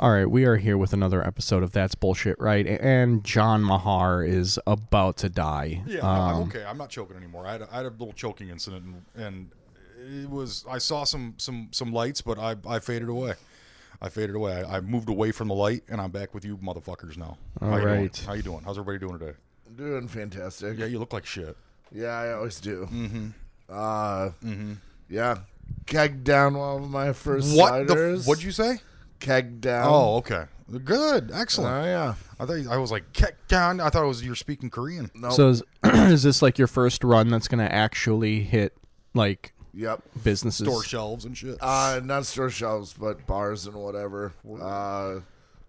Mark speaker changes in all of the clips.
Speaker 1: All right, we are here with another episode of That's Bullshit, right? A- And John Mahar is about to die.
Speaker 2: Yeah, no, I'm okay. I'm not choking anymore. I had a, I had a little choking incident, and, and it was I saw some some some lights, but I I faded away. I faded away. I, I moved away from the light, and I'm back with you, motherfuckers. Now,
Speaker 1: All
Speaker 2: how you doing?
Speaker 1: right.
Speaker 2: How you doing? How's everybody doing today?
Speaker 3: I'm doing fantastic.
Speaker 2: Yeah,
Speaker 3: Yeah,
Speaker 2: you look like shit.
Speaker 3: I always do. Mm-hmm. Uh,
Speaker 2: Mm-hmm.
Speaker 3: Yeah. Kegged down one of my first
Speaker 2: What? The,
Speaker 3: ciders.
Speaker 2: f- Um, what'd you say?
Speaker 3: Kegged down.
Speaker 2: Oh, okay. Good.
Speaker 3: Oh,
Speaker 2: Excellent.
Speaker 3: yeah.
Speaker 2: I thought you- I was like "Kek down. I thought it was you're speaking Korean.
Speaker 3: No.
Speaker 1: So is, is this like your first run that's going to actually hit like
Speaker 3: yep.
Speaker 1: businesses?
Speaker 2: Store shelves and shit.
Speaker 3: Uh, not store shelves, but bars and whatever. Uh,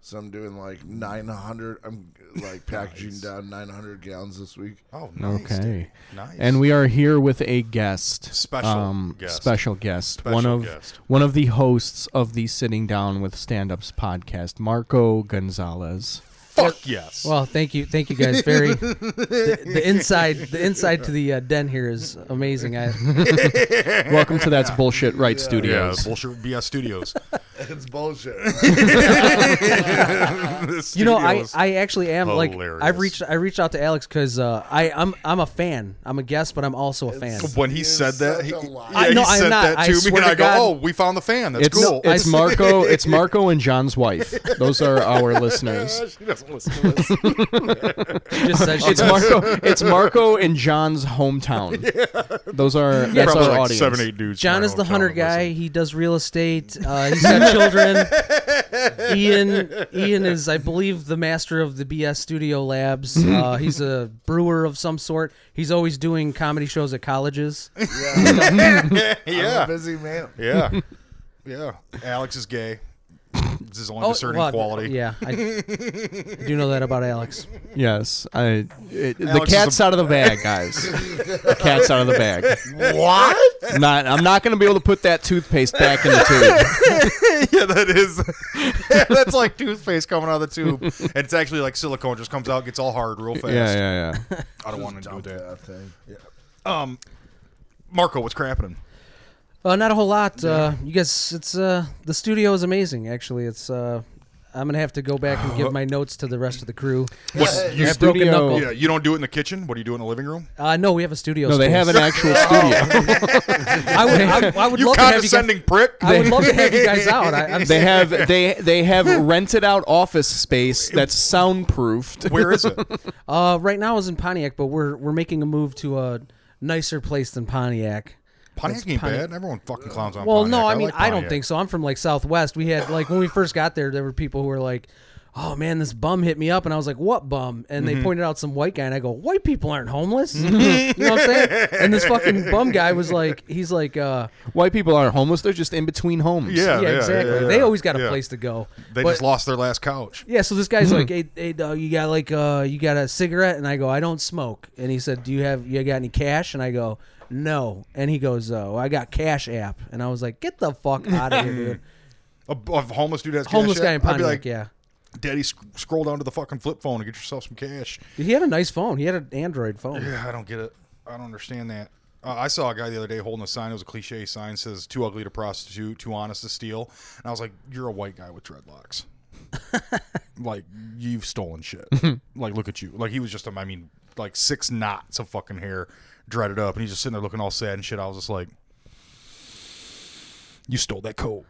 Speaker 3: so I'm doing like 900. I'm like packaging down 900 gallons this week.
Speaker 2: oh, nice. dude.
Speaker 1: Okay.
Speaker 2: Nice.
Speaker 1: And we are here with a guest, Um,
Speaker 2: Special guest.
Speaker 1: special guest,
Speaker 2: Special
Speaker 1: one of
Speaker 2: guest.
Speaker 1: one of the hosts of the Sitting Down with Stand Ups podcast, Marco Gonzalez.
Speaker 2: fuck yes.
Speaker 4: Well, thank you, thank you guys. Very the, the inside, the inside to the uh, den here is amazing. I,
Speaker 1: Welcome to That's Bullshit Right
Speaker 2: yeah,
Speaker 1: Studios.
Speaker 2: bullshit BS Studios.
Speaker 3: It's bullshit.
Speaker 4: you know, I, I actually am
Speaker 2: Hilarious.
Speaker 4: like I've reached I reached out to Alex because uh, I I'm I'm a fan. I'm a guest, but I'm also a fan.
Speaker 2: when he
Speaker 3: You're
Speaker 2: said that,
Speaker 3: such
Speaker 2: he,
Speaker 3: a
Speaker 2: yeah,
Speaker 3: liar.
Speaker 4: I-
Speaker 2: he
Speaker 4: no, I'm
Speaker 2: said
Speaker 4: not.
Speaker 2: that
Speaker 4: I
Speaker 2: to me,
Speaker 4: swear
Speaker 2: and
Speaker 4: to
Speaker 2: I go,
Speaker 4: God.
Speaker 2: "Oh, we found the fan. That's
Speaker 1: It's
Speaker 2: cool."
Speaker 1: it's Marco. It's Marco and John's wife. Those are our listeners.
Speaker 2: she doesn't listen to this.
Speaker 4: He just says
Speaker 1: It's Marco. It's Marco and John's hometown. Those are that's
Speaker 2: Probably
Speaker 1: our
Speaker 2: like
Speaker 1: audience.
Speaker 2: seven, eight dudes.
Speaker 4: John
Speaker 2: from
Speaker 4: is
Speaker 2: our
Speaker 4: the
Speaker 2: hometown
Speaker 4: hunter
Speaker 2: that
Speaker 4: guy.
Speaker 2: listen.
Speaker 4: He does real estate. Uh, he's got children. Ian Ian is, I believe, the master of the BS Studio Labs. Uh, he's a brewer of some sort. He's always doing comedy shows at colleges.
Speaker 3: yeah. I'm a
Speaker 2: Yeah,
Speaker 3: busy man.
Speaker 2: yeah, yeah. Alex is gay. This is only discerning
Speaker 4: Oh, well,
Speaker 2: quality.
Speaker 4: Yeah, I, I do know that about Alex.
Speaker 1: Yes, I. It, the
Speaker 2: Alex is
Speaker 1: cat's
Speaker 2: a-
Speaker 1: out of the bag, guys. the cat's out of the bag.
Speaker 2: What?
Speaker 1: Not. I'm not going to be able to put that toothpaste back in the tube.
Speaker 2: yeah, that is. that's like toothpaste coming out of the tube, and it's actually like silicone. Just comes out, gets all hard real fast.
Speaker 1: Yeah, yeah, yeah.
Speaker 2: I don't want to do
Speaker 3: Dump
Speaker 2: that.
Speaker 3: that thing.
Speaker 2: Um, Marco, what's crapping?
Speaker 4: Uh, not a whole lot. Uh, you guys, it's uh, the studio is amazing. Actually, it's. Uh, I'm gonna have to go back and give my notes to the rest of the crew.
Speaker 2: What you?
Speaker 4: I broke a
Speaker 1: studio-
Speaker 4: knuckle.
Speaker 2: Yeah, you don't do it in the kitchen. What do you do in the living room?
Speaker 4: Uh, no, we have a studio.
Speaker 1: No, they
Speaker 4: space.
Speaker 1: have an actual studio.
Speaker 4: I would, I, I would
Speaker 2: You
Speaker 4: love to have you guys.
Speaker 2: condescending prick.
Speaker 4: I would love to have you guys out. I, I'm
Speaker 1: They have they they have rented out office space that's soundproofed.
Speaker 2: Where is it?
Speaker 4: uh, right now is in Pontiac, but we're we're making a move to a nicer place than Pontiac.
Speaker 2: Pontiac
Speaker 4: It's
Speaker 2: ain't
Speaker 4: Pontiac.
Speaker 2: bad. Everyone fucking clowns on
Speaker 4: Well,
Speaker 2: Pontiac.
Speaker 4: no, I mean
Speaker 2: like
Speaker 4: I don't
Speaker 2: Pontiac.
Speaker 4: think so. I'm from like Southwest. We had like when we first got there, there were people who were like, "Oh man, this bum hit me up," and I was like, "What bum?" And
Speaker 2: Mm-hmm.
Speaker 4: they pointed out some white guy, and I go, "White people aren't homeless." you know what I'm saying? And this fucking bum guy was like, he's like, uh,
Speaker 1: White people aren't homeless. They're just in between homes.
Speaker 2: Yeah,
Speaker 4: yeah, exactly.
Speaker 2: yeah,
Speaker 4: They
Speaker 2: yeah.
Speaker 4: always got a
Speaker 2: Yeah.
Speaker 4: place to go.
Speaker 2: They
Speaker 4: But-
Speaker 2: just Hmm. lost their last couch.
Speaker 4: Yeah, so this guy's like, "Hey, hey, dog, you got like, uh, you got a cigarette?" And I go, "I don't smoke." And he said, "Do you have, you got any cash?" And I go, "No." And he goes, "Oh, I got Cash App." And I was like, "Get the fuck out of here, dude!"
Speaker 2: A, a homeless dude has cash
Speaker 4: Homeless
Speaker 2: app?
Speaker 4: guy in
Speaker 2: I'd be
Speaker 4: Pontiac,
Speaker 2: like,
Speaker 4: yeah.
Speaker 2: Daddy, sc- scroll down to the fucking flip phone and get yourself some cash.
Speaker 4: He had a nice phone. He had an Android phone.
Speaker 2: Yeah, I don't get it. I don't understand that. Uh, I saw a guy the other day holding a sign. It was a cliche sign. Says "Too ugly to prostitute, too honest to steal." And I was like, "You're a white guy with dreadlocks. like you've stolen shit. like look at you. Like he was just, I mean, like six knots of fucking hair, dreaded up, and he's just sitting there looking all sad and shit. I was just like, "You stole that coat.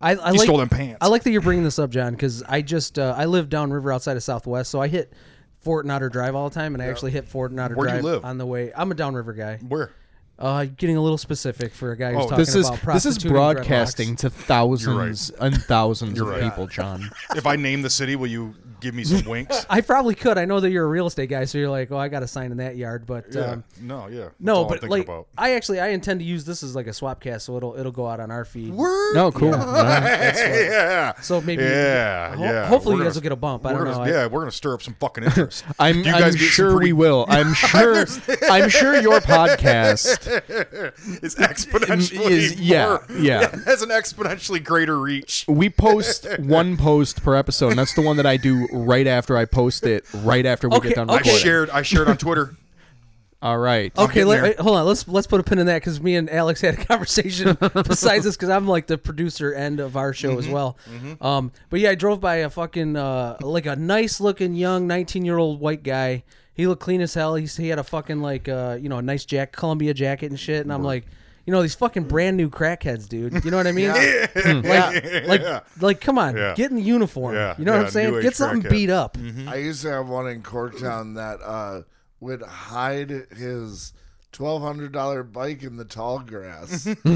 Speaker 4: I, I
Speaker 2: You
Speaker 4: like,
Speaker 2: stole them pants."
Speaker 4: I like that you're bringing this up, John, because I just uh, I live downriver outside of Southwest, so I hit Fort Otter Drive all the time, and I actually hit Fort Otter
Speaker 2: Where do you
Speaker 4: Drive
Speaker 2: live?
Speaker 4: on the way. I'm a downriver guy.
Speaker 2: Where?
Speaker 4: Uh, getting a little specific for a guy who's
Speaker 2: Oh,
Speaker 4: talking
Speaker 1: This is
Speaker 4: about
Speaker 1: this is
Speaker 4: prostituting dreadlocks.
Speaker 1: broadcasting to 1000s and 1000s of
Speaker 2: right.
Speaker 1: people, John.
Speaker 2: If I name the city, will you give me some winks?
Speaker 4: I probably could. I know that you're a real estate guy, so you're like, oh, I got a sign in that yard. But um,
Speaker 2: no, yeah. That's all
Speaker 4: no,
Speaker 2: I'm
Speaker 4: but
Speaker 2: thinking
Speaker 4: like,
Speaker 2: about.
Speaker 4: I actually I intend to use this as like a swap cast, so it'll it'll go out on our feed.
Speaker 1: No, cool. Yeah.
Speaker 2: yeah.
Speaker 4: So maybe
Speaker 2: yeah,
Speaker 4: ho-
Speaker 2: yeah.
Speaker 4: hopefully
Speaker 2: We're
Speaker 4: you guys
Speaker 2: gonna-
Speaker 4: will get a bump. I
Speaker 2: we're
Speaker 4: don't
Speaker 2: gonna-
Speaker 4: know. I-
Speaker 2: yeah, we're gonna stir up some fucking interest.
Speaker 1: I'm,
Speaker 2: You guys
Speaker 1: I'm
Speaker 2: get some
Speaker 1: sure
Speaker 2: pretty-
Speaker 1: we will. I'm sure. I'm sure your podcast.
Speaker 2: It's exponentially
Speaker 1: Is- yeah,
Speaker 2: more-
Speaker 1: yeah.
Speaker 2: It has an exponentially greater reach.
Speaker 1: We post one post per episode, and that's the one that I do right after I post it, right after we
Speaker 4: Okay,
Speaker 1: get done
Speaker 4: okay.
Speaker 2: I
Speaker 1: recording.
Speaker 2: shared. I shared on Twitter.
Speaker 1: All right.
Speaker 4: Okay,
Speaker 2: getting
Speaker 4: let,
Speaker 2: there.
Speaker 4: wait, hold on. Let's let's put a pin in that because me and Alex had a conversation besides this because I'm like the producer end of our show
Speaker 2: Mm-hmm,
Speaker 4: as well. Um, but yeah, I drove by a fucking uh, like a nice looking young 19 year old white guy. He looked clean as hell. He he had a fucking like uh, you know a nice jack Columbia jacket and shit.
Speaker 2: Mm-hmm.
Speaker 4: And I'm like, you know these fucking brand new crackheads, dude. You know what I mean?
Speaker 2: Hmm.
Speaker 4: Like, like, like, come on,
Speaker 2: Yeah.
Speaker 4: get in the uniform.
Speaker 2: Yeah,
Speaker 4: You know
Speaker 2: yeah,
Speaker 4: what I'm saying?
Speaker 2: new age
Speaker 4: Get something
Speaker 2: crackhead. Mm-hmm.
Speaker 4: beat up.
Speaker 3: I used to have one in Corktown that uh, would hide his twelve hundred dollar bike in the tall grass while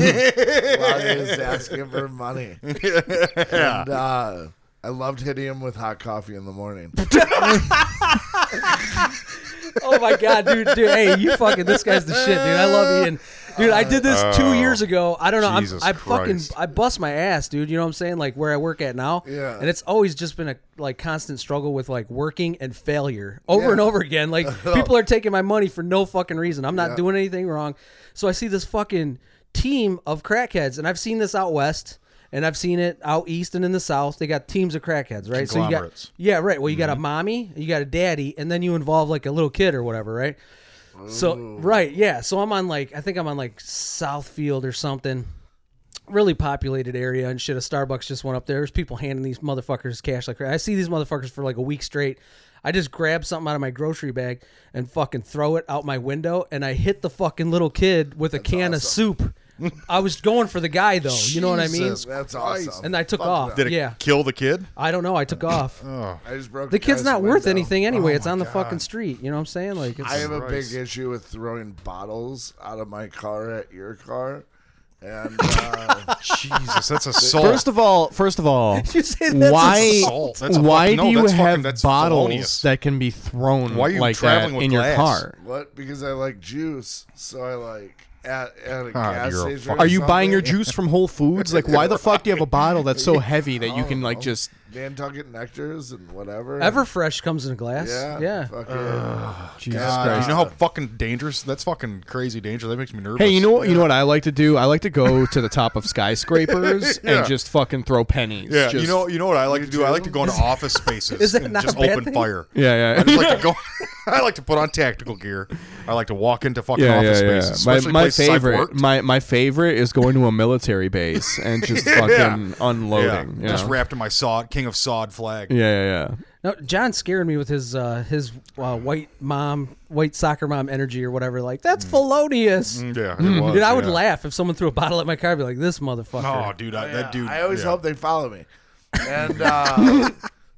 Speaker 3: he was asking for money. And uh, I loved hitting him with hot coffee in the morning.
Speaker 4: Oh my god, dude, dude, hey, you fucking this guy's the shit, dude. I love Ian. Dude, I did this two
Speaker 2: Oh,
Speaker 4: years ago. I don't know. I'm,
Speaker 2: Jesus
Speaker 4: I fucking
Speaker 2: Christ.
Speaker 4: I bust my ass, dude. You know what I'm saying? Like where I work at now.
Speaker 3: Yeah.
Speaker 4: And it's always just been a like constant struggle with like working and failure over
Speaker 3: Yeah.
Speaker 4: and over again. Like people are taking my money for no fucking reason. I'm not
Speaker 3: Yeah.
Speaker 4: doing anything wrong. So I see this fucking team of crackheads, and I've seen this out west. And I've seen it out east and in the south. They got teams of crackheads, right? So you got
Speaker 2: Conglomerates.
Speaker 4: yeah, right. Well, you got a mommy, you got a daddy, and then you involve like a little kid or whatever, right? So right, yeah. So I'm on like I think I'm on like Southfield or something, really populated area and shit. A Starbucks just went up there. There's people handing these motherfuckers cash like I see these motherfuckers for like a week straight. I just grab something out of my grocery bag and fucking throw it out my window, and I hit the fucking little kid with a can of soup. I was going for the guy though, you know what I mean?
Speaker 3: Jesus That's awesome.
Speaker 4: And I took
Speaker 3: Fuck
Speaker 4: off.
Speaker 3: no.
Speaker 2: Did it
Speaker 4: yeah,
Speaker 2: kill the kid?
Speaker 4: I don't know. I took off.
Speaker 3: I just broke
Speaker 4: The kid's
Speaker 3: guy's
Speaker 4: not worth
Speaker 3: window. Oh
Speaker 4: anything anyway. it's on the fucking street. You know what I'm saying? Like, it's,
Speaker 3: I have a
Speaker 2: Christ.
Speaker 3: big issue with throwing bottles out of my car at your car, and uh,
Speaker 2: Jesus, that's assault.
Speaker 1: First of all, first of all,
Speaker 4: you say that's
Speaker 1: why
Speaker 2: assault. That's a
Speaker 1: why
Speaker 2: fucking- no,
Speaker 1: do you
Speaker 2: that's fucking-
Speaker 1: have
Speaker 2: that's
Speaker 1: bottles
Speaker 2: felonious.
Speaker 1: that can be thrown
Speaker 2: Why are you
Speaker 1: like
Speaker 2: traveling
Speaker 1: that
Speaker 2: with
Speaker 1: in your
Speaker 2: glass?
Speaker 1: car?
Speaker 3: what? Because I like juice, so I like at, at a
Speaker 2: Ah,
Speaker 3: gas
Speaker 2: you're a
Speaker 3: station.
Speaker 2: fuck-
Speaker 3: or
Speaker 1: Are you buying your
Speaker 3: something,
Speaker 1: juice from Whole Foods? Like, why the fuck do you have a bottle that's so heavy that you can like just?
Speaker 3: Nantucket nectars and whatever?
Speaker 4: Everfresh comes in a glass.
Speaker 3: Yeah.
Speaker 4: Yeah.
Speaker 3: fucking-
Speaker 1: Jesus
Speaker 2: God,
Speaker 1: Christ.
Speaker 2: you know how fucking dangerous? That's fucking crazy dangerous. That makes me nervous.
Speaker 1: Hey, you know what? You know what I like to do? I like to go to the top of skyscrapers and just fucking throw pennies.
Speaker 2: Yeah,
Speaker 1: Just-
Speaker 2: you know, you know what I like to do. I like to go into office spaces
Speaker 4: is that
Speaker 2: and
Speaker 4: not a
Speaker 2: just
Speaker 4: bad
Speaker 2: open
Speaker 4: thing?
Speaker 2: fire.
Speaker 1: Yeah, yeah.
Speaker 2: I just like to go. I like to put on tactical gear. I like to walk into fucking
Speaker 1: Yeah,
Speaker 2: office
Speaker 1: yeah, yeah.
Speaker 2: spaces.
Speaker 1: My,
Speaker 2: especially
Speaker 1: my
Speaker 2: places I've
Speaker 1: favorite,
Speaker 2: worked.
Speaker 1: my, my favorite is going to a military base and just fucking unloading. you
Speaker 2: Just
Speaker 1: know?
Speaker 2: wrapped in my sod, King of Sod flag.
Speaker 1: Yeah, yeah, yeah.
Speaker 4: No, John scared me with his uh, his uh, white mom, white soccer mom energy or whatever. Like,
Speaker 3: Mm.
Speaker 4: that's
Speaker 2: Yeah,
Speaker 4: felonious.
Speaker 1: Mm-hmm.
Speaker 2: it was,
Speaker 4: Dude, I would
Speaker 2: yeah.
Speaker 4: laugh if someone threw a bottle at my car. I'd be like, this motherfucker.
Speaker 2: Oh, dude, I,
Speaker 3: Yeah,
Speaker 2: that dude.
Speaker 3: I always
Speaker 2: yeah.
Speaker 3: hope they follow me. And uh,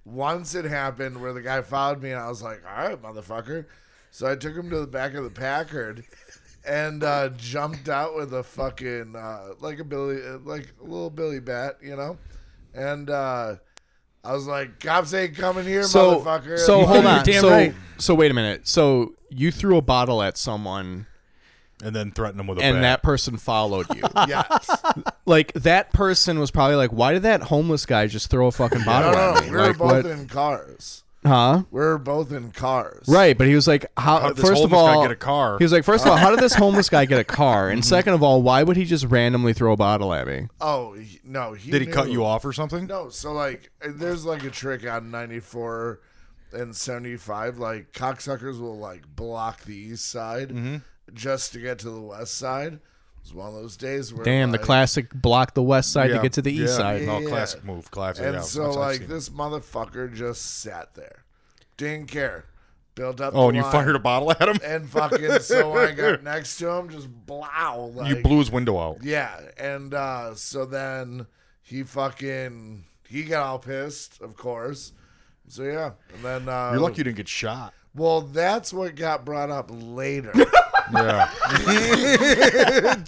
Speaker 3: once it happened where the guy followed me, and I was like, all right, motherfucker. So I took him to the back of the Packard and uh, jumped out with a fucking, uh, like a Billy, uh, like a little Billy bat, you know? And uh, I was like, cops ain't coming here,
Speaker 1: So,
Speaker 3: motherfucker.
Speaker 1: so
Speaker 3: And,
Speaker 1: hold
Speaker 4: You're
Speaker 1: on.
Speaker 4: damn
Speaker 1: so,
Speaker 4: right.
Speaker 1: so wait a minute. So you threw a bottle at someone,
Speaker 2: and then threaten him with a
Speaker 1: and
Speaker 2: bat.
Speaker 1: that person followed you.
Speaker 3: Yes.
Speaker 1: like that person was probably like, "Why did that homeless guy just throw a fucking
Speaker 3: No,
Speaker 1: bottle
Speaker 3: no,
Speaker 1: at me?"
Speaker 3: we were
Speaker 1: like,
Speaker 3: both
Speaker 1: what?
Speaker 3: in cars.
Speaker 1: huh?
Speaker 3: We were both in cars.
Speaker 1: Right, but he was like, "How?"
Speaker 2: How did this
Speaker 1: first of
Speaker 2: homeless guy
Speaker 1: all,
Speaker 2: get a car? Mhm.
Speaker 1: he was like, first of all, how did this homeless guy get a car?" And second of all, why would he just randomly throw a bottle at me?
Speaker 3: Oh, he- no. He
Speaker 2: Did he cut
Speaker 3: knew.
Speaker 2: you off or something?
Speaker 3: No, so like, there's like a trick on 94 and 75. Like, cocksuckers will like block the east side
Speaker 2: Mm-hmm.
Speaker 3: just to get to the west side. It was one of those days where.
Speaker 1: Damn, the
Speaker 3: like-
Speaker 1: classic blocked the west side
Speaker 2: Yeah,
Speaker 1: to get to the east
Speaker 2: yeah,
Speaker 1: side.
Speaker 2: No,
Speaker 3: Yeah.
Speaker 2: classic move. Classic.
Speaker 3: And
Speaker 2: yeah,
Speaker 3: so,
Speaker 2: that's- I've
Speaker 3: like,
Speaker 2: seen.
Speaker 3: this motherfucker just sat there. Didn't care. Built up.
Speaker 2: Oh,
Speaker 3: the
Speaker 2: and you
Speaker 3: line,
Speaker 2: fired a bottle at him.
Speaker 3: And fucking, so I got next to him, just blow. Like,
Speaker 2: you blew his window out.
Speaker 3: Yeah, and uh, so then he fucking he got all pissed, of course. So yeah, and then uh,
Speaker 2: You're lucky you didn't get shot.
Speaker 3: Well, that's what got brought up later.
Speaker 2: Yeah.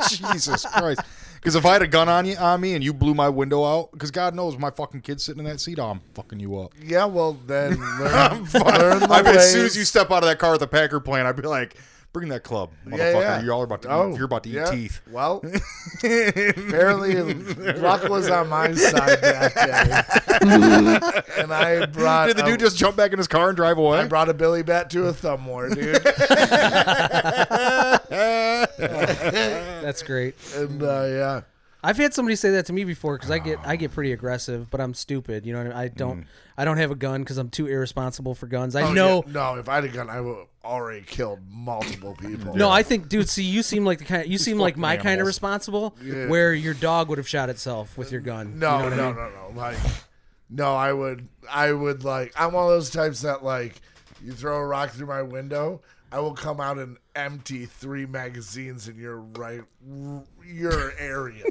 Speaker 2: Jesus Christ. Because if I had a gun on you on me and you blew my window out, because God knows my fucking kid's sitting in that seat, I'm fucking you up.
Speaker 3: yeah, well then learn, learn the
Speaker 2: I mean, as soon
Speaker 3: ways.
Speaker 2: as you step out of that car with the Packer plane, I'd be like, "Bring that club, motherfucker!
Speaker 3: Yeah, yeah.
Speaker 2: You're all about to.
Speaker 3: Oh,
Speaker 2: eat, you're about to eat
Speaker 3: yeah.
Speaker 2: teeth."
Speaker 3: Well, apparently luck was on my side that day, and I brought.
Speaker 2: Did the
Speaker 3: a-
Speaker 2: dude just jump back in his car and drive
Speaker 3: I
Speaker 2: away?
Speaker 3: brought a billy bat to a thumb war, dude.
Speaker 4: That's great.
Speaker 3: and uh, yeah,
Speaker 4: I've had somebody say that to me before because I get I get pretty aggressive, but I'm stupid. You know, what I, mean? I don't I don't have a gun because I'm too irresponsible for guns. I
Speaker 3: Mm. Oh,
Speaker 4: know.
Speaker 3: yeah. no. If I had a gun, I would have already killed multiple people.
Speaker 4: No, I think, dude. See, you seem like the kind. You seem like my
Speaker 2: fucking
Speaker 4: kind of
Speaker 2: animals.
Speaker 4: responsible,
Speaker 3: Yeah.
Speaker 4: where your dog would have shot itself with your gun.
Speaker 3: No,
Speaker 4: You know what I
Speaker 3: no,
Speaker 4: mean?
Speaker 3: no, no. Like, no, I would, I would like, I'm one of those types that like, you throw a rock through my window, I will come out and empty three magazines in your right, your area,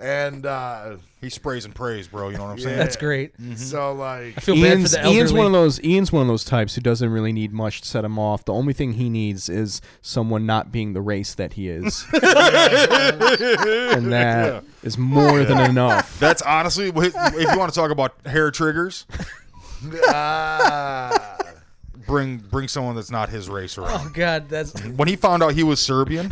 Speaker 3: and uh
Speaker 2: He sprays and prays, bro. You know what I'm saying?
Speaker 4: That's great.
Speaker 3: so like,
Speaker 4: I feel
Speaker 1: Ian's,
Speaker 4: bad for the
Speaker 1: Ian's one of
Speaker 4: elderly.
Speaker 1: those Ian's one of those types who doesn't really need much to set him off. The only thing he needs is someone not being the race that he is, and that is more than enough.
Speaker 2: That's honestly, wh- if you want to talk about hair triggers,
Speaker 3: ah,
Speaker 2: bring bring someone that's not his race around.
Speaker 4: Oh God, that's
Speaker 2: when he found out he was Serbian,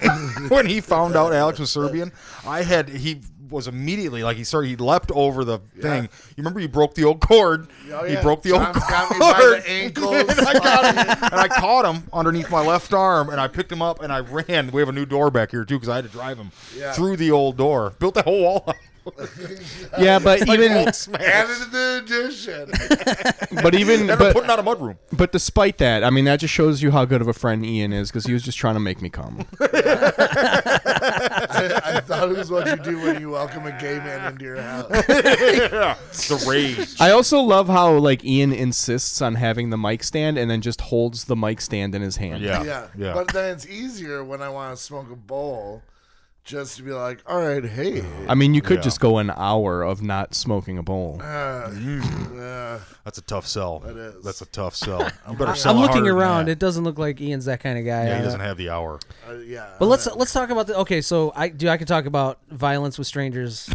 Speaker 2: when he found out Alex was Serbian, I had he was immediately like he started he leapt over the thing. You remember he broke the old cord.
Speaker 3: Oh,
Speaker 2: He
Speaker 3: yeah.
Speaker 2: broke the old
Speaker 3: Tom
Speaker 2: cord.
Speaker 3: got me by the ankles.
Speaker 2: and I got him, and I caught him underneath my left arm, and I picked him up and I ran. We have a new door back here too because I had to drive him
Speaker 3: Yeah.
Speaker 2: through the old door. Built that whole wall. up.
Speaker 1: Yeah, but even
Speaker 2: Old smash.
Speaker 3: added to the addition.
Speaker 1: but even
Speaker 2: And I'm
Speaker 1: but,
Speaker 2: putting out a mudroom.
Speaker 1: but despite that, I mean that just shows you how good of a friend Ian is because he was just trying to make me come.
Speaker 3: I, I thought it was what you do when you welcome a gay man into your house.
Speaker 2: The rage.
Speaker 1: I also love how like Ian insists on having the mic stand and then just holds the mic stand in his hand.
Speaker 2: Yeah.
Speaker 3: yeah.
Speaker 2: Yeah.
Speaker 3: But then it's easier when I want to smoke a bowl, just to be like, all right, hey.
Speaker 1: I mean, you could
Speaker 2: Yeah.
Speaker 1: just go an hour of not smoking a bowl.
Speaker 3: Uh, uh,
Speaker 2: That's a tough sell. That
Speaker 3: is.
Speaker 2: That's a tough sell. You better sell
Speaker 4: I'm looking
Speaker 2: harder than
Speaker 4: around.
Speaker 2: that.
Speaker 4: It doesn't look like Ian's that kind of guy.
Speaker 2: Yeah, he
Speaker 4: Uh,
Speaker 2: doesn't have the hour.
Speaker 3: uh, yeah.
Speaker 4: But let's let's talk about the okay. So I do I could talk about violence with strangers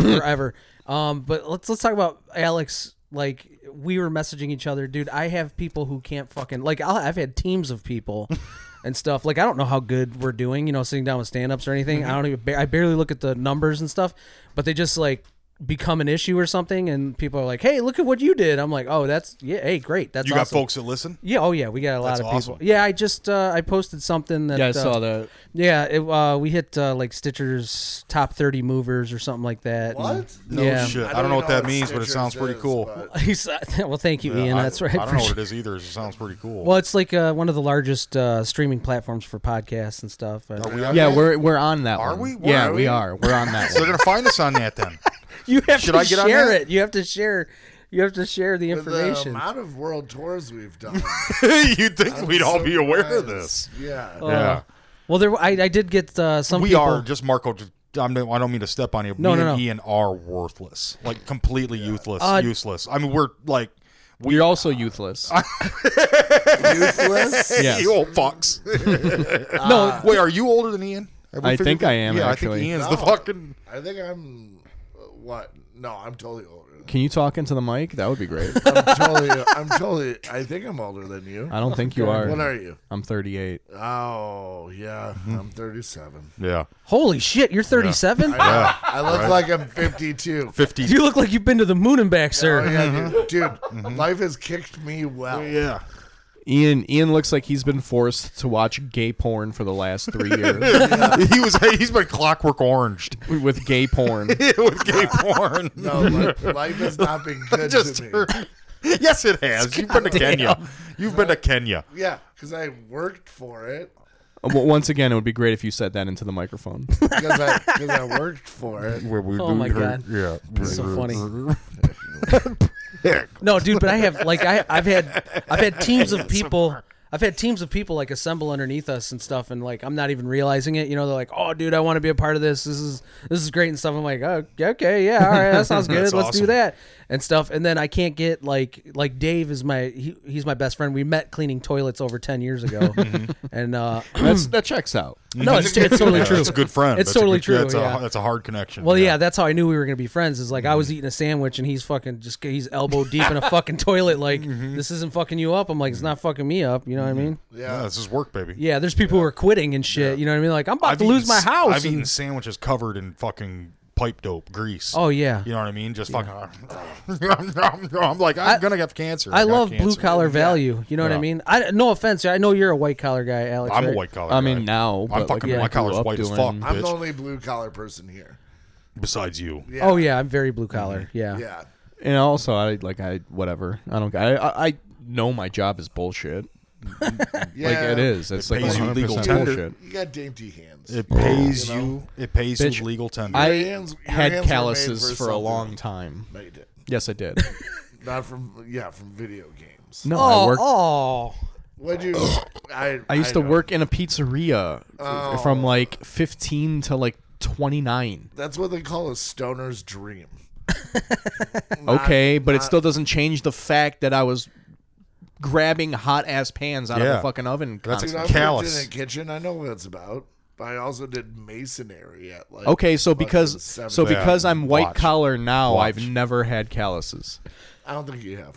Speaker 4: forever. Um, but let's let's talk about Alex. Like we were messaging each other, dude. I have people who can't fucking like. I'll, I've had teams of people and stuff. Like I don't know how good we're doing. You know, sitting down with stand ups or anything.
Speaker 2: Mm-hmm.
Speaker 4: I don't even. ba- I barely look at the numbers and stuff. But they just like become an issue or something, and people are like, "Hey, look at what you did." I'm like, "Oh, that's yeah. Hey, great. That's
Speaker 2: You got
Speaker 4: awesome."
Speaker 2: folks that listen.
Speaker 4: Yeah. Oh yeah. We got a lot
Speaker 2: That's
Speaker 4: of
Speaker 2: awesome.
Speaker 4: people. Yeah. I just uh, I posted something that
Speaker 1: Yeah, I
Speaker 4: uh,
Speaker 1: saw that.
Speaker 4: yeah, it, uh, we hit uh, like Stitcher's top 30 movers or something like that. and-
Speaker 3: What?
Speaker 2: No
Speaker 4: yeah.
Speaker 2: shit. I don't,
Speaker 3: even
Speaker 2: know what that means, but it
Speaker 3: Stitchers
Speaker 2: sounds pretty
Speaker 3: is,
Speaker 2: cool.
Speaker 3: but-
Speaker 4: He's- uh, well, thank you, Ian.
Speaker 2: I-
Speaker 4: That's right.
Speaker 2: I don't know what it is either. It sounds pretty cool.
Speaker 4: Well, it's like uh, one of the largest uh, streaming platforms for podcasts and stuff. and-
Speaker 2: Are we on
Speaker 1: Yeah,
Speaker 2: that?
Speaker 1: we're we're on that.
Speaker 2: Are
Speaker 1: one.
Speaker 2: we? Why
Speaker 1: yeah,
Speaker 2: are
Speaker 1: we
Speaker 2: we?
Speaker 1: are. We're on that.
Speaker 2: So they're
Speaker 1: one.
Speaker 2: gonna find us on that then.
Speaker 4: you have
Speaker 2: Should
Speaker 4: to
Speaker 2: I get on
Speaker 4: share
Speaker 2: that? uh,
Speaker 4: it. You have to share. You have to share the
Speaker 3: With the
Speaker 4: information.
Speaker 3: amount of world tours we've done.
Speaker 2: You'd think we'd all be aware of
Speaker 3: surprised.
Speaker 2: this.
Speaker 3: Yeah.
Speaker 2: yeah,
Speaker 4: Uh, Well, there I, I did get uh, some.
Speaker 2: we
Speaker 4: people,
Speaker 2: are just Marco. just- I'm, no- I don't mean to step on you.
Speaker 4: No,
Speaker 2: Me
Speaker 4: no,
Speaker 2: and
Speaker 4: no.
Speaker 2: Ian are worthless, like completely youthless,
Speaker 4: Uh,
Speaker 2: useless. I mean, we're like
Speaker 1: We're also youthless.
Speaker 3: Toothless.
Speaker 1: Yes.
Speaker 2: you old fucks.
Speaker 4: No,
Speaker 2: Wait, are you older than Ian? Have we
Speaker 1: I
Speaker 2: figured
Speaker 1: think
Speaker 2: that-
Speaker 1: I am,
Speaker 2: Yeah, I
Speaker 1: actually.
Speaker 2: think Ian's
Speaker 3: No.
Speaker 2: the fucking.
Speaker 3: I think I'm. uh, What? No, I'm totally older. Than
Speaker 1: Can you talk into the mic? That would be great.
Speaker 3: I'm totally. I'm totally. I think I'm older than you.
Speaker 1: I don't think you are.
Speaker 3: What are you?
Speaker 1: I'm 38.
Speaker 3: Oh yeah, I'm 37.
Speaker 2: Yeah,
Speaker 4: holy shit! You're 37.
Speaker 2: yeah.
Speaker 3: I look like I'm 52.
Speaker 2: Fifty.
Speaker 4: You look like you've been to the moon and back, sir.
Speaker 3: Oh, yeah,
Speaker 1: Mm-hmm.
Speaker 3: dude. Dude, life has kicked me well.
Speaker 2: Yeah.
Speaker 1: Ian Ian looks like he's been forced to watch gay porn for the last three years
Speaker 2: he was. He's been clockwork oranged
Speaker 1: with gay porn.
Speaker 2: with gay porn.
Speaker 3: No, life, Oh, life has not been good
Speaker 2: Just
Speaker 3: to me.
Speaker 2: yes, it has. You've been to Kenya. You've been to Kenya.
Speaker 3: Yeah, because I worked for it.
Speaker 1: Uh, w- Once again, it would be great if you said that into the microphone.
Speaker 3: Because I, 'cause I worked for it.
Speaker 2: Where we
Speaker 4: Oh my God.
Speaker 2: Yeah,
Speaker 4: so funny.
Speaker 2: Yeah.
Speaker 4: No, dude, but I have like I I've had I've had teams of people I've had teams of people like assemble underneath us and stuff and like I'm not even realizing it. You know, they're like, Oh dude, I want to be a part of this. This is this is great and stuff. I'm like, Oh okay, yeah, all right, that sounds good.
Speaker 2: That's
Speaker 4: Let's do
Speaker 2: awesome.
Speaker 4: that and stuff. And then I can't get like like Dave is my he, he's my best friend. We met cleaning toilets over ten years ago. and uh
Speaker 1: That's that checks out.
Speaker 4: no, it's, it's
Speaker 2: Mm-hmm.
Speaker 4: totally
Speaker 2: Yeah,
Speaker 4: true.
Speaker 2: That's a good friend.
Speaker 4: It's
Speaker 2: That's a
Speaker 4: totally
Speaker 2: good-
Speaker 4: true.
Speaker 2: That's,
Speaker 4: yeah.
Speaker 2: a, that's a hard connection.
Speaker 4: Well, yeah. that's how I knew we were gonna be friends. Is like I
Speaker 2: Mm-hmm.
Speaker 4: was eating a sandwich and he's fucking just he's elbow deep in a fucking toilet. Like
Speaker 2: Mm-hmm.
Speaker 4: this isn't fucking you up. I'm like it's not fucking me up. You know what I mean?
Speaker 2: Yeah,
Speaker 3: Yeah.
Speaker 2: this is work, baby.
Speaker 4: Yeah, there's people who are quitting and shit. You know what I mean? Like I'm about to lose
Speaker 2: eaten
Speaker 4: my
Speaker 2: s-
Speaker 4: house.
Speaker 2: I've
Speaker 4: and-
Speaker 2: eaten sandwiches covered in fucking pipe dope, grease.
Speaker 4: Oh yeah.
Speaker 2: You know what I mean? Just fucking. I'm like, I'm
Speaker 4: I-
Speaker 2: gonna get cancer.
Speaker 4: I
Speaker 2: got
Speaker 4: love
Speaker 2: cancer.
Speaker 4: blue collar value. You know what I
Speaker 2: Yeah.
Speaker 4: mean? I no offense, I know you're a white collar guy, Alex.
Speaker 2: I'm a
Speaker 4: right?
Speaker 2: white collar.
Speaker 1: I mean,
Speaker 2: guy.
Speaker 1: now, but,
Speaker 2: I'm
Speaker 1: like,
Speaker 2: fucking
Speaker 1: when I
Speaker 2: my collar's
Speaker 1: grew up
Speaker 2: white as fuck.
Speaker 1: doing-
Speaker 3: I'm the
Speaker 2: bitch.
Speaker 3: only blue collar person here.
Speaker 2: Besides you,
Speaker 3: Yeah.
Speaker 4: Oh yeah, I'm very blue
Speaker 2: Mm-hmm.
Speaker 4: collar. Yeah.
Speaker 3: Yeah.
Speaker 1: And also, I like I whatever. I don't. I I, I know my job is bullshit.
Speaker 3: Yeah.
Speaker 1: Like it is. It's like
Speaker 2: pays you
Speaker 1: 100%
Speaker 2: legal tender.
Speaker 1: bullshit.
Speaker 3: You got dainty hands.
Speaker 2: it pays
Speaker 3: You
Speaker 2: you.
Speaker 3: know?
Speaker 2: It pays
Speaker 1: Bitch,
Speaker 2: you legal tender.
Speaker 1: I
Speaker 3: hands- your hands were
Speaker 1: had
Speaker 3: made
Speaker 1: calluses
Speaker 3: for
Speaker 1: for, a
Speaker 3: something.
Speaker 1: long time.
Speaker 3: no, you didn't.
Speaker 1: Yes, I did.
Speaker 3: Not from yeah, from video games.
Speaker 1: No, I
Speaker 4: Oh,
Speaker 1: worked.
Speaker 4: oh.
Speaker 3: What'd you? I
Speaker 1: I used to
Speaker 3: know.
Speaker 1: work in a pizzeria f- from like 15 to like 29.
Speaker 3: That's what they call a stoner's dream.
Speaker 1: okay, but it still doesn't change the fact that I was grabbing hot ass pans out of
Speaker 2: Yeah.
Speaker 1: a fucking oven.
Speaker 2: That's
Speaker 3: Dude,
Speaker 1: Constantly.
Speaker 3: I worked in
Speaker 2: Callous.
Speaker 3: a kitchen. I know what it's about. But I also did masonry at like.
Speaker 1: Okay, so
Speaker 3: fucking
Speaker 1: because
Speaker 3: seven-
Speaker 1: so
Speaker 2: Yeah,
Speaker 1: because I'm white
Speaker 2: watch.
Speaker 1: collar now,
Speaker 2: Watch.
Speaker 1: I've never had calluses.
Speaker 3: I don't think you have.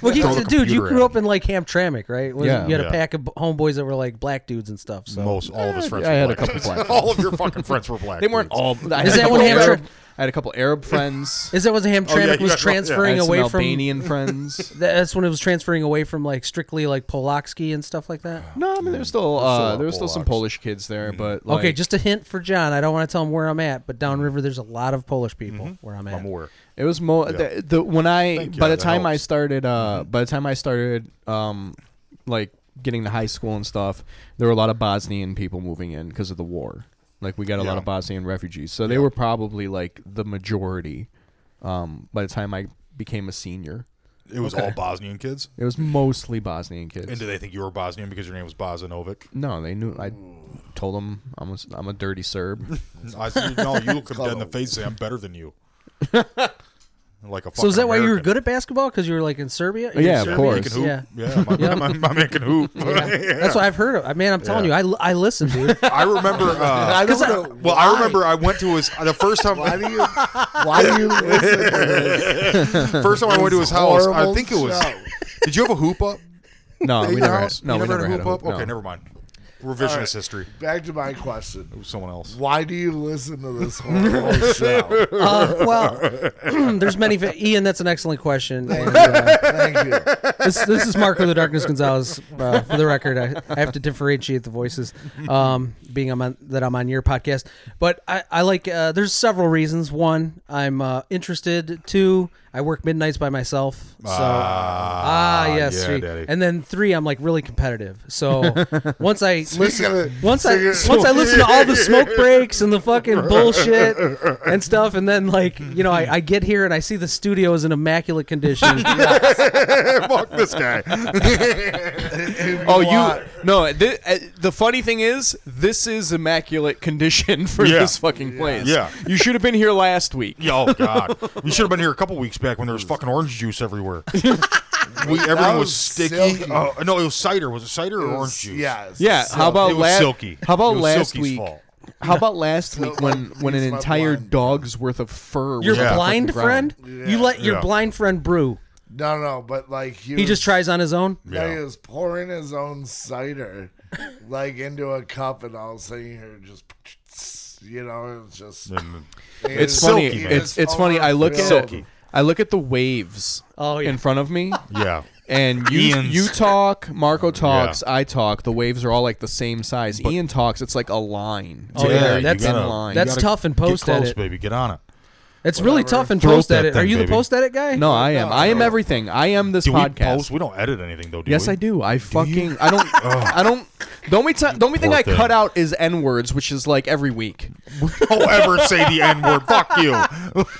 Speaker 4: Well, he,
Speaker 2: Throw the
Speaker 4: dude, you
Speaker 2: computer
Speaker 4: grew
Speaker 2: at
Speaker 4: up in like Hamtramck, right? Was-
Speaker 1: Yeah.
Speaker 4: You had
Speaker 2: Yeah.
Speaker 4: a pack of b- homeboys that were like black dudes and stuff. So
Speaker 2: Most all of his friends.
Speaker 1: I
Speaker 2: were
Speaker 1: had a
Speaker 2: black.
Speaker 1: couple black
Speaker 2: all of your fucking friends were black.
Speaker 1: They weren't
Speaker 2: dudes.
Speaker 1: all. I had
Speaker 4: Is
Speaker 1: a
Speaker 4: that
Speaker 1: couple
Speaker 4: when Hamtramck-
Speaker 1: Arab, I had a couple Arab friends.
Speaker 4: is that was Hamtramck
Speaker 2: you got-
Speaker 4: was
Speaker 2: Oh, yeah.
Speaker 1: I
Speaker 4: transferring
Speaker 1: had some
Speaker 4: away from?
Speaker 1: Albanian friends.
Speaker 4: Th- That's when it was transferring away from like strictly like Polaksky and stuff like that.
Speaker 1: No, I mean there's still uh,
Speaker 2: lot
Speaker 1: there was still some
Speaker 2: Polacks.
Speaker 1: Polish kids there, but like,
Speaker 4: Okay, just a hint for John. I don't want to tell him where I'm at, but downriver there's a lot of Polish people where I'm at.
Speaker 2: Mm-hmm. I'm aware.
Speaker 1: It was mo the, the when I
Speaker 2: Thank you,
Speaker 1: by the
Speaker 2: that
Speaker 1: time I
Speaker 2: helps. Mm-hmm.
Speaker 1: started uh by the time I started um like getting to high school and stuff, there were a lot of Bosnian people moving in because of the war. Like we got a lot
Speaker 2: Yeah.
Speaker 1: of Bosnian refugees, so they were probably like the majority. Um, by the time I became a senior,
Speaker 2: It was all Bosnian kids.
Speaker 1: it was mostly Bosnian kids.
Speaker 2: And do they think you were Bosnian because your name was Bosanovic?
Speaker 1: no, they knew. I
Speaker 2: Mm.
Speaker 1: told them I'm a, I'm a dirty Serb.
Speaker 2: I said, no, you look him dead in the face and say, I'm better than you. like a
Speaker 4: So is that why you were
Speaker 2: American.
Speaker 4: good at basketball? Because you were like in Serbia?
Speaker 1: Oh, Yeah, of
Speaker 4: Serbia?
Speaker 1: course.
Speaker 2: Can hoop.
Speaker 4: Yeah.
Speaker 2: Yeah, my, my, my man can hoop.
Speaker 4: That's what I've heard of. Man, I'm telling
Speaker 2: Yeah.
Speaker 4: you, I, I listen, dude.
Speaker 2: I remember. Uh,
Speaker 3: I don't
Speaker 4: 'Cause I-
Speaker 3: know.
Speaker 2: well, I remember I went to his the first time.
Speaker 3: Why do you? Why do you listen to this
Speaker 2: First time I went to his house,
Speaker 3: horrible
Speaker 2: I think it was.
Speaker 3: show?
Speaker 2: Did you have a hoop up?
Speaker 1: No,
Speaker 2: at
Speaker 1: we
Speaker 2: your
Speaker 1: never had,
Speaker 2: house?
Speaker 1: no,
Speaker 2: You
Speaker 1: we never had a hoop.
Speaker 2: Okay,
Speaker 1: no.
Speaker 2: never mind. Revisionist
Speaker 3: right.
Speaker 2: history.
Speaker 3: Back to my question.
Speaker 2: Someone else.
Speaker 3: Why do you listen to this horrible show?
Speaker 4: Uh, well, there's many. fa- Ian, that's an excellent question. And, uh,
Speaker 3: Thank you.
Speaker 4: this, this is Marco the Darkness Gonzalez. Uh, for the record, I, I have to differentiate the voices, um, being I'm on, that I'm on your podcast. But I, I like. Uh, there's several reasons. One, I'm uh, interested. Two, I work midnights by myself. So ah, yes,
Speaker 2: yeah,
Speaker 4: see.
Speaker 2: Daddy.
Speaker 4: and then three, I'm like really competitive. So once I listen,
Speaker 3: of-
Speaker 4: once I
Speaker 3: speaking of-
Speaker 4: once I listen to all the smoke breaks and the fucking bullshit and stuff, and then like you know, I, I get here and I see the studio is in immaculate condition.
Speaker 2: Fuck this guy.
Speaker 1: Oh,
Speaker 3: Why?
Speaker 1: you no. Th- uh, the funny thing is, this is immaculate condition for
Speaker 2: Yeah.
Speaker 1: this fucking place.
Speaker 2: Yeah.
Speaker 1: you should have been here last week.
Speaker 2: Yeah, Oh God, you should have been here a couple weeks back when there was fucking orange juice everywhere. we
Speaker 3: That
Speaker 2: everything was
Speaker 3: was
Speaker 2: sticky.
Speaker 3: silky.
Speaker 2: Oh no, it was cider. Was it cider or
Speaker 3: It was-
Speaker 2: orange juice?
Speaker 3: Yeah.
Speaker 1: Yeah, how about
Speaker 2: It was
Speaker 1: last?
Speaker 2: silky.
Speaker 1: How about
Speaker 2: It was
Speaker 1: last
Speaker 2: Silky's
Speaker 1: week?
Speaker 2: fault.
Speaker 1: How about last week when
Speaker 3: like,
Speaker 1: when an
Speaker 3: he's my
Speaker 1: entire
Speaker 3: blind
Speaker 1: dog's worth of fur?
Speaker 4: Your
Speaker 1: was on the
Speaker 4: blind
Speaker 1: fucking ground?
Speaker 4: friend? You let your
Speaker 2: Yeah.
Speaker 4: blind friend brew.
Speaker 3: No, no, but like he,
Speaker 4: He
Speaker 3: was,
Speaker 4: just tries on his own.
Speaker 3: no, He
Speaker 2: Yeah.
Speaker 3: was pouring his own cider, like into a cup, and all of a sudden you're just, you know, it's just.
Speaker 2: And-
Speaker 3: it
Speaker 1: It's
Speaker 3: was-
Speaker 1: funny.
Speaker 2: silky, man.
Speaker 1: it's
Speaker 3: Oh,
Speaker 1: it's funny. I look at
Speaker 3: overfilled.
Speaker 1: I look at the waves
Speaker 4: Oh, yeah.
Speaker 1: in front of me.
Speaker 2: yeah.
Speaker 1: And you
Speaker 2: Ian's.
Speaker 1: you talk, Marco talks, I talk. The waves are all like the same size. Ian talks. It's like a line.
Speaker 4: Oh, yeah,
Speaker 1: together.
Speaker 2: you
Speaker 4: that's-
Speaker 1: in
Speaker 2: gotta-
Speaker 1: line.
Speaker 2: you
Speaker 4: that's
Speaker 2: gotta
Speaker 4: tough in
Speaker 2: get
Speaker 4: post
Speaker 2: close,
Speaker 4: edit.
Speaker 2: baby. Get on it.
Speaker 4: It's really tough in
Speaker 2: Throat
Speaker 4: post
Speaker 2: that
Speaker 4: edit.
Speaker 2: thing,
Speaker 4: Are you the
Speaker 2: baby.
Speaker 4: post edit guy?
Speaker 1: No, I am. I am everything. I am this
Speaker 2: Oh. Do we
Speaker 1: podcast.
Speaker 2: post? We don't edit anything though. Do
Speaker 1: yes,
Speaker 2: we?
Speaker 1: I do. I fucking. I don't. I don't. The only time. The only thing
Speaker 2: Poor
Speaker 1: I
Speaker 2: thing.
Speaker 1: cut out is n words, which is like every week.
Speaker 2: Don't ever say the N word. Fuck you.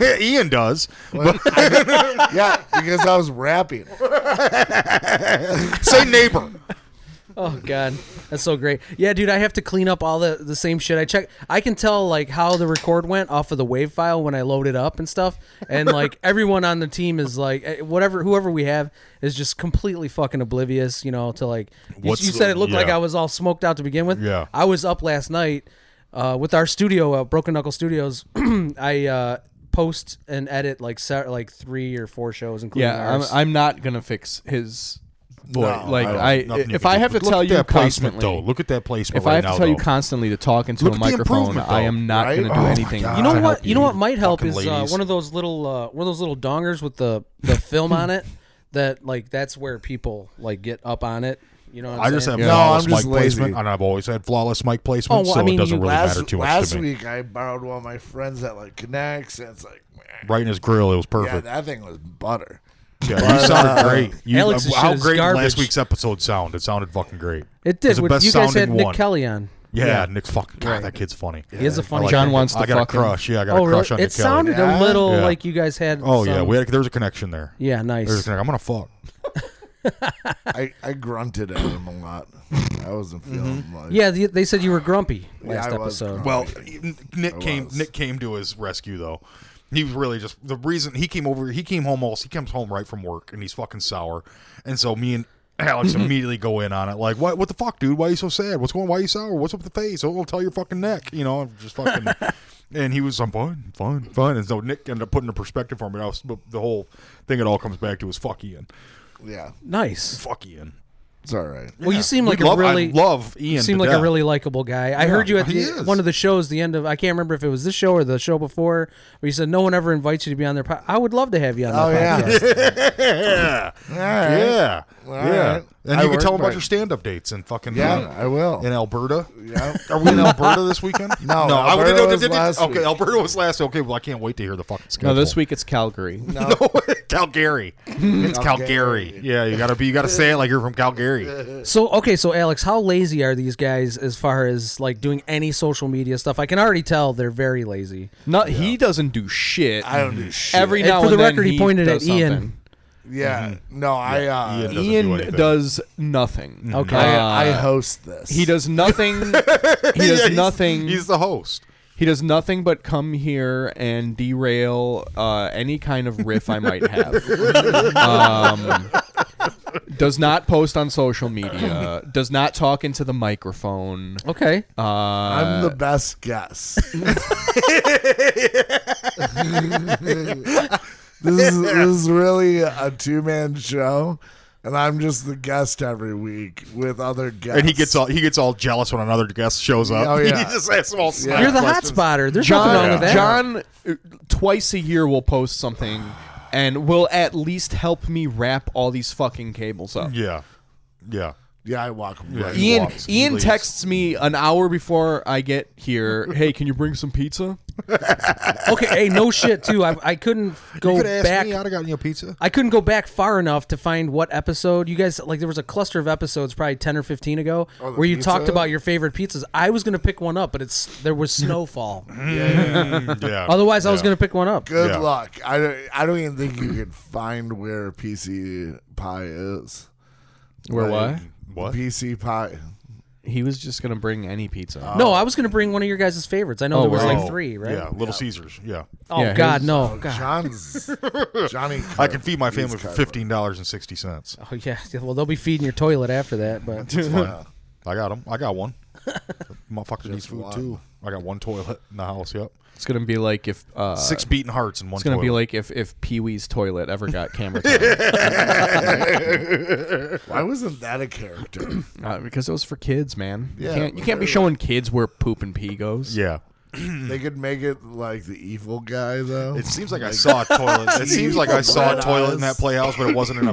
Speaker 2: Ian does.
Speaker 3: yeah, because I was rapping.
Speaker 2: Say neighbor.
Speaker 4: Oh god, that's so great. Yeah, dude, I have to clean up all the the same shit. I check. I can tell like how the record went off of the wave file when I load it up and stuff. And like everyone on the team is like eh, whatever whoever we have is just completely fucking oblivious, you know, to like you,
Speaker 2: What's
Speaker 4: you said
Speaker 2: the-
Speaker 4: it looked like
Speaker 2: yeah.
Speaker 4: I was all smoked out to begin with.
Speaker 2: Yeah.
Speaker 4: I was up last night uh, with our studio, uh, Broken Knuckle Studios. I uh, post and edit like se- like three or four shows, including
Speaker 1: Yeah, I'm,
Speaker 4: ours.
Speaker 1: I'm not gonna fix his boy,
Speaker 3: No,
Speaker 1: like
Speaker 2: don't-
Speaker 1: I,
Speaker 2: nothing
Speaker 1: if
Speaker 2: can
Speaker 1: I
Speaker 2: do.
Speaker 1: have to
Speaker 2: Look at
Speaker 1: tell you
Speaker 2: that placement,
Speaker 1: constantly,
Speaker 2: though. Look at that placement.
Speaker 1: if
Speaker 2: right
Speaker 1: I have
Speaker 2: now,
Speaker 1: to tell you
Speaker 2: though.
Speaker 1: constantly to talk into
Speaker 2: Look
Speaker 1: a
Speaker 2: at the
Speaker 1: microphone,
Speaker 2: improvement,
Speaker 1: I
Speaker 2: though,
Speaker 1: am not
Speaker 3: right?
Speaker 1: going to do
Speaker 3: Oh my
Speaker 1: anything.
Speaker 3: God.
Speaker 1: to
Speaker 4: You know
Speaker 1: help
Speaker 4: what? You know what might help
Speaker 2: fucking
Speaker 4: is uh,
Speaker 2: ladies.
Speaker 4: one of those little uh, one of those little dongers with the the film on it. That like that's where people like get up on it. You know, what I'm
Speaker 2: I just
Speaker 4: saying?
Speaker 2: have
Speaker 3: No,
Speaker 2: flawless
Speaker 3: I'm just
Speaker 2: mic
Speaker 3: lazy.
Speaker 2: placement, and I've always had flawless mic placement,
Speaker 4: Oh, well,
Speaker 2: so
Speaker 4: I mean,
Speaker 2: it doesn't
Speaker 4: you-
Speaker 2: really
Speaker 3: last
Speaker 2: matter too much
Speaker 3: last
Speaker 2: to me.
Speaker 3: week I borrowed one of my friends that like connects, and it's like, man,
Speaker 2: Right in his grill, it was
Speaker 3: yeah,
Speaker 2: perfect.
Speaker 3: that thing was butter.
Speaker 2: Yeah, you sounded great. You, uh,
Speaker 4: Alex's
Speaker 2: how
Speaker 4: shit is
Speaker 2: great did
Speaker 4: garbage.
Speaker 2: last week's episode sound? It sounded fucking great.
Speaker 4: It
Speaker 2: was
Speaker 4: did.
Speaker 2: the
Speaker 4: With,
Speaker 2: best
Speaker 4: you guys had
Speaker 2: sounding
Speaker 4: Nick
Speaker 2: one.
Speaker 4: Kelly on.
Speaker 2: Yeah, Nick's fucking. God, that kid's funny.
Speaker 4: He is a
Speaker 2: I
Speaker 4: funny.
Speaker 2: like
Speaker 1: John
Speaker 2: him.
Speaker 1: wants
Speaker 2: I
Speaker 1: to
Speaker 2: got a
Speaker 1: fuck him.
Speaker 2: crush. Yeah, I got
Speaker 4: oh,
Speaker 2: a crush on
Speaker 4: really? It
Speaker 2: Nick Kelly.
Speaker 4: sounded
Speaker 3: Yeah.
Speaker 4: a little
Speaker 2: Yeah.
Speaker 4: like you guys had.
Speaker 2: Oh yeah,
Speaker 4: some-
Speaker 2: we had, there's a connection there.
Speaker 4: yeah,
Speaker 2: There's a
Speaker 4: nice.
Speaker 2: connection. I'm gonna fuck.
Speaker 3: I, I grunted at him a lot. I wasn't feeling like
Speaker 4: Yeah, they, they said you were grumpy
Speaker 3: Yeah,
Speaker 4: last
Speaker 3: I was
Speaker 4: episode.
Speaker 3: grumpy.
Speaker 2: Well, Nick came.
Speaker 3: was.
Speaker 2: Nick came to his rescue though. He was really just the reason he came over. He came home almost. He comes home right from work, and he's fucking sour. And so me and Alex immediately go in on it. Like, what? What the fuck, dude? Why are you so sad? What's going? Why are you sour? What's up with the face? Oh, tell your fucking neck. You know, I'm just fucking. and he was, I'm fine, fine, fine. And so Nick ended up putting a perspective for me. And I was, but the whole thing it all comes back to is fuck Ian.
Speaker 3: yeah,
Speaker 4: nice.
Speaker 2: Fuck Ian.
Speaker 3: it's all right.
Speaker 4: Well, you seem like
Speaker 2: We
Speaker 4: a
Speaker 2: love,
Speaker 4: really
Speaker 2: I love Ian.
Speaker 4: You seem
Speaker 2: to
Speaker 4: like
Speaker 2: death.
Speaker 4: a really likable guy. I heard you at
Speaker 2: he
Speaker 4: the,
Speaker 2: is.
Speaker 4: one of the shows, the end of I can't remember if it was this show or the show before, where you said no one ever invites you to be on their. Po- I would love to have you on.
Speaker 3: Oh
Speaker 4: the
Speaker 3: yeah,
Speaker 4: podcast.
Speaker 2: Yeah. Yeah. yeah.
Speaker 3: right.
Speaker 2: And
Speaker 3: I
Speaker 2: you can
Speaker 3: work
Speaker 2: tell them
Speaker 3: my-
Speaker 2: about your stand up dates and fucking. uh,
Speaker 3: yeah, I will.
Speaker 2: in Alberta.
Speaker 3: Yeah.
Speaker 2: Are we in Alberta this weekend?
Speaker 3: No,
Speaker 2: No, I
Speaker 3: Alberta
Speaker 2: would-
Speaker 3: was last
Speaker 2: Okay,
Speaker 3: week.
Speaker 2: Alberta was last. Okay, well, I can't wait to hear the fucking schedule.
Speaker 1: No, this week it's Calgary.
Speaker 2: Calgary. It's Calgary. Yeah, you gotta be. You gotta say it like you're from Calgary.
Speaker 4: So okay, so Alex, how lazy are these guys as far as like doing any social media stuff? I can already tell they're very lazy.
Speaker 1: No, he doesn't do shit.
Speaker 3: I don't do shit.
Speaker 1: Every
Speaker 4: And
Speaker 1: now
Speaker 4: for
Speaker 1: and
Speaker 4: the
Speaker 1: then
Speaker 4: record, he
Speaker 1: he
Speaker 4: pointed
Speaker 1: does
Speaker 4: at Ian.
Speaker 1: something.
Speaker 3: yeah, no, I uh,
Speaker 2: Ian doesn't do
Speaker 1: Ian
Speaker 2: anything. Mm-hmm.
Speaker 1: does nothing.
Speaker 4: Okay.
Speaker 3: I, I
Speaker 1: Uh,
Speaker 3: host this.
Speaker 1: He does nothing. he does
Speaker 2: Yeah, he's-
Speaker 1: nothing.
Speaker 2: He's the host.
Speaker 1: he does nothing but come here and derail uh, any kind of riff I might have. um, does not post on social media. Does not talk into the microphone.
Speaker 4: Okay.
Speaker 1: Uh,
Speaker 3: I'm the best guess. this is this is really a two man show, and I'm just the guest every week with other guests.
Speaker 2: And he gets all he gets all jealous when another guest shows up.
Speaker 3: Oh, yeah.
Speaker 2: he just asks them all. snide
Speaker 4: You're the hot
Speaker 2: questions.
Speaker 4: spotter. There's
Speaker 1: John,
Speaker 4: nothing wrong with that.
Speaker 1: John, uh, twice a year will post something and will at least help me wrap all these fucking cables up.
Speaker 2: Yeah, yeah.
Speaker 3: yeah. I walk right.
Speaker 2: He
Speaker 1: Ian,
Speaker 2: walks, he
Speaker 1: Ian
Speaker 2: leaves.
Speaker 1: texts me an hour before I get here. Hey, can you bring some pizza?
Speaker 4: Okay. Hey, no shit too. I, I couldn't go
Speaker 2: Could ask
Speaker 4: back.
Speaker 2: me. I'd have gotten you a pizza.
Speaker 4: I couldn't go back far enough to find what episode you guys like. There was a cluster of episodes, probably ten or fifteen ago,
Speaker 3: Oh, the
Speaker 4: where you
Speaker 3: pizza?
Speaker 4: talked about your favorite pizzas. I was gonna pick one up, but it's there was snowfall.
Speaker 2: yeah.
Speaker 4: Otherwise, I was
Speaker 2: Yeah.
Speaker 4: gonna pick one up.
Speaker 3: Good
Speaker 2: Yeah.
Speaker 3: luck. I don't, I don't even think you could find where PC Pie is.
Speaker 1: Where
Speaker 3: Like,
Speaker 1: what?
Speaker 2: What?
Speaker 3: PC Pie.
Speaker 1: He was just gonna bring any
Speaker 2: Uh,
Speaker 1: pizza.
Speaker 4: No, I was gonna bring one of your guys' favorites. I know
Speaker 1: Oh,
Speaker 4: there was
Speaker 1: wow.
Speaker 4: like three, right?
Speaker 2: Yeah, Little Caesars. Yeah.
Speaker 4: Oh
Speaker 1: Yeah,
Speaker 4: God,
Speaker 1: his-
Speaker 4: no, God.
Speaker 3: John's Johnny.
Speaker 2: I can feed my
Speaker 3: He's
Speaker 2: family for
Speaker 3: Kyler.
Speaker 2: fifteen dollars and sixty cents.
Speaker 4: Oh yeah. Well, they'll be feeding your toilet after that, but
Speaker 3: Yeah.
Speaker 2: I got them. I got one. Motherfucker needs food
Speaker 3: one.
Speaker 2: too. I got one toilet in the house. Yep.
Speaker 1: It's gonna be like if uh,
Speaker 2: Six beating hearts in one.
Speaker 1: It's gonna be
Speaker 2: toilet.
Speaker 1: like if if Pee Wee's toilet ever got camera time
Speaker 3: Why wasn't that a character?
Speaker 1: uh, because it was for kids, man.
Speaker 3: Yeah,
Speaker 1: you can't, you can't be showing kids where poop and pee goes.
Speaker 2: yeah.
Speaker 3: they could make it like the evil guy though.
Speaker 2: It seems like I saw a toilet. It seems like I saw a
Speaker 3: Red
Speaker 2: toilet in
Speaker 3: eyes.
Speaker 2: that playhouse, but it wasn't in a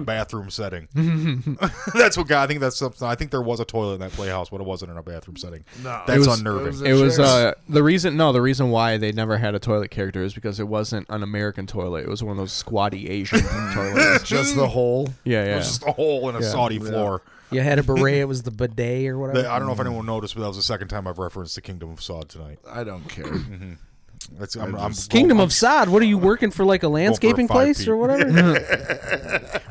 Speaker 2: bathroom setting. that's what God. I think that's something. I think there was a toilet in that playhouse, but it wasn't in a bathroom setting.
Speaker 3: No.
Speaker 2: that's
Speaker 1: It was-
Speaker 2: unnerving.
Speaker 1: It was
Speaker 3: Sure.
Speaker 1: uh, the reason. No, the reason why they never had a toilet character is because it wasn't an American toilet. It was one of those squatty Asian toilets.
Speaker 3: just the hole.
Speaker 1: Yeah, yeah.
Speaker 2: It was just a hole in a Saudi floor.
Speaker 4: you had a beret. It was the bidet
Speaker 2: They-
Speaker 4: or whatever.
Speaker 2: I don't know if anyone noticed, but that was the second time I've referenced the Kingdom of Saud tonight.
Speaker 3: I don't care.
Speaker 2: That's I'm, I'm
Speaker 4: Kingdom of Sod. What are you working for? Like a landscaping
Speaker 2: five
Speaker 4: place
Speaker 2: feet.
Speaker 4: or whatever?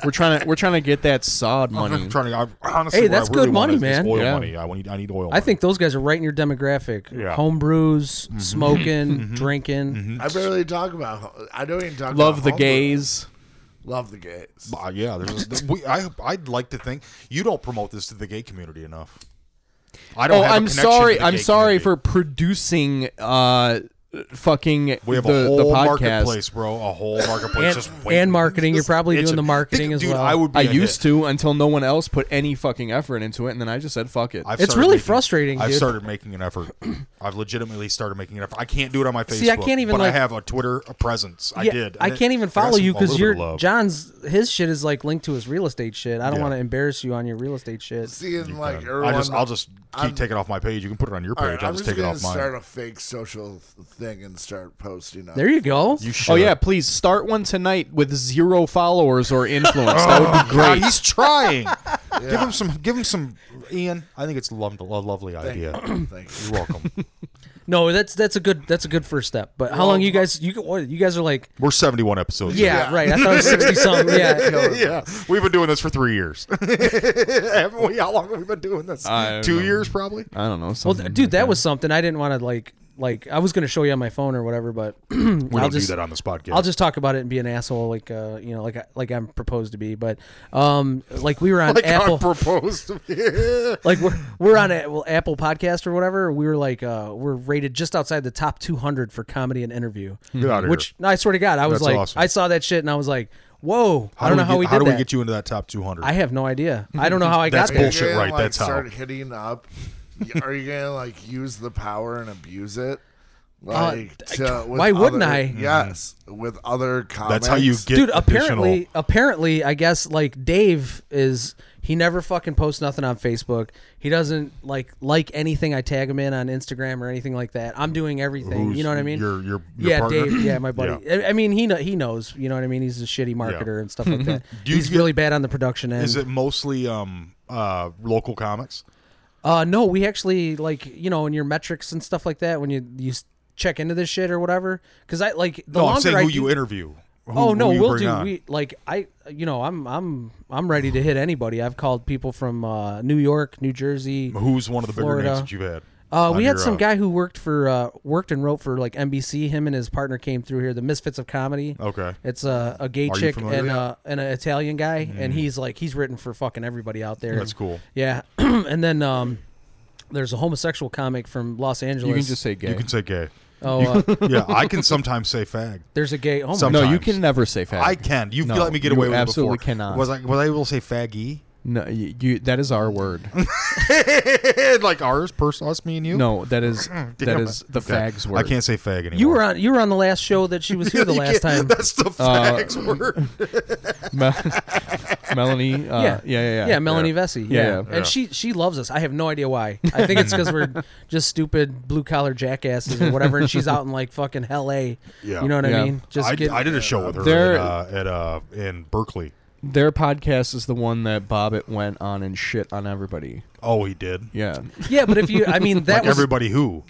Speaker 1: we're trying to we're trying to get that sod money.
Speaker 2: I'm trying to. I, honestly,
Speaker 4: Hey,
Speaker 2: what I
Speaker 4: that's
Speaker 2: really
Speaker 4: good
Speaker 2: want
Speaker 4: money,
Speaker 2: is this
Speaker 4: man.
Speaker 2: Oil
Speaker 1: Yeah.
Speaker 2: money. I need. I need oil.
Speaker 4: I think those guys are right in your demographic.
Speaker 2: Yeah. Mm-hmm.
Speaker 4: Home brews, smoking, drinking.
Speaker 3: I barely talk about. ho- I don't even talk.
Speaker 1: Love
Speaker 3: about
Speaker 1: the
Speaker 3: homework.
Speaker 1: gays.
Speaker 3: Love the gays.
Speaker 2: Uh, yeah, there's. th- we, I I'd like to think you don't promote this to the gay community enough. I don't.
Speaker 1: Oh,
Speaker 2: have a
Speaker 1: I'm
Speaker 2: connection to
Speaker 1: sorry.
Speaker 2: the
Speaker 1: I'm
Speaker 2: gay
Speaker 1: sorry
Speaker 2: community.
Speaker 1: for producing uh, fucking
Speaker 2: We have
Speaker 1: the,
Speaker 2: a whole
Speaker 1: the podcast.
Speaker 2: marketplace, bro. A whole marketplace.
Speaker 4: and,
Speaker 2: just waiting.
Speaker 4: and marketing. You're probably
Speaker 2: It's
Speaker 4: doing
Speaker 2: a-
Speaker 4: the marketing
Speaker 2: think-
Speaker 4: as
Speaker 2: dude,
Speaker 4: well.
Speaker 2: I would. Be
Speaker 1: I
Speaker 2: a
Speaker 1: used
Speaker 2: hit.
Speaker 1: to until no one else put any fucking effort into it, and then I just said fuck it.
Speaker 2: I've
Speaker 4: It's
Speaker 2: started
Speaker 4: really
Speaker 2: making-
Speaker 4: frustrating,
Speaker 2: I've
Speaker 4: dude.
Speaker 2: started making an effort. I've legitimately started making an effort. I can't do it on my Facebook.
Speaker 4: See, I can't even,
Speaker 2: But
Speaker 4: like-
Speaker 2: I have a Twitter presence. I
Speaker 4: Yeah,
Speaker 2: did.
Speaker 4: I
Speaker 2: And it-
Speaker 4: can't even
Speaker 2: I got
Speaker 4: follow
Speaker 2: some-
Speaker 4: you
Speaker 2: a
Speaker 4: because
Speaker 2: little bit
Speaker 4: you're
Speaker 2: of love.
Speaker 4: John's. His shit is like linked to his real estate shit. I don't
Speaker 2: Yeah.
Speaker 4: want to embarrass you on your real estate shit.
Speaker 3: Seeing like
Speaker 2: I
Speaker 3: everyone.
Speaker 2: just, I'll just keep
Speaker 3: I'm-
Speaker 2: taking off my page. You can put it on your page.
Speaker 3: All right,
Speaker 2: I'll
Speaker 3: I'm
Speaker 2: just,
Speaker 3: just
Speaker 2: take it
Speaker 3: gonna
Speaker 2: off mine.
Speaker 3: start a fake social th- thing and start posting. Up.
Speaker 4: There you go.
Speaker 2: you should.
Speaker 1: Oh yeah, please start one tonight with zero followers or influence. that would be
Speaker 2: God,
Speaker 1: great.
Speaker 2: he's trying. Give him some. Give him some. Ian, I think it's lov- a lovely idea.
Speaker 3: Thank you.
Speaker 2: You're welcome.
Speaker 4: No, that's that's a good that's a good first step. But how long you guys you what, you guys are like?
Speaker 2: We're 71 episodes. in.
Speaker 4: Yeah, right. I thought it was sixty something. Yeah.
Speaker 2: yeah, we've been doing this for three years. Haven't we? How long have we been doing this?
Speaker 1: I don't
Speaker 2: Two
Speaker 1: know.
Speaker 2: years, probably.
Speaker 1: I don't know.
Speaker 4: Well,
Speaker 1: something
Speaker 4: th- dude,
Speaker 1: like
Speaker 4: that was something I didn't want to like like I was gonna show you on my phone or whatever, but
Speaker 2: We
Speaker 4: I'll
Speaker 2: don't
Speaker 4: just
Speaker 2: do that on this podcast.
Speaker 4: I'll just talk about it and be an asshole, like uh, you know, like I, like I'm proposed to be. But um, like we were on
Speaker 2: like
Speaker 4: Apple,
Speaker 2: God proposed. to me.
Speaker 4: like we're we're on a, well, Apple podcast or whatever. We were like uh, we're rated just outside the top 200 for comedy and interview.
Speaker 2: Get outta here.
Speaker 4: Mm-hmm. Which no, I swear to God, I was
Speaker 2: That's
Speaker 4: like,
Speaker 2: awesome.
Speaker 4: I saw that shit and I was like, whoa, I don't know
Speaker 2: do
Speaker 4: how
Speaker 2: get-
Speaker 4: we did
Speaker 2: How do
Speaker 4: that.
Speaker 2: we get you into that top 200?
Speaker 4: I have no idea. I don't know how I got
Speaker 2: That's
Speaker 4: there.
Speaker 2: bullshit,
Speaker 3: gonna,
Speaker 2: right,
Speaker 3: Like,
Speaker 2: that's how.
Speaker 3: start hitting up. Y- Are you gonna like use the power and abuse it? Like, to, with
Speaker 4: Uh, why wouldn't
Speaker 3: other-
Speaker 4: I?
Speaker 3: Yes, with other comments.
Speaker 2: Mm-hmm. That's how you get.
Speaker 4: Dude,
Speaker 2: additional-
Speaker 4: apparently, apparently, I guess like Dave is he never fucking posts nothing on Facebook. He doesn't like like anything I tag him in on Instagram or anything like that. I'm doing everything.
Speaker 2: Who's
Speaker 4: you know what I mean?
Speaker 2: Your your, your
Speaker 4: yeah,
Speaker 2: partner?
Speaker 4: Dave. Yeah, my buddy. I, I mean, he know, he knows. You know what I mean? He's a shitty marketer and stuff like that.
Speaker 2: Do you
Speaker 4: He's
Speaker 2: get-
Speaker 4: really bad on the production end.
Speaker 2: Is it mostly um uh local comics?
Speaker 4: Uh, no, we actually like you know in your metrics and stuff like that when you you s- check into this shit or whatever. Because I like the
Speaker 2: No,
Speaker 4: longer
Speaker 2: Oh, I'm saying
Speaker 4: I
Speaker 2: who
Speaker 4: do,
Speaker 2: you interview. Who,
Speaker 4: oh no,
Speaker 2: who you
Speaker 4: we'll
Speaker 2: bring
Speaker 4: do.
Speaker 2: on.
Speaker 4: We like I you know I'm I'm I'm ready to hit anybody. I've called people from uh, New York, New Jersey.
Speaker 2: Who's one of the bigger names
Speaker 4: Florida.
Speaker 2: that you've had?
Speaker 4: Uh,
Speaker 2: on
Speaker 4: we had
Speaker 2: your,
Speaker 4: some
Speaker 2: uh,
Speaker 4: guy who worked for uh, worked and wrote for like NBC. Him and his partner came through here, the Misfits of Comedy.
Speaker 2: Okay.
Speaker 4: It's a, a
Speaker 2: Are
Speaker 4: gay
Speaker 2: you
Speaker 4: chick
Speaker 2: familiar
Speaker 4: and
Speaker 2: with
Speaker 4: uh, and an Italian guy, and
Speaker 1: Mm.
Speaker 4: he's like he's written for fucking everybody out there.
Speaker 2: That's cool.
Speaker 4: Yeah, and then um, there's a homosexual comic from Los Angeles.
Speaker 1: You can just say gay.
Speaker 2: You can say gay.
Speaker 4: oh, uh,
Speaker 2: Yeah, I can sometimes say fag.
Speaker 4: there's a gay. Oh my
Speaker 2: Some-
Speaker 4: God.
Speaker 1: no, you
Speaker 2: sometimes.
Speaker 1: can never say fag.
Speaker 2: I can. You've
Speaker 1: No,
Speaker 2: let me get
Speaker 1: you
Speaker 2: away with
Speaker 1: absolutely
Speaker 2: it before.
Speaker 1: cannot.
Speaker 2: Was I was I able to say faggy?
Speaker 1: No, y- you, that is our word.
Speaker 2: like ours, pers- us, me and you.
Speaker 1: No, that is that
Speaker 2: Damn
Speaker 1: is
Speaker 2: it.
Speaker 1: the
Speaker 2: Okay.
Speaker 1: fags word.
Speaker 2: I can't say fag anymore.
Speaker 4: You were on you were on the last show that she was here the
Speaker 2: You can't-
Speaker 4: last time. Uh,
Speaker 2: That's the fags word.
Speaker 1: Me- Melanie. Uh, yeah,
Speaker 4: yeah.
Speaker 1: yeah, yeah,
Speaker 4: Melanie Vesey.
Speaker 1: Yeah,
Speaker 4: Yeah.
Speaker 1: yeah.
Speaker 4: and
Speaker 2: Yeah.
Speaker 4: she she loves us. I have no idea why. I think it's because we're just stupid blue collar jackasses or whatever, and she's out in like fucking L.A.
Speaker 2: Yeah.
Speaker 4: you know what
Speaker 1: Yeah.
Speaker 4: I mean? Just
Speaker 2: I,
Speaker 4: get
Speaker 2: I did a show with her
Speaker 1: There-
Speaker 2: at, uh, at uh, in Berkeley.
Speaker 1: Their podcast is the one that Bobbitt went on and shit on everybody.
Speaker 2: Oh, he did.
Speaker 1: Yeah,
Speaker 4: yeah. But if you, I mean, that was
Speaker 2: Everybody who?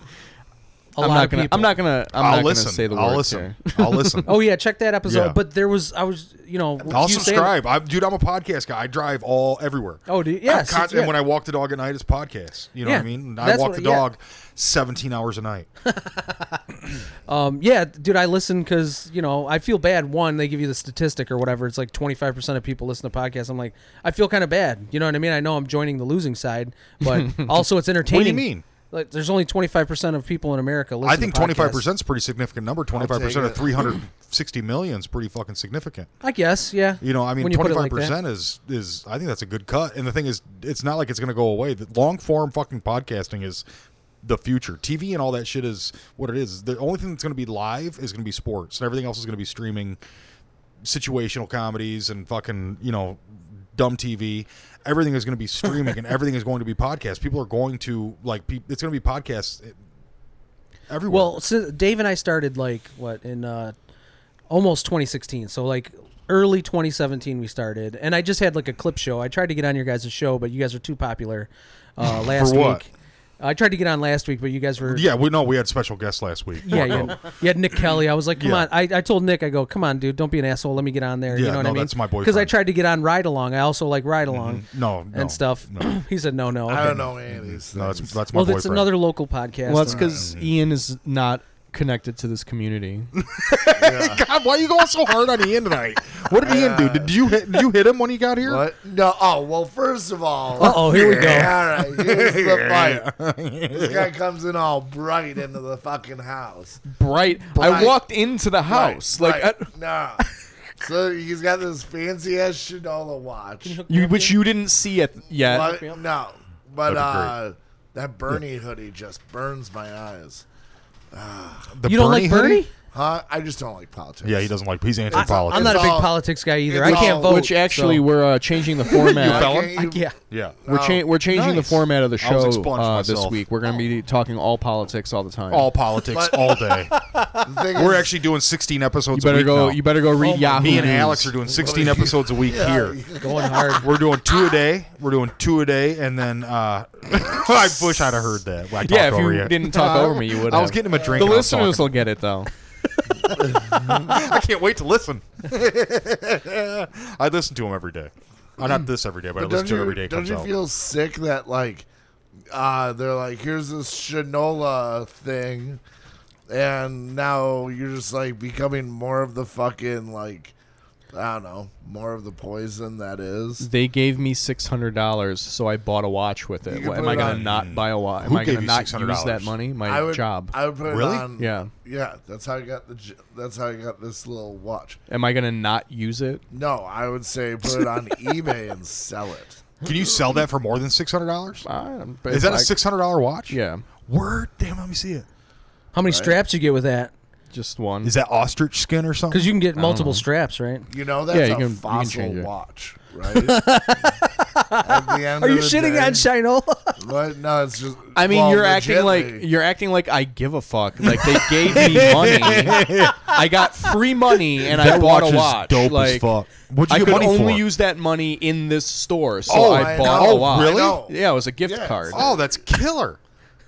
Speaker 4: a
Speaker 1: I'm
Speaker 4: lot
Speaker 1: not
Speaker 4: of
Speaker 1: gonna.
Speaker 4: people.
Speaker 1: I'm not gonna. I'm
Speaker 2: I'll
Speaker 1: not
Speaker 2: listen.
Speaker 1: gonna say the
Speaker 2: I'll
Speaker 1: words
Speaker 2: listen.
Speaker 1: here.
Speaker 2: I'll listen.
Speaker 4: Oh yeah, check that episode.
Speaker 2: Yeah.
Speaker 4: But there was I was you know with
Speaker 2: I'll
Speaker 4: you saying-
Speaker 2: subscribe. I'm, dude, I'm a podcast guy. I drive all everywhere.
Speaker 4: Oh, do you-
Speaker 2: I'm
Speaker 4: yes,
Speaker 2: con-
Speaker 4: yeah.
Speaker 2: And when I walk the dog at night, it's podcasts. You know
Speaker 4: Yeah,
Speaker 2: what I mean? I
Speaker 4: that's
Speaker 2: walk
Speaker 4: what-
Speaker 2: the
Speaker 4: yeah.
Speaker 2: dog 17 hours a night.
Speaker 4: Um, yeah, dude, I listen because you know I feel bad. One, they give you the statistic or whatever. It's like twenty five percent of people listen to podcasts. I'm like, I feel kind of bad. You know what I mean? I know I'm joining the losing side, but also it's entertaining.
Speaker 2: mean?
Speaker 4: Like, there's only twenty five percent of people in America listen.
Speaker 2: I think
Speaker 4: to podcasts.
Speaker 2: 25 percent is a pretty significant number. 25 percent of
Speaker 3: it.
Speaker 2: 360 million is pretty fucking significant.
Speaker 4: I guess, yeah.
Speaker 2: You know, I mean,
Speaker 4: When you put it
Speaker 2: 25
Speaker 4: like that.
Speaker 2: percent is is I think that's a good cut. And the thing is, it's not like it's going to go away. The long form fucking podcasting is the future. TV and all that shit is what it is. The only thing that's going to be live is going to be sports, and everything else is going to be streaming, situational comedies, and fucking you know, dumb TV. Everything is going to be streaming, and everything is going to be podcasts. People are going to like. Pe- it's going to be podcasts everywhere.
Speaker 4: Well, so Dave and I started like what in uh, almost 2016. So like early 2017 we started, and I just had like a clip show. I tried to get on your guys' show, but you guys were too popular uh, last
Speaker 2: what?
Speaker 4: week. I tried to get on last week, but you guys were
Speaker 2: yeah, we know we had special guests last week.
Speaker 4: Yeah, you had, you had Nick Kelly. I was like, come
Speaker 2: Yeah.
Speaker 4: on. I, I told Nick, I go, come on, dude, don't be an asshole. Let me get on there. you
Speaker 2: Yeah,
Speaker 4: know what
Speaker 2: no,
Speaker 4: I mean?
Speaker 2: that's my
Speaker 4: Because I
Speaker 2: boyfriend. Mm-hmm.
Speaker 4: tried to get on Ride Along. I also like Ride Along
Speaker 2: No,
Speaker 4: and
Speaker 2: no,
Speaker 4: stuff. he said, no, no.
Speaker 3: I don't know any of these
Speaker 2: No, that's
Speaker 3: things.
Speaker 2: that's my
Speaker 4: well,
Speaker 2: boyfriend.
Speaker 4: that's another local podcast. Uh,
Speaker 1: well, that's because Ian is not connected to this community.
Speaker 2: God, why are you going so hard on Ian tonight? What did Ian do? Did you hit, did you hit him when he got here?
Speaker 3: What? No. Oh well. First of all.
Speaker 4: Uh-oh, here we go.
Speaker 3: Yeah, all right. Here's the fight. This guy comes in all bright into the fucking house.
Speaker 1: Bright. I
Speaker 3: Bright.
Speaker 1: walked into the house like
Speaker 3: Right, right.
Speaker 1: uh,
Speaker 3: no. So he's got this fancy ass Shinola watch.
Speaker 1: you, which you didn't see it yet.
Speaker 3: But, no, but
Speaker 2: That'd
Speaker 3: uh, that Bernie hoodie just burns my eyes.
Speaker 2: The
Speaker 4: you don't like
Speaker 2: hoodie?
Speaker 4: Bernie?
Speaker 3: Huh? I just don't like politics.
Speaker 2: Yeah, he doesn't like. He's
Speaker 4: I'm
Speaker 2: anti-politics.
Speaker 4: not a big
Speaker 3: all-
Speaker 4: politics guy either.
Speaker 3: it's
Speaker 4: I can't
Speaker 3: all-
Speaker 4: vote.
Speaker 1: Which actually, we're uh, changing the
Speaker 2: You
Speaker 1: format.
Speaker 2: fell-
Speaker 3: Can't you-
Speaker 4: yeah.
Speaker 2: yeah.
Speaker 1: We're, cha- we're changing
Speaker 2: Nice.
Speaker 1: the format of the
Speaker 2: I was
Speaker 1: show
Speaker 2: expunged
Speaker 1: uh, this
Speaker 2: myself.
Speaker 1: week. We're going to be talking all politics all the time.
Speaker 2: All politics, all day.
Speaker 3: the thing
Speaker 2: We're
Speaker 3: is-
Speaker 2: actually doing 16
Speaker 1: you
Speaker 2: episodes. a
Speaker 1: better
Speaker 2: week
Speaker 1: go.
Speaker 2: now.
Speaker 1: You better go read
Speaker 4: my-
Speaker 1: Yahoo.
Speaker 2: Me and
Speaker 1: News.
Speaker 2: Alex are doing 16 episodes a week here.
Speaker 4: Going hard.
Speaker 2: We're doing two a day. We're doing two a day, and then uh, I wish I'd have heard that. I talked
Speaker 1: Yeah, if
Speaker 2: over
Speaker 1: you
Speaker 2: you.
Speaker 1: didn't talk over me, you would.
Speaker 2: I was
Speaker 1: have.
Speaker 2: getting him a drink.
Speaker 1: The
Speaker 2: and I was
Speaker 1: listeners
Speaker 2: talking.
Speaker 1: will get it though.
Speaker 2: I can't wait to listen. I listen to him every day. Uh, not this every day, but, I listen
Speaker 3: don't
Speaker 2: to
Speaker 3: you,
Speaker 2: him every day. it
Speaker 3: don't
Speaker 2: comes
Speaker 3: you
Speaker 2: out.
Speaker 3: feel sick that like uh they're like here's this shinola thing and now you're just like becoming more of the fucking like i don't know more of the poison that is
Speaker 1: They gave me six hundred dollars, so I bought a watch with it.
Speaker 3: You can
Speaker 1: What,
Speaker 3: put
Speaker 1: am I
Speaker 3: it
Speaker 1: going
Speaker 3: on-
Speaker 1: to not buy a watch? Am
Speaker 2: Who
Speaker 1: I
Speaker 2: gave
Speaker 1: going to
Speaker 2: you
Speaker 1: not
Speaker 2: $600?
Speaker 1: use that money? My
Speaker 3: i would
Speaker 1: job.
Speaker 3: i would put
Speaker 2: Really?
Speaker 3: it on
Speaker 1: yeah.
Speaker 3: yeah that's how i got the j- that's how i got this little watch
Speaker 1: Am I going to not use it?
Speaker 3: no i would say put it on ebay and sell it
Speaker 2: Can you sell that for more than six hundred dollars?
Speaker 1: I- but
Speaker 2: Is that a
Speaker 1: I-
Speaker 2: six hundred dollar watch?
Speaker 1: Yeah,
Speaker 2: Word, damn, let me see it.
Speaker 4: How many straps you get with that?
Speaker 1: just one.
Speaker 2: Is that ostrich skin or something?
Speaker 4: Because you can get multiple straps, right?
Speaker 3: you know that's
Speaker 1: Yeah, you
Speaker 3: a
Speaker 1: can- you can
Speaker 3: fossil
Speaker 1: change it.
Speaker 3: watch right At the end
Speaker 4: Are
Speaker 3: of
Speaker 4: you
Speaker 3: the
Speaker 4: shitting
Speaker 3: day-
Speaker 4: on Shinola?
Speaker 3: What? No, it's just.
Speaker 1: I mean,
Speaker 3: well,
Speaker 1: you're acting like
Speaker 3: legitly.
Speaker 1: you're acting like I give a fuck. Like they gave me money. I got free money and I
Speaker 2: that
Speaker 1: bought
Speaker 2: watch
Speaker 1: a watch.
Speaker 2: is dope
Speaker 1: like
Speaker 2: as fuck. What'd you
Speaker 1: I
Speaker 2: get
Speaker 1: could
Speaker 2: money
Speaker 1: only
Speaker 2: for?
Speaker 1: use that money in this store, so
Speaker 2: Oh,
Speaker 1: I
Speaker 3: I
Speaker 1: bought
Speaker 3: know.
Speaker 1: a watch.
Speaker 2: Really?
Speaker 3: I know.
Speaker 1: Yeah, it was a gift
Speaker 3: Yes.
Speaker 1: card.
Speaker 2: Oh, that's killer.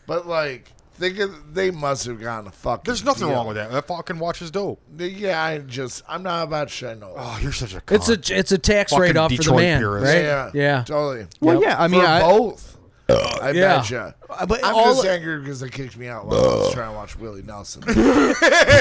Speaker 3: But like, think of, they must have gotten a fucking.
Speaker 2: There's nothing
Speaker 3: deal.
Speaker 2: wrong with that. That fucking watch is dope.
Speaker 3: Yeah, I just I'm not about Shinola.
Speaker 2: Oh, you're such a. Cunt.
Speaker 4: It's a it's a tax
Speaker 2: Fucking
Speaker 4: write off for the
Speaker 2: Detroit
Speaker 4: man,
Speaker 2: purist.
Speaker 4: right?
Speaker 3: yeah,
Speaker 4: yeah.
Speaker 3: totally.
Speaker 1: Well, yeah, I mean,
Speaker 3: For
Speaker 1: I-
Speaker 3: both. I
Speaker 4: Yeah.
Speaker 3: bet you.
Speaker 1: Uh, but
Speaker 3: I'm
Speaker 1: all-
Speaker 3: just angry because they kicked me out while I was trying to watch Willie Nelson. But,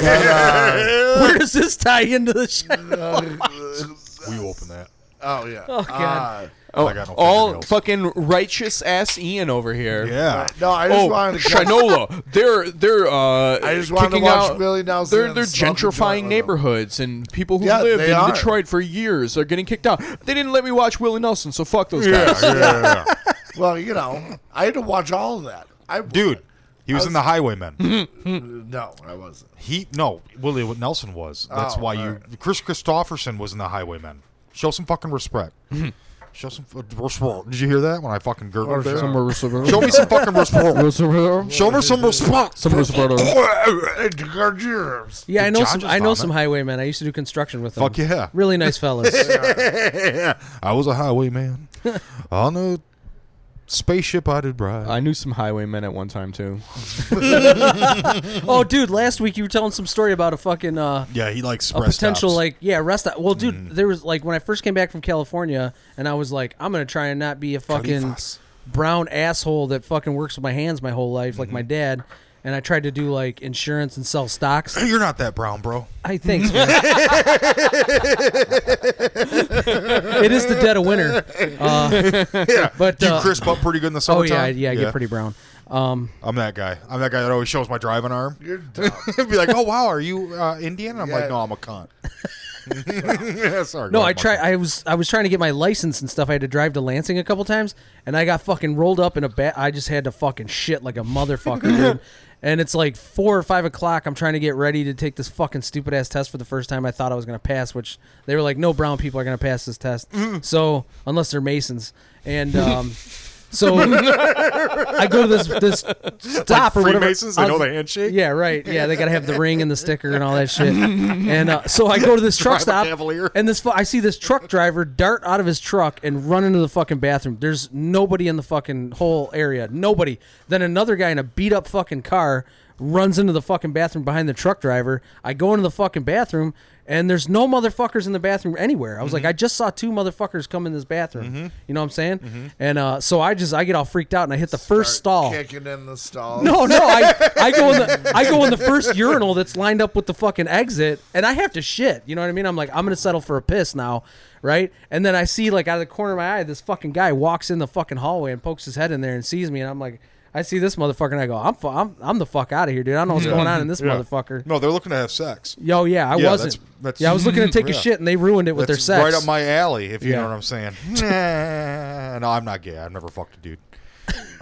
Speaker 3: uh,
Speaker 4: Where does this tie into
Speaker 1: Oh,
Speaker 4: the Shinola?
Speaker 2: We open that.
Speaker 3: oh yeah.
Speaker 4: Oh, God.
Speaker 1: Oh,
Speaker 2: I got no
Speaker 1: all
Speaker 2: fingernails.
Speaker 1: fucking righteous ass Ian over here.
Speaker 2: Yeah.
Speaker 3: Uh, no, I just
Speaker 1: Oh,
Speaker 3: wanted to.
Speaker 1: Shinola, they're they're uh,
Speaker 3: I just wanted to
Speaker 1: kicking
Speaker 3: watch
Speaker 1: out.
Speaker 3: Willie Nelson
Speaker 1: they're
Speaker 3: and
Speaker 1: they're
Speaker 3: smoke a joint with
Speaker 1: gentrifying
Speaker 3: him.
Speaker 1: neighborhoods and people who
Speaker 3: Yeah,
Speaker 1: lived
Speaker 3: they
Speaker 1: in
Speaker 3: are.
Speaker 1: Detroit for years are getting kicked out. They didn't let me watch Willie Nelson, so fuck those guys.
Speaker 2: yeah, yeah, yeah.
Speaker 3: Well, you know, I had to watch all of that. I
Speaker 2: Dude, he was in the Highwaymen.
Speaker 3: No, I wasn't.
Speaker 2: he no, Willie Nelson was. That's
Speaker 3: Oh,
Speaker 2: why
Speaker 3: all
Speaker 2: you.
Speaker 3: right.
Speaker 2: Chris Christopherson was in the Highwaymen. Show some fucking respect. Show some f- respect. Did you hear that when I fucking gurgled there?
Speaker 1: Some were- some
Speaker 2: Show
Speaker 1: were-
Speaker 2: me some fucking respect.
Speaker 1: some were-
Speaker 2: Show me some respect.
Speaker 1: some were-
Speaker 4: Yeah, I
Speaker 2: Did
Speaker 4: know
Speaker 2: John
Speaker 4: some.
Speaker 2: just
Speaker 4: I know
Speaker 2: vomit?
Speaker 4: some highwaymen. I used to do construction with them.
Speaker 2: Fuck yeah.
Speaker 4: Really nice fellas.
Speaker 2: I was a highwayman on a spaceship I did ride.
Speaker 1: I knew some highwaymen at one time too.
Speaker 4: oh, dude, last week you were telling some story about a fucking uh,
Speaker 2: yeah, he likes
Speaker 4: a potential like yeah rest. Well, dude, there was like when I first came back from California, and I was like, I'm gonna try and not be a fucking
Speaker 2: Khalifas.
Speaker 4: brown asshole that fucking works with my hands my whole life, like my dad. And I tried to do like insurance and sell stocks.
Speaker 2: You're not that brown, bro.
Speaker 4: I thanks, man. it is the dead of winter, uh,
Speaker 2: Yeah,
Speaker 4: but
Speaker 2: you
Speaker 4: uh,
Speaker 2: crisp up pretty good in the
Speaker 4: oh
Speaker 2: summertime.
Speaker 4: yeah, I- yeah, I get pretty brown. Um,
Speaker 2: I'm that guy. I'm that guy that always shows my driving arm.
Speaker 3: You're dumb.
Speaker 2: Be like, oh wow, are you uh, Indian? And I'm like,
Speaker 3: Yeah.
Speaker 2: no, I'm a cunt. Sorry.
Speaker 4: No,
Speaker 2: guys,
Speaker 4: I
Speaker 2: I'm a
Speaker 4: tried.
Speaker 2: cunt.
Speaker 4: I was I was trying to get my license and stuff. I had to drive to Lansing a couple times, and I got fucking rolled up in a bat. I just had to fucking shit like a motherfucker, dude. And it's like four or five o'clock. I'm trying to get ready to take this fucking stupid ass test for the first time. I thought I was gonna pass, which they were like, no brown people are gonna pass this test.
Speaker 2: Mm-hmm.
Speaker 4: So unless they're masons, and um, so I go to this this stop or whatever.
Speaker 2: Freemasons, they
Speaker 4: I was-
Speaker 2: know the handshake?
Speaker 4: Yeah, right. Yeah, they gotta have the ring and the sticker and all that shit. And uh, so I go to this truck
Speaker 2: Drive a
Speaker 4: stop,
Speaker 2: Cavalier.
Speaker 4: and this fu- I see this truck driver dart out of his truck and run into the fucking bathroom. There's nobody in the fucking whole area. Nobody. Then another guy in a beat up fucking car runs into the fucking bathroom behind the truck driver. I go into the fucking bathroom and there's no motherfuckers in the bathroom anywhere. I was like, I just saw two motherfuckers come in this bathroom. You know what I'm saying? And uh, so I just I get all freaked out and I hit the first stall.
Speaker 3: Kicking in the stall.
Speaker 4: No, no, I, I go in the I go in the first urinal that's lined up with the fucking exit, and I have to shit. You know what I mean? I'm like, I'm gonna settle for a piss now, right? And then I see like out of the corner of my eye, this fucking guy walks in the fucking hallway and pokes his head in there and sees me, and I'm like, I see this motherfucker, and I go, I'm fu- I'm, I'm the fuck out of here, dude. I don't know what's going on in this motherfucker.
Speaker 2: No, they're looking to have sex.
Speaker 4: Yo, yeah, I
Speaker 2: Yeah,
Speaker 4: wasn't.
Speaker 2: that's- that's-
Speaker 4: yeah, I was looking to take a
Speaker 2: yeah.
Speaker 4: shit, and they ruined it with
Speaker 2: That's
Speaker 4: their sex.
Speaker 2: right up my alley, if you
Speaker 4: Yeah.
Speaker 2: know what I'm saying. Nah, no, I'm not gay. I've never fucked a dude.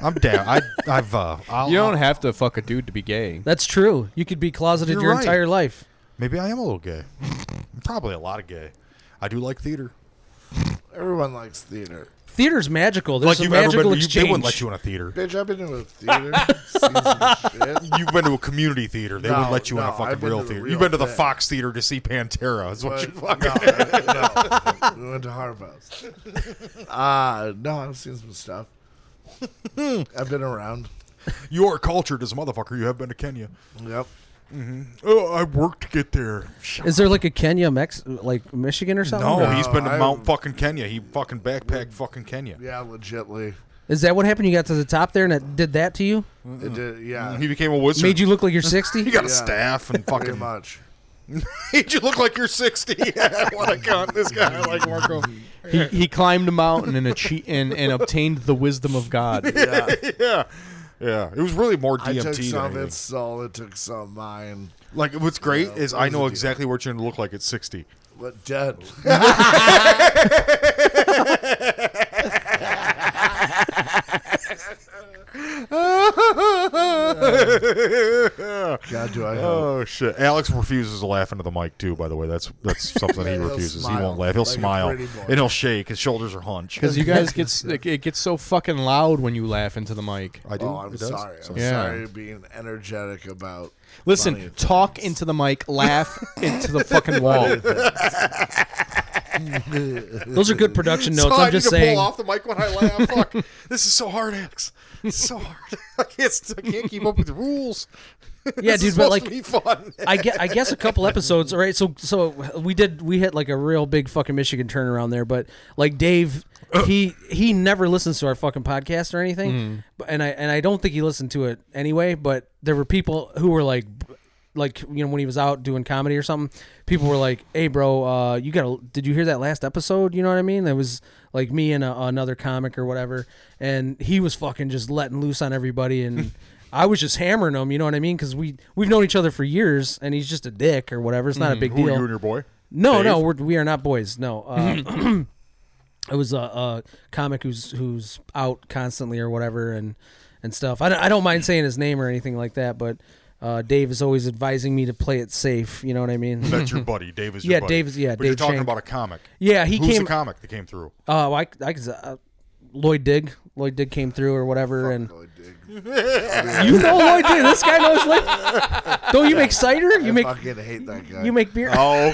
Speaker 2: I'm down. I, I've. Uh, I'll,
Speaker 1: You don't have to fuck a dude to be gay.
Speaker 4: that's true. You could be closeted
Speaker 2: You're
Speaker 4: your
Speaker 2: right.
Speaker 4: entire life.
Speaker 2: Maybe I am a little gay. I'm probably a lot of gay. I do like theater.
Speaker 3: Everyone likes theater.
Speaker 4: Theater's magical.
Speaker 2: like
Speaker 4: There's a
Speaker 2: you've ever been?
Speaker 4: magical
Speaker 2: You, they
Speaker 4: exchange.
Speaker 2: wouldn't let you in a theater.
Speaker 3: Bitch, I've been to a theater. seen some shit.
Speaker 2: You've been to a community theater. They
Speaker 3: No,
Speaker 2: wouldn't let you in a
Speaker 3: no, I've
Speaker 2: fucking
Speaker 3: been
Speaker 2: real
Speaker 3: to the
Speaker 2: theater.
Speaker 3: real
Speaker 2: You've been to the
Speaker 3: thing.
Speaker 2: Fox Theater to see Pantera. Is what you
Speaker 3: But,
Speaker 2: fucking.
Speaker 3: no, no, we went to Harpo's. Uh, no, I've seen some stuff. I've been around.
Speaker 2: You're cultured as a motherfucker. You have been to Kenya.
Speaker 3: Yep.
Speaker 2: Oh, I worked to get there. Shut
Speaker 4: Is there like a Kenya, Mex, like Michigan or something?
Speaker 2: No,
Speaker 4: Or-
Speaker 2: he's been to
Speaker 3: I-
Speaker 2: Mount fucking Kenya. He fucking backpacked fucking Kenya.
Speaker 3: Yeah, legitly.
Speaker 4: Is that what happened? You got to the top there and it did that to you?
Speaker 3: It did, yeah.
Speaker 2: He became a wizard.
Speaker 4: Made you look like you're
Speaker 2: He
Speaker 4: 60?
Speaker 2: got a
Speaker 3: Yeah.
Speaker 2: staff and
Speaker 3: Pretty
Speaker 2: fucking.
Speaker 3: much.
Speaker 2: made you look like you're 60. Yeah, what a cunt. This guy, I like Marco.
Speaker 1: He, he climbed a mountain and, achieved, and and obtained the wisdom of God.
Speaker 3: Yeah.
Speaker 2: Yeah. Yeah, it was really more
Speaker 3: I
Speaker 2: DMT.
Speaker 3: took
Speaker 2: than
Speaker 3: some of
Speaker 2: anything.
Speaker 3: its soul. It took some of mine.
Speaker 2: Like, what's great is
Speaker 3: that
Speaker 2: I
Speaker 3: was a
Speaker 2: know
Speaker 3: deal.
Speaker 2: exactly what you're going to look like at 60.
Speaker 3: But dead. God, do I hope.
Speaker 2: Oh shit! Alex refuses to laugh into the mic too. By the way, that's that's something he
Speaker 3: He'll
Speaker 2: refuses. He
Speaker 3: smile
Speaker 2: won't laugh. He'll
Speaker 3: like a
Speaker 2: smile
Speaker 3: pretty boy.
Speaker 2: and he'll shake. His shoulders are hunched.
Speaker 1: Because you guys gets it, it gets so fucking loud when you laugh into the mic.
Speaker 2: I do.
Speaker 3: Oh, I'm
Speaker 2: It does.
Speaker 3: sorry. I'm
Speaker 1: Yeah.
Speaker 3: sorry being energetic about.
Speaker 1: Listen,
Speaker 3: funny
Speaker 1: talk into the mic, laugh into the fucking wall.
Speaker 4: Those are good production
Speaker 2: So
Speaker 4: notes.
Speaker 2: I
Speaker 4: I'm just
Speaker 2: need to
Speaker 4: saying.
Speaker 2: pull off the mic when I laugh. Fuck, this is so hard, Alex. It's so hard. I can't, I can't keep up with the rules.
Speaker 4: Yeah,
Speaker 2: This
Speaker 4: dude,
Speaker 2: is
Speaker 4: but
Speaker 2: supposed
Speaker 4: like,
Speaker 2: to be fun.
Speaker 4: I guess, I guess a couple episodes. All right, so so we did we hit like a real big fucking Michigan turnaround there, but like Dave, he he never listens to our fucking podcast or anything, but and I and I don't think he listened to it anyway. But there were people who were like, like you know when he was out doing comedy or something, people were like, "Hey, bro, uh, you gotta did you hear that last episode? You know what I mean? It was like me and a, another comic or whatever, and he was fucking just letting loose on everybody and." I was just hammering him, you know what I mean? Because we we've known each other for years, and he's just a dick or whatever. It's not a big
Speaker 2: Hmm. Who are
Speaker 4: deal.
Speaker 2: you and your boy?
Speaker 4: no,
Speaker 2: Dave?
Speaker 4: no, we're, we are not boys. No, uh, it was a, a comic who's who's out constantly or whatever and and stuff. I don't, I don't mind saying his name or anything like that, but uh, Dave is always advising me to play it safe. You know what I mean?
Speaker 2: That's your buddy. Dave is
Speaker 4: Yeah,
Speaker 2: your buddy.
Speaker 4: Dave is- yeah,
Speaker 2: But you're
Speaker 4: Dave
Speaker 2: talking
Speaker 4: Shank.
Speaker 2: about a comic.
Speaker 4: yeah, he
Speaker 2: Who's
Speaker 4: came.
Speaker 2: the comic that came through?
Speaker 4: uh, I, I, uh, Lloyd Digg, Lloyd Digg came through or whatever, and
Speaker 3: Oh, dig.
Speaker 4: you know Lloyd Digg. This guy knows Lloyd. Don't you make cider? You make.
Speaker 3: fucking hate that guy.
Speaker 4: You make beer.
Speaker 2: Oh,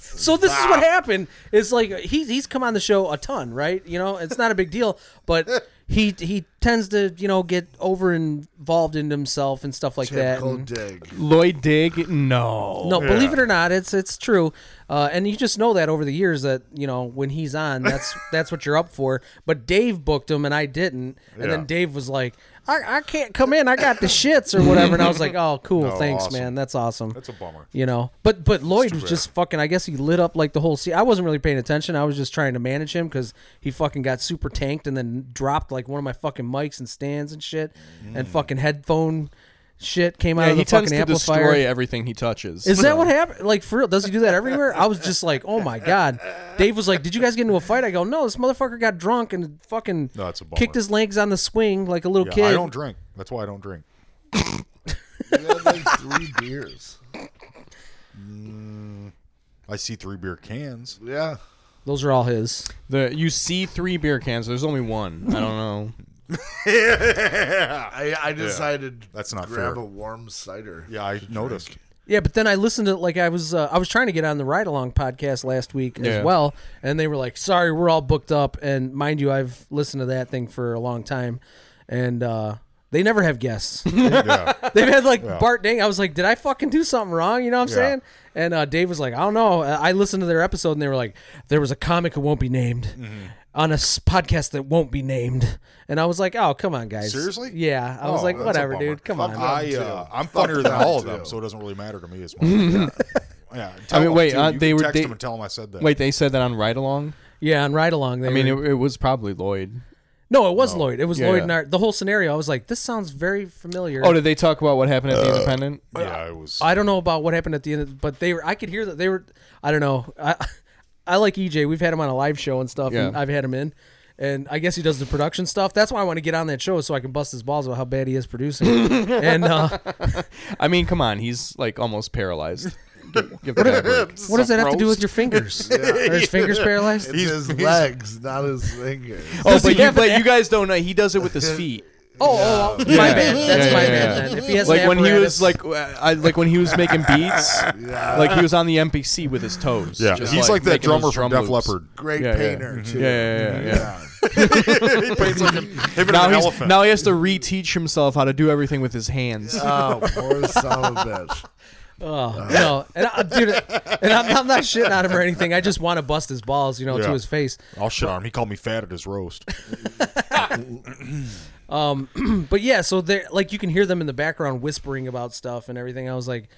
Speaker 4: So this is what happened. Is like he's he's come on the show a ton, right? You know, it's not a big deal, but he he tends to you know get over involved in himself and stuff like that.
Speaker 3: typical
Speaker 4: and-
Speaker 3: dig.
Speaker 1: Lloyd Digg, no.
Speaker 4: no, believe it or not, it's it's true, uh, and you just know that over the years that you know when he's on, that's that's what you're up for. But Dave booked him and I didn't, and
Speaker 2: Yeah.
Speaker 4: then Dave was like, I, "I can't come in, I got the shits or whatever," and I was like, "Oh, cool,
Speaker 2: No,
Speaker 4: thanks,
Speaker 2: awesome.
Speaker 4: man, that's awesome."
Speaker 2: that's a bummer.
Speaker 4: you know. But but Lloyd was
Speaker 2: bad.
Speaker 4: just fucking. I guess he lit up like the whole scene. I wasn't really paying attention. I was just trying to manage him because he fucking got super tanked and then dropped like one of my fucking mics and stands and shit, and
Speaker 2: Mm.
Speaker 4: fucking headphone shit came out
Speaker 1: Yeah,
Speaker 4: of the
Speaker 1: he tends
Speaker 4: fucking
Speaker 1: to
Speaker 4: amplifier.
Speaker 1: destroy everything he touches.
Speaker 4: Is that what happened? Like for real? Does he do that everywhere? I was just like, oh my god. Dave was like, did you guys get into a fight? I go, no. This motherfucker got drunk and fucking
Speaker 2: No, it's a bummer.
Speaker 4: kicked his legs on the swing like a little
Speaker 2: Yeah,
Speaker 4: kid.
Speaker 2: I don't drink. That's why I don't drink.
Speaker 3: You had like three beers.
Speaker 2: I see three beer cans.
Speaker 3: Yeah.
Speaker 4: Those are all his.
Speaker 1: The you see three beer cans. There's only one. I don't know.
Speaker 3: I, I decided
Speaker 2: That's
Speaker 3: to
Speaker 2: not
Speaker 3: grab
Speaker 2: fair.
Speaker 3: a warm cider.
Speaker 2: Yeah, I noticed.
Speaker 4: Yeah, but then I listened to like I was uh, I was trying to get on the ride along podcast last week
Speaker 1: Yeah.
Speaker 4: as well, and they were like, "Sorry, we're all booked up." And mind you, I've listened to that thing for a long time, and uh, They never have guests.
Speaker 2: Yeah.
Speaker 4: They've had like Bart Dang. I was like, did I fucking do something wrong? You know what I'm
Speaker 2: Yeah.
Speaker 4: saying? And uh, Dave was like, I don't know. Uh, I listened to their episode and they were like, there was a comic who won't be named
Speaker 2: Mm-hmm.
Speaker 4: on a s- podcast that won't be named. And I was like, oh, come on, guys.
Speaker 2: Seriously?
Speaker 4: Yeah. I was
Speaker 2: Oh,
Speaker 4: like,
Speaker 2: that's a
Speaker 4: whatever,
Speaker 2: bummer.
Speaker 4: dude. Come
Speaker 3: Fuck
Speaker 4: on.
Speaker 3: off.
Speaker 2: I,
Speaker 3: too.
Speaker 2: uh, I'm
Speaker 3: Fuck
Speaker 2: funnier than
Speaker 3: them,
Speaker 2: all of
Speaker 3: too.
Speaker 2: them, so it doesn't really matter to me as much. yeah. Tell
Speaker 1: I mean,
Speaker 2: them,
Speaker 1: wait,
Speaker 2: too.
Speaker 1: uh,
Speaker 2: You
Speaker 1: they
Speaker 2: can
Speaker 1: were-
Speaker 2: text
Speaker 1: they-
Speaker 2: them and tell them I said that.
Speaker 1: Wait, they said that on Ride Along?
Speaker 4: Yeah, and right along. They
Speaker 1: I mean, it, it was probably Lloyd.
Speaker 4: no, it was Lloyd. It was
Speaker 1: Yeah,
Speaker 4: Lloyd
Speaker 1: yeah.
Speaker 4: and our, the whole scenario. I was like, this sounds very familiar.
Speaker 1: Oh, did they talk about what happened at the Independent?
Speaker 2: yeah, it was.
Speaker 4: uh, I don't know about what happened at the end, but they were. I could hear that they were. I don't know. I I like EJ. We've had him on a live show and stuff, and
Speaker 1: Yeah.
Speaker 4: I've had him in. And I guess he does the production stuff. That's why I want to get on that show so I can bust his balls about how bad he is producing. and uh,
Speaker 1: I mean, come on, he's like almost paralyzed. Give, give the guy a break.
Speaker 4: what does that have to do with your fingers? Are his fingers paralyzed?
Speaker 3: It's his legs, not his fingers.
Speaker 1: Oh,
Speaker 4: Does he
Speaker 1: but you,
Speaker 4: have an
Speaker 1: but you guys don't know. He does it with his feet.
Speaker 4: Oh, oh, oh,
Speaker 1: Yeah.
Speaker 4: my bad. That's
Speaker 1: Yeah,
Speaker 4: my
Speaker 1: yeah,
Speaker 4: bad.
Speaker 1: yeah.
Speaker 4: Then. If he has
Speaker 1: like
Speaker 4: an
Speaker 1: when he was like,
Speaker 4: apparatus-
Speaker 1: uh, I, like when he was making beats, like he was on the MPC with his toes.
Speaker 2: yeah,
Speaker 1: just,
Speaker 2: he's like, that
Speaker 1: making those drum
Speaker 2: drummer from Def
Speaker 1: loops.
Speaker 2: Leppard.
Speaker 3: Great
Speaker 1: Yeah, yeah.
Speaker 3: painter too.
Speaker 1: Yeah, yeah, yeah. yeah.
Speaker 2: he paints like an, him and
Speaker 1: Now,
Speaker 2: an
Speaker 1: he's,
Speaker 2: elephant.
Speaker 1: now he has to reteach himself how to do everything with his hands.
Speaker 3: Oh, poor son of a bitch.
Speaker 4: Oh, no. And, I, dude, and I'm, I'm not shitting on him or anything. I just want to bust his balls, you know, to
Speaker 2: Yeah.
Speaker 4: his face.
Speaker 2: I'll Oh, shit on him. He called me fat at his roast.
Speaker 4: But yeah, so they like you can hear them in the background whispering about stuff and everything. I was like,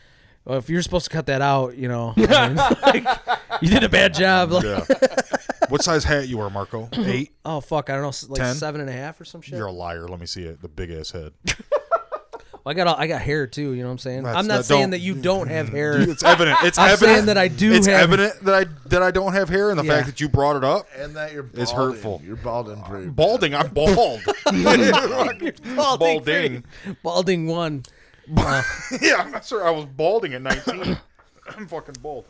Speaker 4: well, if you're supposed to cut that out, you know, I mean, like, you did a bad job. Like,
Speaker 2: Yeah. what size hat you wear, Marco? Eight.
Speaker 4: Oh fuck, I don't know, s- like
Speaker 2: Ten?
Speaker 4: seven and a half or some shit.
Speaker 2: You're a liar. Let me see it. The big ass head.
Speaker 4: Well, I got all, I got hair too. You know what I'm saying?
Speaker 2: That's-
Speaker 4: I'm not
Speaker 2: that
Speaker 4: saying
Speaker 2: don't- Mm.
Speaker 4: that you don't have hair.
Speaker 2: It's evident. It's
Speaker 4: I'm
Speaker 2: evident
Speaker 4: saying that I do
Speaker 2: It's
Speaker 4: have-
Speaker 2: evident that I that I don't have hair, and the
Speaker 4: Yeah.
Speaker 2: fact that you brought it up.
Speaker 3: And that you're balding.
Speaker 2: It's hurtful.
Speaker 3: You're balding pretty.
Speaker 2: Balding. I'm bald. balding.
Speaker 4: Balding one.
Speaker 2: Yeah, I'm not sure. I was balding at 19. I'm fucking bald.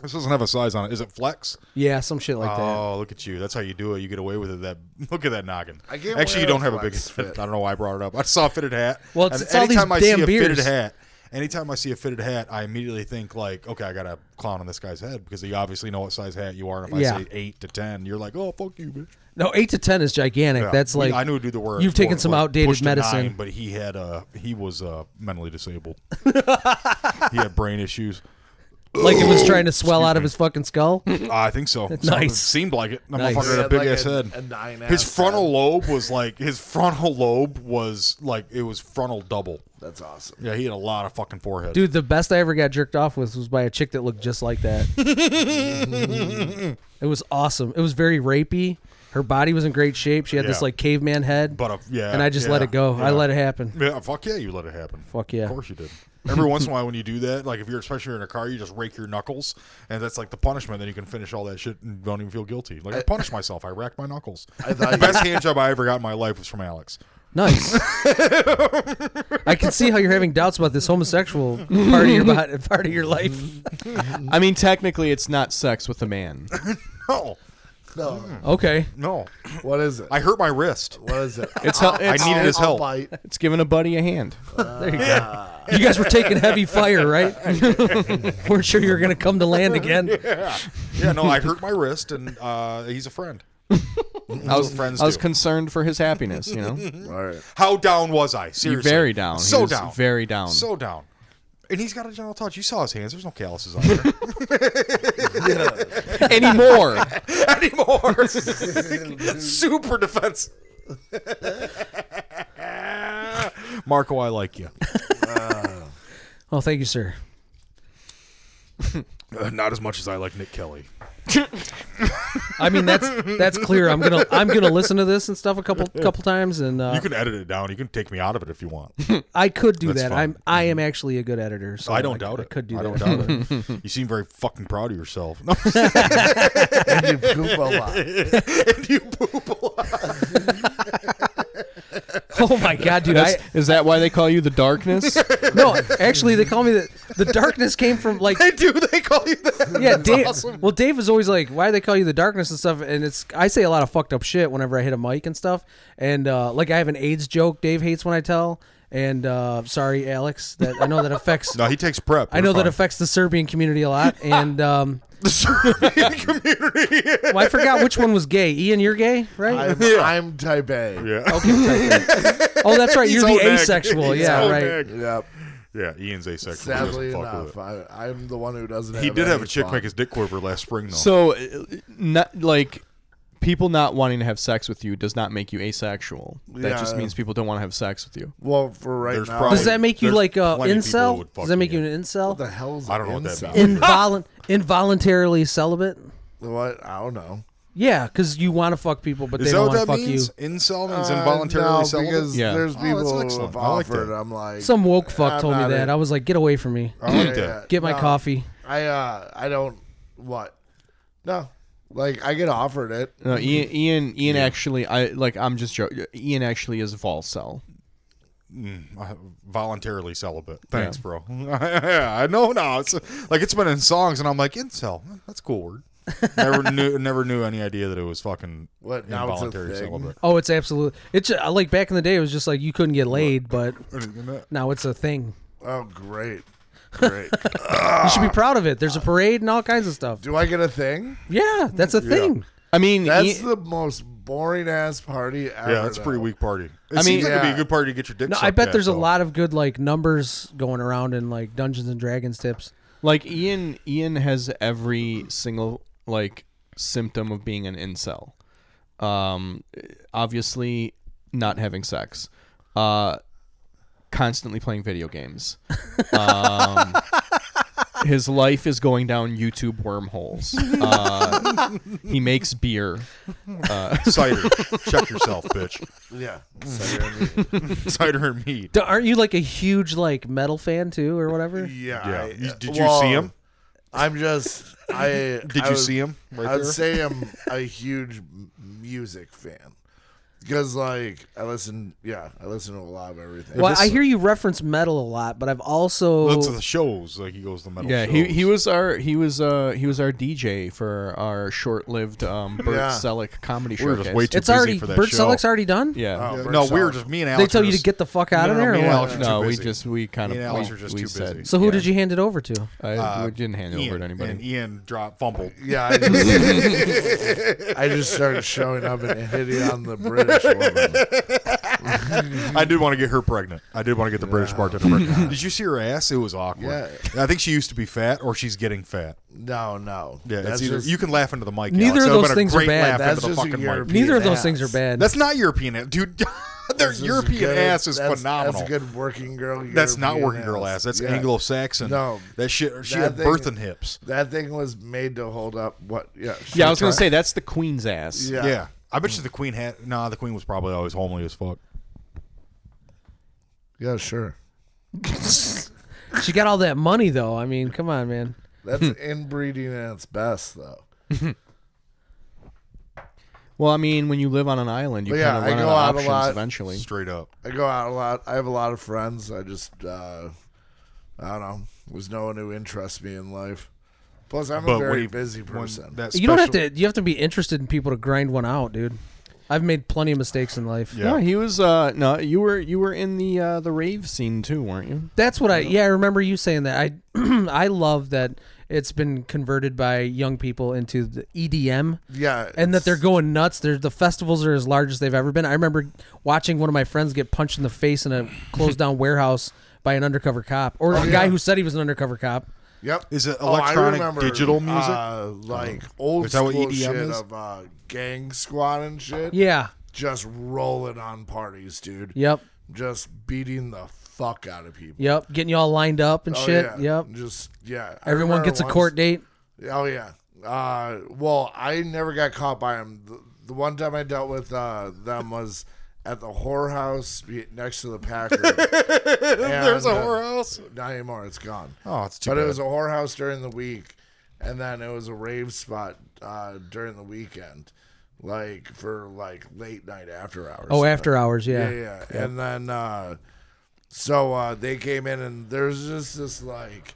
Speaker 2: This doesn't have a size on it. Is it flex?
Speaker 4: Yeah, some shit like that.
Speaker 2: Oh, look at you. That's how you do it. You get away with it. That look at that noggin.
Speaker 3: I can't
Speaker 2: Actually, you
Speaker 3: wear a
Speaker 2: don't have a big.
Speaker 3: flex
Speaker 2: Fit.
Speaker 3: fit.
Speaker 2: I don't know why I brought it up. I saw a fitted hat.
Speaker 4: Well, it's-
Speaker 2: and
Speaker 4: it's all these
Speaker 2: anytime I
Speaker 4: damn
Speaker 2: see a
Speaker 4: beards.
Speaker 2: fitted hat, anytime I see a fitted hat, I immediately think like, okay, I got a clown on this guy's head because you obviously know what size hat you are. And if
Speaker 4: Yeah.
Speaker 2: I say eight to ten, you're like, oh fuck you, bitch.
Speaker 4: No, eight to ten is gigantic.
Speaker 2: Yeah.
Speaker 4: That's
Speaker 2: We-
Speaker 4: like
Speaker 2: I knew a dude that wore.
Speaker 4: You've taken
Speaker 2: wore-
Speaker 4: some
Speaker 2: wore-
Speaker 4: outdated
Speaker 2: pushed a nine,
Speaker 4: medicine.
Speaker 2: but he had uh he was uh mentally disabled. he had brain issues.
Speaker 4: like it was trying to swell out of his fucking skull.
Speaker 2: I think so. Sounded-
Speaker 4: Nice.
Speaker 2: seemed like it. That
Speaker 4: Nice.
Speaker 2: motherfucker had
Speaker 3: Yeah,
Speaker 2: a big
Speaker 3: like
Speaker 2: ass
Speaker 3: a-
Speaker 2: head.
Speaker 3: a nine
Speaker 2: his
Speaker 3: ass
Speaker 2: frontal
Speaker 3: head.
Speaker 2: lobe was like his frontal lobe was like it was frontal double.
Speaker 3: That's awesome.
Speaker 2: Yeah, he had a lot of fucking forehead.
Speaker 4: Dude, the best I ever got jerked off with was by a chick that looked just like that. it was awesome. It was very rapey. Her body was in great shape. She had this
Speaker 2: Yeah.
Speaker 4: like caveman head.
Speaker 2: But, uh, yeah,
Speaker 4: and I just let
Speaker 2: yeah,
Speaker 4: it go. I
Speaker 2: yeah.
Speaker 4: let it happen.
Speaker 2: Yeah, fuck yeah, you let it happen.
Speaker 4: Fuck yeah.
Speaker 2: Of course you did. Every once in a while, when you do that, like if you're especially in a car, you just rake your knuckles, and that's like the punishment. Then you can finish all that shit and don't even feel guilty. Like I punished myself. I racked my knuckles.
Speaker 3: I thought
Speaker 2: The
Speaker 3: you-
Speaker 2: best hand job I ever got in my life was from Alex.
Speaker 4: Nice. I can see how you're having doubts about this homosexual part of your body, part of your life.
Speaker 1: I mean, technically, it's not sex with a man.
Speaker 2: No,
Speaker 3: No,
Speaker 2: Hmm.
Speaker 4: Okay.
Speaker 2: no,
Speaker 3: what is it?
Speaker 2: I hurt my wrist.
Speaker 3: what is it?
Speaker 1: It's hel-
Speaker 2: I
Speaker 1: it's,
Speaker 2: needed his
Speaker 3: I'll
Speaker 2: help.
Speaker 3: bite.
Speaker 1: it's giving a buddy a hand.
Speaker 4: There you go. You guys were taking heavy fire, right? weren't sure you were gonna come to land again.
Speaker 2: Yeah, yeah. No, I hurt my wrist, and uh, he's a friend.
Speaker 1: I was
Speaker 2: friends
Speaker 1: I was
Speaker 2: do.
Speaker 1: concerned for his happiness. You know,
Speaker 2: Hmm?
Speaker 3: All right.
Speaker 2: How down was I? Seriously,
Speaker 1: very down. He
Speaker 2: So
Speaker 1: was
Speaker 2: down.
Speaker 1: very down.
Speaker 2: So down. And he's got a general touch. You saw his hands. There's no calluses on there
Speaker 1: anymore.
Speaker 2: anymore. Super defense. Marco, I like you.
Speaker 4: Oh, thank you, sir.
Speaker 2: Uh, not as much as I like Nick Kelly.
Speaker 4: I mean that's that's clear. I'm gonna I'm gonna listen to this and stuff a couple couple times, and uh,
Speaker 2: You can edit it down. You can take me out of it if you want.
Speaker 4: I could do
Speaker 2: That's
Speaker 4: that.
Speaker 2: fine. Mm-hmm. Oh,
Speaker 4: I'm I am actually a good editor, so
Speaker 2: I don't doubt it.
Speaker 4: Oh, I could do
Speaker 2: I
Speaker 4: that.
Speaker 2: don't doubt it. You seem very fucking proud of yourself. No,
Speaker 3: And you poop a lot.
Speaker 2: and you poop a lot.
Speaker 4: oh my god, dude! I,
Speaker 1: Is that why they call you the darkness?
Speaker 4: no, actually, they call me the the darkness came from like
Speaker 2: Do they call you that?
Speaker 4: yeah, Dave. Well, Dave was always like, "Why do they call you the darkness and stuff?" And it's I say a lot of fucked up shit whenever I hit a mic and stuff, and uh, like I have an AIDS joke Dave hates when I tell. And uh, sorry, Alex, that I know that affects.
Speaker 2: No, he takes prep.
Speaker 4: I know that affects the Serbian community a lot. And um,
Speaker 2: the Serbian community.
Speaker 4: well, I forgot which one was gay. Ian, you're gay, right?
Speaker 3: I'm, I'm type A.
Speaker 2: yeah.
Speaker 4: oh, that's right.
Speaker 2: He's
Speaker 4: You're the
Speaker 2: old neck.
Speaker 4: asexual.
Speaker 2: He's
Speaker 4: yeah,
Speaker 2: old
Speaker 4: right.
Speaker 2: neck.
Speaker 3: Yep.
Speaker 2: Yeah, Ian's asexual. He doesn't
Speaker 3: Sadly
Speaker 2: fuck
Speaker 3: enough,
Speaker 2: with it.
Speaker 3: I, I'm the one who doesn't.
Speaker 2: He
Speaker 3: have
Speaker 2: did have
Speaker 3: any
Speaker 2: a chick
Speaker 3: fun.
Speaker 2: make his dick quiver last spring, though.
Speaker 1: So, uh, not like people not wanting to have sex with you does not make you asexual. That just
Speaker 3: Yeah.
Speaker 1: means people don't want to have sex with you.
Speaker 3: Well, for right
Speaker 2: There's
Speaker 3: now,
Speaker 2: probably-
Speaker 4: Does that make you
Speaker 2: There's
Speaker 4: like uh,
Speaker 2: plenty of people who
Speaker 4: incel?
Speaker 2: would fuck
Speaker 4: Does that make
Speaker 2: me.
Speaker 4: you an
Speaker 3: what the
Speaker 4: incel?
Speaker 3: hell's
Speaker 2: I don't know what that
Speaker 3: incel?
Speaker 2: means.
Speaker 4: Involu- involuntarily celibate?
Speaker 3: What I don't know.
Speaker 4: Yeah, because you want to fuck people, but
Speaker 2: Is
Speaker 4: they
Speaker 2: that
Speaker 4: don't
Speaker 2: what
Speaker 4: want to
Speaker 2: that
Speaker 4: fuck
Speaker 2: means?
Speaker 4: you.
Speaker 2: Incel means
Speaker 3: Uh,
Speaker 2: involuntarily
Speaker 3: no,
Speaker 2: celibate?
Speaker 3: because
Speaker 1: Yeah.
Speaker 3: there's
Speaker 2: Oh, that's
Speaker 3: people who
Speaker 2: excellent.
Speaker 3: have
Speaker 2: I like
Speaker 3: offered.
Speaker 2: that.
Speaker 3: I'm like,
Speaker 4: Some woke fuck
Speaker 3: I'm
Speaker 4: told me
Speaker 3: not
Speaker 4: that.
Speaker 3: in.
Speaker 4: I was like, get away from me.
Speaker 3: I don't like
Speaker 2: Yeah.
Speaker 3: that.
Speaker 4: Get my
Speaker 3: No,
Speaker 4: coffee.
Speaker 3: I uh, I don't what. No, like I get offered it.
Speaker 1: No, Ian, Ian, Ian actually, I like. I'm just joking. Ian actually is Volcel.
Speaker 2: Uh, voluntarily celibate. Thanks, bro. yeah, I know now. It's like it's been in songs, and I'm like incel. That's a cool word. never knew, never knew any idea that it was fucking
Speaker 3: What, now it's a
Speaker 2: involuntary
Speaker 3: thing?
Speaker 2: celibate.
Speaker 4: Oh, it's absolutely. It's uh, like back in the day, it was just like you couldn't get laid, but
Speaker 2: Isn't that-
Speaker 4: now it's a thing.
Speaker 3: Oh, great, great.
Speaker 2: Ah.
Speaker 4: You should be proud of it. There's a parade and all kinds of stuff.
Speaker 3: Do I get a thing?
Speaker 4: Yeah, that's a thing.
Speaker 1: I mean, E-
Speaker 3: That's
Speaker 1: Ian-
Speaker 3: the most boring ass party ever.
Speaker 2: Yeah, that's a pretty
Speaker 3: though.
Speaker 2: weak party. It
Speaker 1: mean-
Speaker 2: seems like it'd be a
Speaker 3: Yeah.
Speaker 2: good party to get your dick.
Speaker 4: No, I
Speaker 2: sucked
Speaker 4: bet
Speaker 2: at,
Speaker 4: there's a
Speaker 2: though.
Speaker 4: lot of good like numbers going around in like Dungeons and Dragons tips.
Speaker 1: like Ian, Ian has every single like symptom of being an incel. Um, obviously, not having sex. Uh, constantly playing video games. Um, his life is going down YouTube wormholes. Uh, he makes beer.
Speaker 2: cider. Check yourself, bitch.
Speaker 3: Yeah.
Speaker 2: Mm.
Speaker 3: So you're in the-
Speaker 2: Cider and meat.
Speaker 4: D- aren't you like a huge like metal fan too, or whatever?
Speaker 3: yeah.
Speaker 2: Yeah.
Speaker 3: I- uh,
Speaker 2: You- did you
Speaker 3: well,
Speaker 2: see him?
Speaker 3: I'm just. I
Speaker 2: Did you see him right
Speaker 3: I'd
Speaker 2: there?
Speaker 3: say I'm a huge m- music fan because, like, I listen. Yeah, I listen to a lot of everything.
Speaker 4: Well, I hear you reference metal a lot, but I've also
Speaker 2: That's the shows. Like he goes to metal.
Speaker 1: Yeah, he,
Speaker 2: shows.
Speaker 1: he was our he was uh he was our DJ for our short-lived um, Bert
Speaker 3: Yeah.
Speaker 1: Selleck comedy show.
Speaker 2: We were just way too
Speaker 4: it's
Speaker 2: busy
Speaker 4: already
Speaker 2: for that
Speaker 4: Bert
Speaker 2: show.
Speaker 4: Selleck's already done.
Speaker 1: yeah.
Speaker 3: Oh,
Speaker 2: no,
Speaker 3: Bert
Speaker 2: we were
Speaker 3: Selleck.
Speaker 2: just me and
Speaker 4: They
Speaker 2: Alex.
Speaker 4: tell
Speaker 2: were
Speaker 4: you to
Speaker 2: just-
Speaker 4: get the fuck out of
Speaker 2: No, no,
Speaker 4: there. Or
Speaker 2: me and
Speaker 4: what?
Speaker 2: Alex were
Speaker 1: No,
Speaker 2: too
Speaker 1: we
Speaker 2: busy.
Speaker 1: just we kind
Speaker 2: Me
Speaker 1: of
Speaker 2: and Alex
Speaker 1: we,
Speaker 2: are just
Speaker 1: we
Speaker 2: too
Speaker 1: said-
Speaker 2: busy.
Speaker 4: So who
Speaker 1: yeah.
Speaker 4: did you hand it over to?
Speaker 1: I, we didn't hand it over to
Speaker 2: Ian,
Speaker 1: anybody.
Speaker 2: And Ian dropped fumbled.
Speaker 3: Yeah, I just, I just started showing up and hitting on the British woman.
Speaker 2: I did want to get her pregnant. I did want to get the British bartender pregnant. Did you see her ass? It was awkward.
Speaker 3: Yeah.
Speaker 2: I think she used to be fat, or she's getting fat.
Speaker 3: No, no.
Speaker 2: Yeah,
Speaker 3: that's
Speaker 2: it's either
Speaker 3: just,
Speaker 2: you can laugh into the mic.
Speaker 4: Neither
Speaker 2: Alex. That
Speaker 4: of
Speaker 2: would've
Speaker 4: those
Speaker 2: been a
Speaker 4: things are
Speaker 2: great
Speaker 4: bad.
Speaker 2: laugh into
Speaker 3: That's
Speaker 2: the
Speaker 3: just a
Speaker 2: fucking mic.
Speaker 3: European
Speaker 4: Neither of those
Speaker 3: ass.
Speaker 4: things are bad.
Speaker 2: That's not European, ass- dude. Their
Speaker 3: That's just
Speaker 2: European
Speaker 3: good-
Speaker 2: ass is
Speaker 3: that's-
Speaker 2: phenomenal.
Speaker 3: That's a good working girl.
Speaker 2: That's not
Speaker 3: European
Speaker 2: working girl ass. That's
Speaker 3: Yeah.
Speaker 2: Anglo-Saxon.
Speaker 3: No.
Speaker 2: that shit. She
Speaker 3: That
Speaker 2: had
Speaker 3: thing-
Speaker 2: birthing hips.
Speaker 3: That thing was made to hold up. What? Yeah.
Speaker 1: yeah, I was gonna say that's the queen's ass.
Speaker 3: Yeah.
Speaker 2: Yeah. I bet you the queen had. Nah, the queen was probably always homely as fuck.
Speaker 3: Yeah, sure.
Speaker 4: She got all that money though. I mean, come on, man.
Speaker 3: That's inbreeding at its best, though.
Speaker 1: Well, I mean, when you live on an island, you
Speaker 3: But yeah,
Speaker 1: kind of
Speaker 3: I
Speaker 1: run
Speaker 3: go
Speaker 1: out
Speaker 3: out a
Speaker 1: of options
Speaker 3: lot.
Speaker 1: eventually.
Speaker 2: Straight up.
Speaker 3: I go out a lot. I have a lot of friends. I just, uh, I don't know. There's no one who interests me in life. Plus, I'm
Speaker 2: But
Speaker 3: a
Speaker 2: when
Speaker 3: very
Speaker 2: you-
Speaker 3: busy
Speaker 2: when
Speaker 3: person.
Speaker 2: that
Speaker 4: You don't have
Speaker 2: special-
Speaker 4: to. You have to be interested in people to grind one out, dude. I've made plenty of mistakes in life.
Speaker 2: Yeah.
Speaker 1: No, he was. Uh, no, you were you were in the uh, the rave scene too, weren't you?
Speaker 4: That's what I. Yeah, I remember you saying that. I I love that it's been converted by young people into the E EDM.
Speaker 3: yeah,
Speaker 4: and that
Speaker 3: it's-
Speaker 4: they're going nuts. They're, the festivals are as large as they've ever been. I remember watching one of my friends get punched in the face in a closed down warehouse by an undercover cop, or a guy
Speaker 3: yeah.
Speaker 4: who said he was an undercover cop.
Speaker 3: Yep.
Speaker 2: Is it
Speaker 3: Oh, I
Speaker 2: electronic
Speaker 3: remember,
Speaker 2: digital music? Oh.
Speaker 3: Uh, like old
Speaker 2: Is that
Speaker 3: school
Speaker 2: what EDM
Speaker 3: shit
Speaker 2: is?
Speaker 3: of uh, gang squad and shit.
Speaker 4: Yeah.
Speaker 3: Just rolling on parties, dude.
Speaker 4: Yep.
Speaker 3: Just beating the fuck out of people.
Speaker 4: Yep. Getting you all lined up and
Speaker 3: Oh,
Speaker 4: shit.
Speaker 3: Yeah.
Speaker 4: Yep.
Speaker 3: Just yeah. I
Speaker 4: Everyone
Speaker 3: remember
Speaker 4: gets a
Speaker 3: once-
Speaker 4: court date.
Speaker 3: Oh yeah. Uh, well, I never got caught by them. The, the one time I dealt with uh, them was at the whorehouse be- next to the Packer.
Speaker 2: There's a
Speaker 3: And, uh,
Speaker 2: whorehouse.
Speaker 3: Not anymore. It's gone.
Speaker 2: Oh, it's too
Speaker 3: But
Speaker 2: bad.
Speaker 3: it was a whorehouse during the week, and then it was a rave spot uh, during the weekend, like for like late night after hours.
Speaker 4: Oh, after hours. Yeah.
Speaker 3: yeah, yeah. And then uh, so uh, they came in, and there's just this like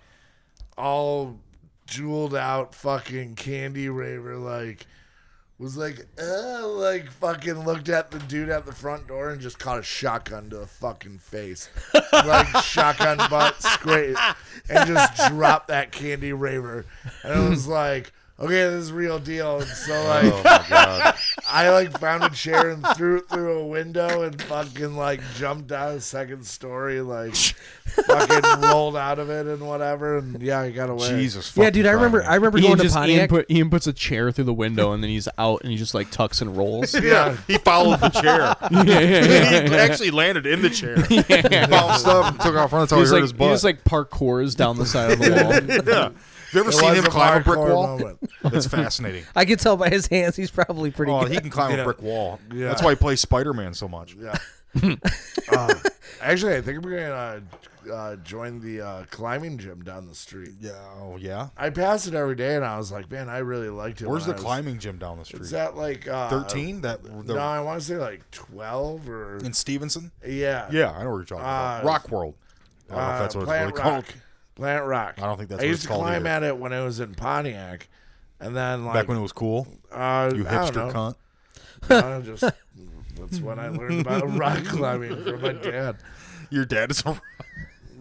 Speaker 3: all jeweled out fucking candy raver like. was like, uh, like fucking looked at the dude at the front door and just caught a shotgun to the fucking face, like shotgun butt straight, and just dropped that candy raver, and it was like. Okay, this is real deal. And so like,
Speaker 2: Oh my god!
Speaker 3: I like found a chair and threw it through a window and fucking like jumped out of the second story, like fucking rolled out of it and whatever. And yeah, I got away.
Speaker 2: Jesus.
Speaker 4: Yeah,
Speaker 2: fucking
Speaker 4: dude, I remember.
Speaker 2: Christ.
Speaker 4: I remember
Speaker 1: Ian
Speaker 4: going to
Speaker 1: just Ian,
Speaker 4: Pontiac.
Speaker 1: put, Ian puts a chair through the window and then he's out and he just like tucks and rolls. yeah,
Speaker 3: Yeah.
Speaker 2: he followed the chair.
Speaker 1: yeah, yeah.
Speaker 2: he actually landed in the chair. Bounced up, and took off. That's how he
Speaker 1: He's
Speaker 2: hurt
Speaker 1: like,
Speaker 2: his
Speaker 1: he
Speaker 2: butt.
Speaker 1: just like parkours down the side of the wall.
Speaker 2: yeah. Have you ever
Speaker 3: It
Speaker 2: seen
Speaker 3: was
Speaker 2: him climb a brick
Speaker 3: hardcore
Speaker 2: wall?
Speaker 3: moment.
Speaker 2: That's fascinating.
Speaker 4: I can tell by his hands, he's probably pretty
Speaker 2: Oh,
Speaker 4: good.
Speaker 2: he can climb
Speaker 3: Yeah.
Speaker 2: a brick wall.
Speaker 3: Yeah.
Speaker 2: That's why he plays Spider Man so much.
Speaker 3: Yeah. uh, actually, I think I'm gonna uh, uh, join the uh, climbing gym down the street.
Speaker 2: Yeah. Oh, yeah.
Speaker 3: I pass it every day, and I was like, man, I really liked it.
Speaker 2: Where's
Speaker 3: when
Speaker 2: the
Speaker 3: I was-
Speaker 2: climbing gym down the
Speaker 3: Is
Speaker 2: street?
Speaker 3: that like uh,
Speaker 2: Thirteen? That the,
Speaker 3: No, I want to say like twelve or
Speaker 2: in Stevenson?
Speaker 3: yeah,
Speaker 2: Yeah, I know what you're talking about.
Speaker 3: Uh,
Speaker 2: Rock World. I don't know if
Speaker 3: Uh,
Speaker 2: that's what it's
Speaker 3: Plant
Speaker 2: really called.
Speaker 3: Rock. Plant Rock.
Speaker 2: I don't think that's
Speaker 3: I
Speaker 2: what
Speaker 3: used
Speaker 2: it's
Speaker 3: to
Speaker 2: called
Speaker 3: climb
Speaker 2: either.
Speaker 3: at it when I was in Pontiac, and then like
Speaker 2: Back when it was cool.
Speaker 3: uh,
Speaker 2: You
Speaker 3: I don't
Speaker 2: hipster
Speaker 3: know.
Speaker 2: cunt.
Speaker 3: I just that's when I learned about rock climbing from my dad.
Speaker 2: Your dad is a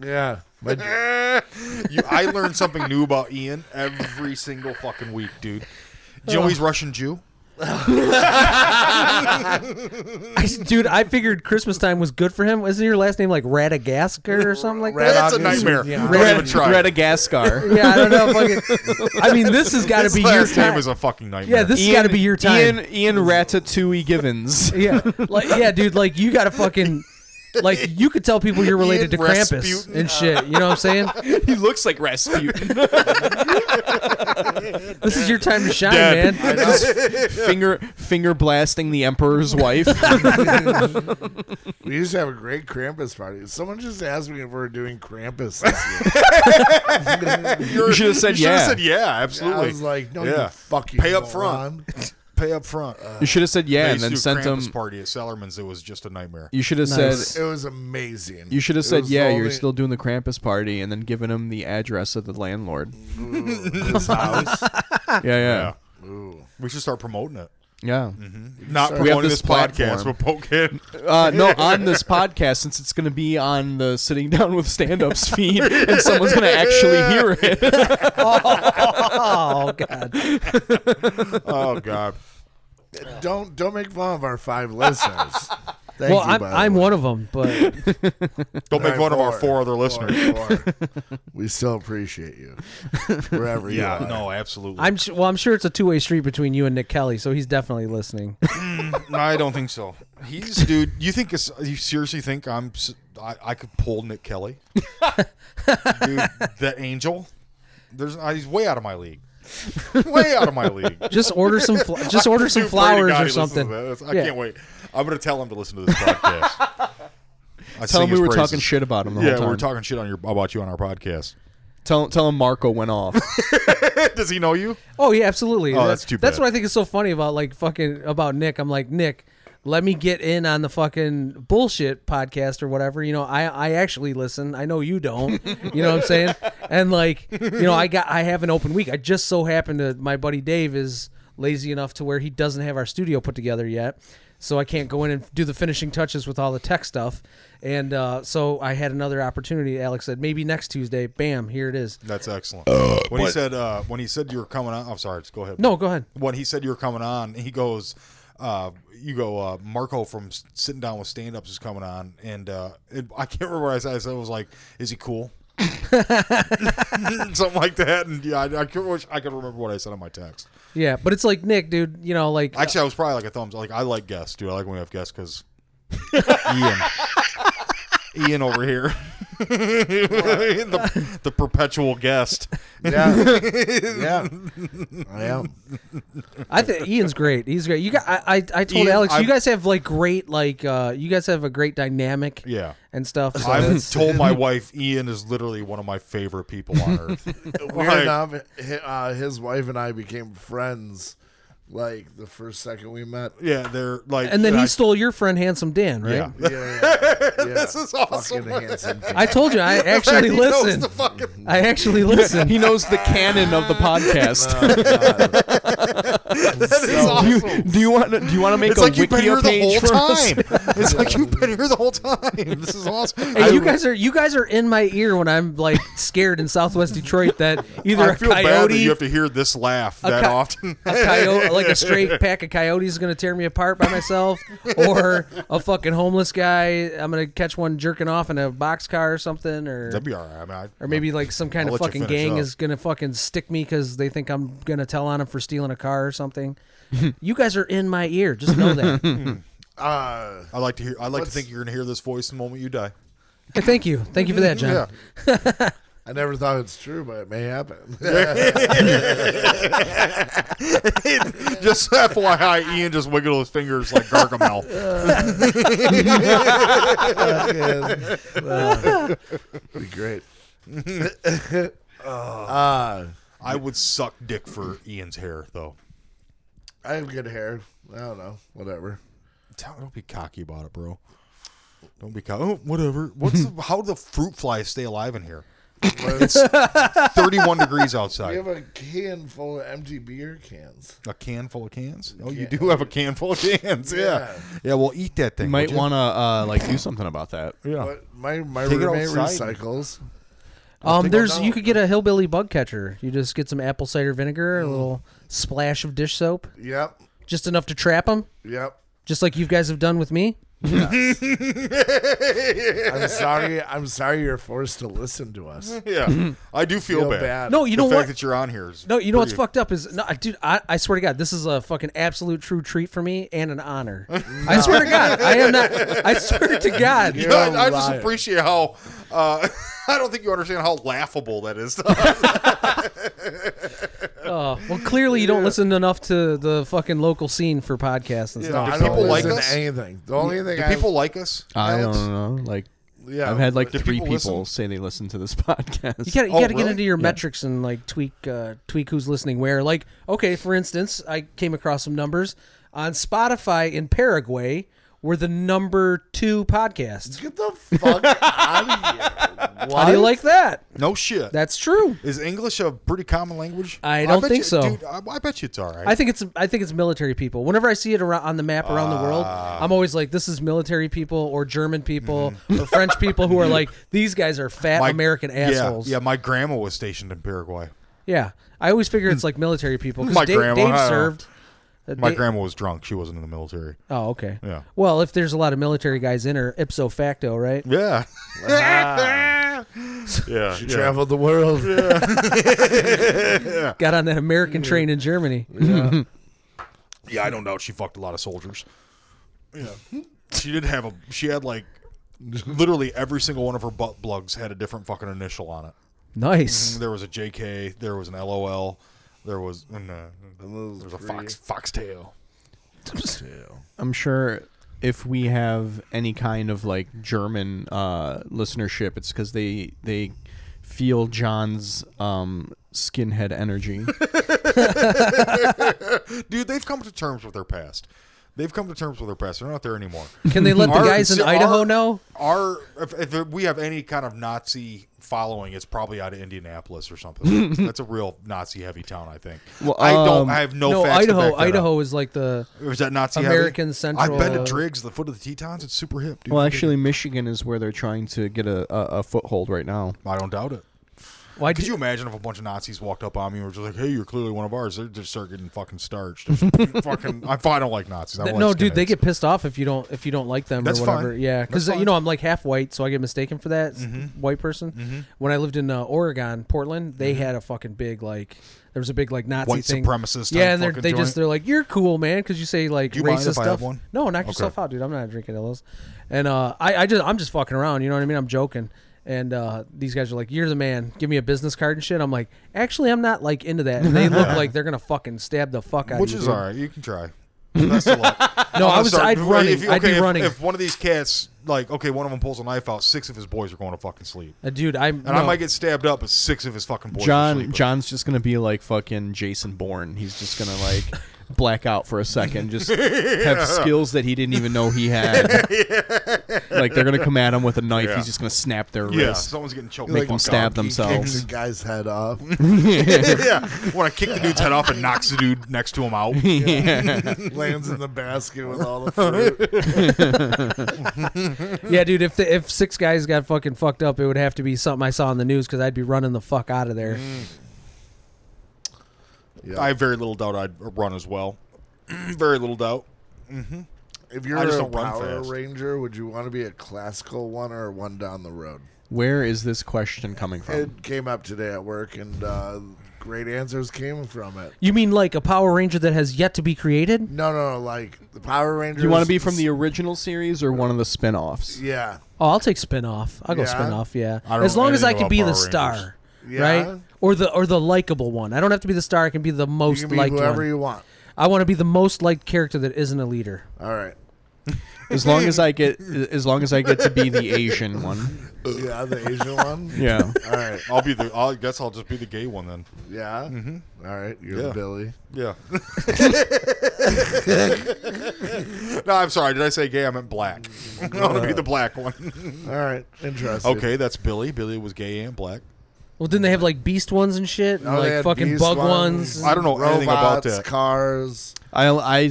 Speaker 3: Yeah, my dad.
Speaker 2: you, I learn something new about Ian every single fucking week, dude. Joey's Russian Jew.
Speaker 4: I- dude, I figured Christmas time was good for him. Isn't your last name like Radagasker or something like
Speaker 3: Rad-
Speaker 4: that?
Speaker 2: That's a
Speaker 3: August,
Speaker 2: nightmare.
Speaker 3: yeah.
Speaker 2: Don't
Speaker 4: Red-
Speaker 2: even try.
Speaker 1: Madagascar.
Speaker 4: Yeah, I don't know. Fucking, I mean, this has got to
Speaker 2: His
Speaker 4: be your
Speaker 2: last
Speaker 4: time.
Speaker 2: name is a fucking nightmare.
Speaker 4: yeah, this has got to be your time.
Speaker 1: Ian, Ian Ratatouille Givens.
Speaker 4: Yeah, like yeah, dude, like you got to fucking. Like you could tell people you're related to
Speaker 2: Ian
Speaker 4: Krampus
Speaker 2: Rasputin.
Speaker 4: and shit. You know what I'm saying?
Speaker 1: he looks like Rasputin.
Speaker 4: This is your time to shine,
Speaker 2: Dad.
Speaker 4: man.
Speaker 1: finger finger blasting the emperor's wife.
Speaker 3: We used to have a great Krampus party. Someone just asked me if we were doing Krampus. This year.
Speaker 1: you should have said
Speaker 2: You should have
Speaker 1: yeah.
Speaker 2: said yeah,
Speaker 3: I
Speaker 2: absolutely.
Speaker 3: was like, no,
Speaker 2: Yeah.
Speaker 3: you fucking
Speaker 2: Pay up
Speaker 3: moron.
Speaker 2: pay up front. Uh,
Speaker 1: you should have said yeah,
Speaker 2: I
Speaker 1: and
Speaker 2: used
Speaker 1: then
Speaker 2: to do
Speaker 1: sent
Speaker 2: Krampus
Speaker 1: him.
Speaker 2: party at Sellerman's. It was just a nightmare.
Speaker 1: You should have
Speaker 4: Nice.
Speaker 1: said.
Speaker 3: It was amazing.
Speaker 1: You should have
Speaker 3: It
Speaker 1: said
Speaker 3: was the
Speaker 1: yeah. You're
Speaker 3: only-
Speaker 1: still doing the Krampus party, and then giving him the address of the landlord.
Speaker 3: his house.
Speaker 1: Yeah, yeah,
Speaker 2: Yeah. Mm-hmm.
Speaker 3: Ooh.
Speaker 2: We should start promoting it.
Speaker 1: yeah.
Speaker 2: Not
Speaker 1: We have
Speaker 2: promoting
Speaker 1: this
Speaker 2: this podcast,
Speaker 1: platform.
Speaker 2: but poking.
Speaker 1: Uh, no, on this podcast, since it's going to be on the sitting down with stand-ups feed, and someone's going to actually hear it.
Speaker 4: Oh god,
Speaker 2: oh God.
Speaker 3: Don't don't make fun of our five listeners. Thank
Speaker 4: well,
Speaker 3: you,
Speaker 4: I'm,
Speaker 3: by the
Speaker 4: I'm
Speaker 3: way.
Speaker 4: one of them, but
Speaker 2: Don't make fun of our four other listeners.
Speaker 3: Four, four. we still appreciate you wherever you
Speaker 2: Yeah,
Speaker 3: are.
Speaker 2: no, absolutely.
Speaker 4: I'm su- well. I'm sure it's a two way street between you and Nick Kelly, so he's definitely listening.
Speaker 2: I don't think so. He's dude. You think it's- you seriously think I'm? s- I, I could pull Nick Kelly, dude. That angel. There's I- he's way out of my league. Way out of my league.
Speaker 4: Just order some. Fl- just
Speaker 2: I
Speaker 4: order
Speaker 2: do
Speaker 4: some
Speaker 2: pray to
Speaker 4: flowers
Speaker 2: God he
Speaker 4: or
Speaker 2: listens to
Speaker 4: something.
Speaker 2: this. I
Speaker 4: Yeah.
Speaker 2: can't wait. I'm gonna tell him to listen to this podcast. I
Speaker 1: Tell
Speaker 2: sing
Speaker 1: him we
Speaker 2: his
Speaker 1: were
Speaker 2: praises.
Speaker 1: talking shit about him the
Speaker 2: Yeah,
Speaker 1: whole time.
Speaker 2: we're talking shit on your about you on our podcast.
Speaker 1: tell, tell him Marco went off.
Speaker 2: Does he know you?
Speaker 4: Oh yeah, absolutely.
Speaker 2: Oh, that's too
Speaker 4: That's
Speaker 2: bad.
Speaker 4: what I think is so funny about like fucking about Nick. I'm like Nick, let me get in on the fucking bullshit podcast or whatever. You know, I I actually listen. I know you don't. You know what I'm saying? And like, you know, I got I have an open week. I just so happened to my buddy Dave is lazy enough to where he doesn't have our studio put together yet. So I can't go in and do the finishing touches with all the tech stuff, and uh, so I had another opportunity. Alex said maybe next Tuesday. Bam, here it is.
Speaker 2: That's excellent. when he said uh, when he said you were coming on, I'm sorry. Just go ahead.
Speaker 4: No, go ahead.
Speaker 2: when he said you were coming on, he goes, uh, "You go, uh, Marco from S- sitting down with stand ups is coming on," and uh, it, I can't remember what I said. I said I was like, "Is he cool?" Something like that, and yeah, I, I could wish I could remember what I said on my text.
Speaker 4: Yeah, but it's like Nick, dude. You know, like
Speaker 2: Actually, I was probably like a thumbs. Like I like guests, dude. I like when we have guests because Ian, Ian over here, the, the perpetual guest.
Speaker 3: Yeah, yeah, I am.
Speaker 4: I think Ian's great. He's great. You got. I. I, I told
Speaker 2: Ian,
Speaker 4: Alex,
Speaker 2: I'm-
Speaker 4: you guys have like great, like uh, you guys have a great dynamic.
Speaker 2: Yeah.
Speaker 4: And stuff. So
Speaker 2: I've
Speaker 4: that's-
Speaker 2: told my wife Ian is literally one of my favorite people on earth.
Speaker 3: Weird
Speaker 2: Right.
Speaker 3: enough, hi- uh, his wife and I became friends like the first second we met.
Speaker 2: Yeah, they're like,
Speaker 4: and then
Speaker 2: I-
Speaker 4: he stole your friend, handsome Dan, right?
Speaker 2: Yeah.
Speaker 3: Yeah, yeah, yeah.
Speaker 2: This is awesome.
Speaker 3: Fucking handsome. dude.
Speaker 4: I told you. I actually
Speaker 2: He knows
Speaker 4: listened.
Speaker 2: the fucking-
Speaker 4: I actually listened.
Speaker 1: he knows the canon of the podcast.
Speaker 2: that is
Speaker 1: Do you,
Speaker 2: awesome.
Speaker 1: do you want to? Do you want to make
Speaker 2: It's
Speaker 1: a
Speaker 2: like you've been here
Speaker 1: Wikia
Speaker 2: the
Speaker 1: page
Speaker 2: whole
Speaker 1: for us?
Speaker 2: time. It's like you've been here the whole time. This is awesome.
Speaker 4: Hey, you guys are you guys are in my ear when I'm like scared in Southwest Detroit that either
Speaker 2: I
Speaker 4: a
Speaker 2: feel bad that
Speaker 4: coyote,
Speaker 2: you have to hear this laugh that
Speaker 4: co-
Speaker 2: often.
Speaker 4: a coyote, like a stray pack of coyotes is gonna tear me apart by myself, or a fucking homeless guy. I'm gonna catch one jerking off in a boxcar or something, or
Speaker 2: That'd be all right. I mean, I,
Speaker 4: or maybe like some kind
Speaker 2: I'll
Speaker 4: of
Speaker 2: let you
Speaker 4: fucking
Speaker 2: finish
Speaker 4: gang
Speaker 2: up.
Speaker 4: is gonna fucking stick me because they think I'm gonna tell on them for stealing a car or something. you guys are in my ear. Just know that.
Speaker 3: Uh,
Speaker 2: I like to hear. I like to
Speaker 3: Let's-
Speaker 2: think you're gonna hear this voice the moment you die.
Speaker 4: Hey, thank you, thank you for that, John.
Speaker 3: yeah. I never thought it's true, but it may happen.
Speaker 2: just FYI, Ian just wiggled his fingers like Gargamel.
Speaker 3: be great. uh,
Speaker 2: I would suck dick for Ian's hair though.
Speaker 3: I have good hair. I don't know. Whatever.
Speaker 2: Tell- Don't be cocky about it, bro. Don't be cocky. Oh, whatever. What's the, how do the fruit flies stay alive in here? It's 31 degrees
Speaker 3: We have
Speaker 2: outside.
Speaker 3: a can full of empty beer cans.
Speaker 2: A can full of cans? Oh, you
Speaker 3: Yeah.
Speaker 2: do have a can full of cans. Yeah. Yeah,
Speaker 3: Yeah.
Speaker 2: well, eat that thing.
Speaker 1: You
Speaker 2: would
Speaker 1: might
Speaker 2: you?
Speaker 1: want to uh, like do something about that.
Speaker 2: Yeah.
Speaker 3: But my my
Speaker 2: Take it
Speaker 3: roommate
Speaker 2: outside.
Speaker 3: recycles.
Speaker 2: take
Speaker 4: Um,
Speaker 2: one
Speaker 4: there's
Speaker 2: down.
Speaker 4: you could get a hillbilly bug catcher. You just get some apple cider vinegar, a little splash of dish soap,
Speaker 3: Yep.
Speaker 4: just enough to trap them,
Speaker 3: Yep.
Speaker 4: just like you guys have done with me.
Speaker 3: I'm sorry. I'm sorry you're forced to listen to us.
Speaker 2: Yeah. I do Mm-hmm. feel,
Speaker 3: Feel
Speaker 2: bad.
Speaker 3: bad.
Speaker 4: No,
Speaker 2: the
Speaker 4: you know
Speaker 2: fact
Speaker 4: what?
Speaker 2: that you're on here is
Speaker 4: No, you know what's
Speaker 2: pretty-
Speaker 4: fucked up is, no, I- dude. I, I swear to God, this is a fucking absolute true treat for me and an honor. I swear to God, I am not. I swear to God,
Speaker 3: You're
Speaker 2: I,
Speaker 3: a
Speaker 2: I just
Speaker 3: liar.
Speaker 2: appreciate how. Uh, I don't think you understand how laughable that is. I
Speaker 4: Oh, well, clearly you don't listen enough to the fucking local scene for podcasts and
Speaker 3: No,
Speaker 4: stuff.
Speaker 3: I
Speaker 2: people
Speaker 3: don't
Speaker 2: like
Speaker 3: listen
Speaker 2: us?
Speaker 3: to anything. The only thing
Speaker 2: do
Speaker 3: I
Speaker 2: people like us?
Speaker 1: I
Speaker 2: Alex?
Speaker 1: don't know. Like
Speaker 3: Yeah,
Speaker 1: I've had like
Speaker 2: do
Speaker 1: three
Speaker 2: people
Speaker 1: people,
Speaker 2: listen?
Speaker 1: say they listen to this podcast.
Speaker 4: You gotta, you
Speaker 2: Oh,
Speaker 4: gotta
Speaker 2: really?
Speaker 4: get into your metrics and like tweak, uh, tweak who's listening where. Like, okay, for instance, I came across some numbers on Spotify in Paraguay. We're the number two podcast.
Speaker 3: get the fuck out of here. What?
Speaker 4: How do you like that?
Speaker 2: No shit.
Speaker 4: That's true.
Speaker 2: Is English a pretty common language?
Speaker 4: I don't
Speaker 2: bet
Speaker 4: think
Speaker 2: you-
Speaker 4: so.
Speaker 2: Dude, I, I bet you it's all right.
Speaker 4: I think it's I think it's military people. Whenever I see it around on the map around the world,
Speaker 2: Ah.
Speaker 4: I'm always like, this is military people or German people or French people who are like, these guys are fat
Speaker 2: Mm-hmm. My-
Speaker 4: American
Speaker 2: yeah,
Speaker 4: assholes.
Speaker 2: Yeah, my grandma was stationed in Paraguay.
Speaker 4: Yeah, I always figure it's like military people
Speaker 2: Hmm. My
Speaker 4: because Dave,
Speaker 2: grandma, I
Speaker 4: Dave
Speaker 2: don't-
Speaker 4: served. Uh,
Speaker 2: My
Speaker 4: Da-
Speaker 2: grandma was drunk. She wasn't in the military.
Speaker 4: Oh, okay.
Speaker 2: Yeah.
Speaker 4: Well, if there's a lot of military guys in her, ipso facto, right?
Speaker 2: Yeah. yeah. yeah.
Speaker 3: Traveled the world.
Speaker 4: Got on that American train in Germany.
Speaker 2: Yeah, I don't doubt she fucked a lot of soldiers. Yeah. She did have a. She had like. Literally every single one of her butt plugs had a different fucking initial on it.
Speaker 4: Nice.
Speaker 2: There was a JK. There was an LOL. There was. and, uh, there was a fox foxtail.
Speaker 1: I'm sure if we have any kind of like German uh, listenership, it's because they they feel John's um, skinhead energy.
Speaker 2: Dude, they've come to terms with their past. They've come to terms with their past. They're not there anymore.
Speaker 4: Can they let the
Speaker 2: Our-
Speaker 4: guys in
Speaker 2: so
Speaker 4: Idaho
Speaker 2: our-
Speaker 4: know?
Speaker 2: Our if, if we have any kind of Nazi following, it's probably out of Indianapolis or something. That's a real Nazi heavy town, I think.
Speaker 1: Well,
Speaker 2: I don't.
Speaker 1: um,
Speaker 2: I have no.
Speaker 4: No,
Speaker 2: facts to
Speaker 4: Idaho.
Speaker 2: back that up.
Speaker 4: Idaho is like the.
Speaker 2: Is that Nazi
Speaker 4: American
Speaker 2: heavy?
Speaker 4: Central- uh,
Speaker 2: I've been to Driggs, the foot of the Tetons. It's super hip, dude.
Speaker 1: well, actually, Michigan is where they're trying to get a, a, a foothold right now.
Speaker 2: I don't doubt it.
Speaker 4: Why
Speaker 2: Could
Speaker 4: did
Speaker 2: you imagine if a bunch of Nazis walked up on me and were just like, "Hey, you're clearly one of ours"? They'd just start getting fucking starched. Just fucking, I, I don't like Nazis. I
Speaker 4: Th-
Speaker 2: like
Speaker 4: no, dude, they
Speaker 2: skinheads.
Speaker 4: get pissed off if you don't if you don't like them
Speaker 2: That's
Speaker 4: or whatever.
Speaker 2: fine.
Speaker 4: Yeah,
Speaker 2: That's
Speaker 4: because you
Speaker 2: fine. Mm-hmm.
Speaker 4: know I'm like half white, so I get mistaken for that s- white person. When I lived in uh, Oregon, Portland, they had a fucking big like there was a big like Nazi
Speaker 2: Mm-hmm. White
Speaker 4: thing.
Speaker 2: supremacist type
Speaker 4: Yeah, and they're,
Speaker 2: fucking
Speaker 4: they
Speaker 2: joint?
Speaker 4: just they're like you're cool, man, because you say like
Speaker 2: Do you
Speaker 4: racist
Speaker 2: mind if I
Speaker 4: stuff.
Speaker 2: have one?
Speaker 4: No, knock
Speaker 2: Okay.
Speaker 4: yourself out, dude. I'm not drinking those. And uh, I I just I'm just fucking around. You know what I mean? I'm joking. And uh, these guys are like, "You're the man. Give me a business card and shit." I'm like, "Actually, I'm not like into that." And they look like they're gonna fucking stab the fuck out
Speaker 2: Which
Speaker 4: of you.
Speaker 2: is
Speaker 4: dude.
Speaker 2: all right. You can try. Best of luck.
Speaker 4: No, I was-
Speaker 2: Oh, Sorry,
Speaker 4: I'd
Speaker 2: if-
Speaker 4: running.
Speaker 2: if you-
Speaker 4: I'd be
Speaker 2: okay, if-
Speaker 4: running.
Speaker 2: If one of these cats, like, okay, one of them pulls a knife out, six of his boys are going to fucking sleep,
Speaker 4: Uh, dude, I'm
Speaker 2: and I
Speaker 4: no.
Speaker 2: might get stabbed up, but six of his fucking boys. are
Speaker 1: John
Speaker 2: sleeping.
Speaker 1: John's just gonna be like fucking Jason Bourne. He's just gonna like black out for a second, just have skills that he didn't even know he had. Like they're gonna come at him with a knife.
Speaker 2: Yeah.
Speaker 1: He's just gonna snap their
Speaker 2: Yeah,
Speaker 1: wrist.
Speaker 2: someone's getting choked.
Speaker 1: Make
Speaker 2: the
Speaker 1: them
Speaker 2: fuck
Speaker 1: stab
Speaker 2: out.
Speaker 1: themselves.
Speaker 3: Kicks the guy's head off.
Speaker 2: yeah, when I kick the dude's head off and knocks the dude next to him out.
Speaker 3: lands in the basket with all the fruit.
Speaker 4: Yeah, dude. If the, if six guys got fucking fucked up, it would have to be something I saw in the news because I'd be running the fuck out of there.
Speaker 2: I have very little doubt I'd run as well. very little doubt.
Speaker 3: If you're
Speaker 2: I just
Speaker 3: a
Speaker 2: don't run
Speaker 3: Power
Speaker 2: fast.
Speaker 3: Ranger, would you want to be a classical one or one down the road?
Speaker 1: Where is this question coming
Speaker 2: Um,
Speaker 1: from?
Speaker 3: It came up today at work, and uh, great answers came from it.
Speaker 4: You mean like a Power Ranger that has yet to be created?
Speaker 3: No, no, no like the Power Rangers.
Speaker 1: Do you want to be from the original series or one of the spin-offs?
Speaker 3: Yeah,
Speaker 4: Oh, I'll take spin-off. I'll go
Speaker 3: Yeah.
Speaker 4: spin-off, yeah.
Speaker 2: I don't
Speaker 4: As long
Speaker 2: know
Speaker 4: as I
Speaker 2: anything
Speaker 4: can
Speaker 2: about
Speaker 4: be
Speaker 2: Power
Speaker 4: the
Speaker 2: Rangers.
Speaker 4: star,
Speaker 3: Yeah.
Speaker 4: right? Or the or the likable one. I don't have to be the star. I can be the
Speaker 3: you
Speaker 4: most
Speaker 3: can be
Speaker 4: liked
Speaker 3: whoever
Speaker 4: one.
Speaker 3: you want.
Speaker 4: I want to be the most liked character that isn't a leader.
Speaker 3: All right.
Speaker 1: As long as I get, as long as I get to be the Asian one.
Speaker 3: Yeah, the Asian one.
Speaker 1: Yeah.
Speaker 3: All right.
Speaker 2: I'll be the. I'll, I guess I'll just be the gay one then.
Speaker 3: Yeah. All right. You're
Speaker 2: Mm-hmm. Yeah.
Speaker 3: Billy.
Speaker 2: Yeah. no, I'm sorry. Did I say gay? I meant black. I want to be the black one.
Speaker 3: All right. Interesting.
Speaker 2: okay, that's Billy. Billy was gay and black.
Speaker 4: Well, didn't they have like beast ones and shit, and
Speaker 3: Oh, they
Speaker 4: like
Speaker 3: had
Speaker 4: fucking
Speaker 3: beast
Speaker 4: bug
Speaker 3: ones.
Speaker 4: ones?
Speaker 2: I don't know anything about
Speaker 3: Robots,
Speaker 2: that.
Speaker 3: Cars.
Speaker 1: I I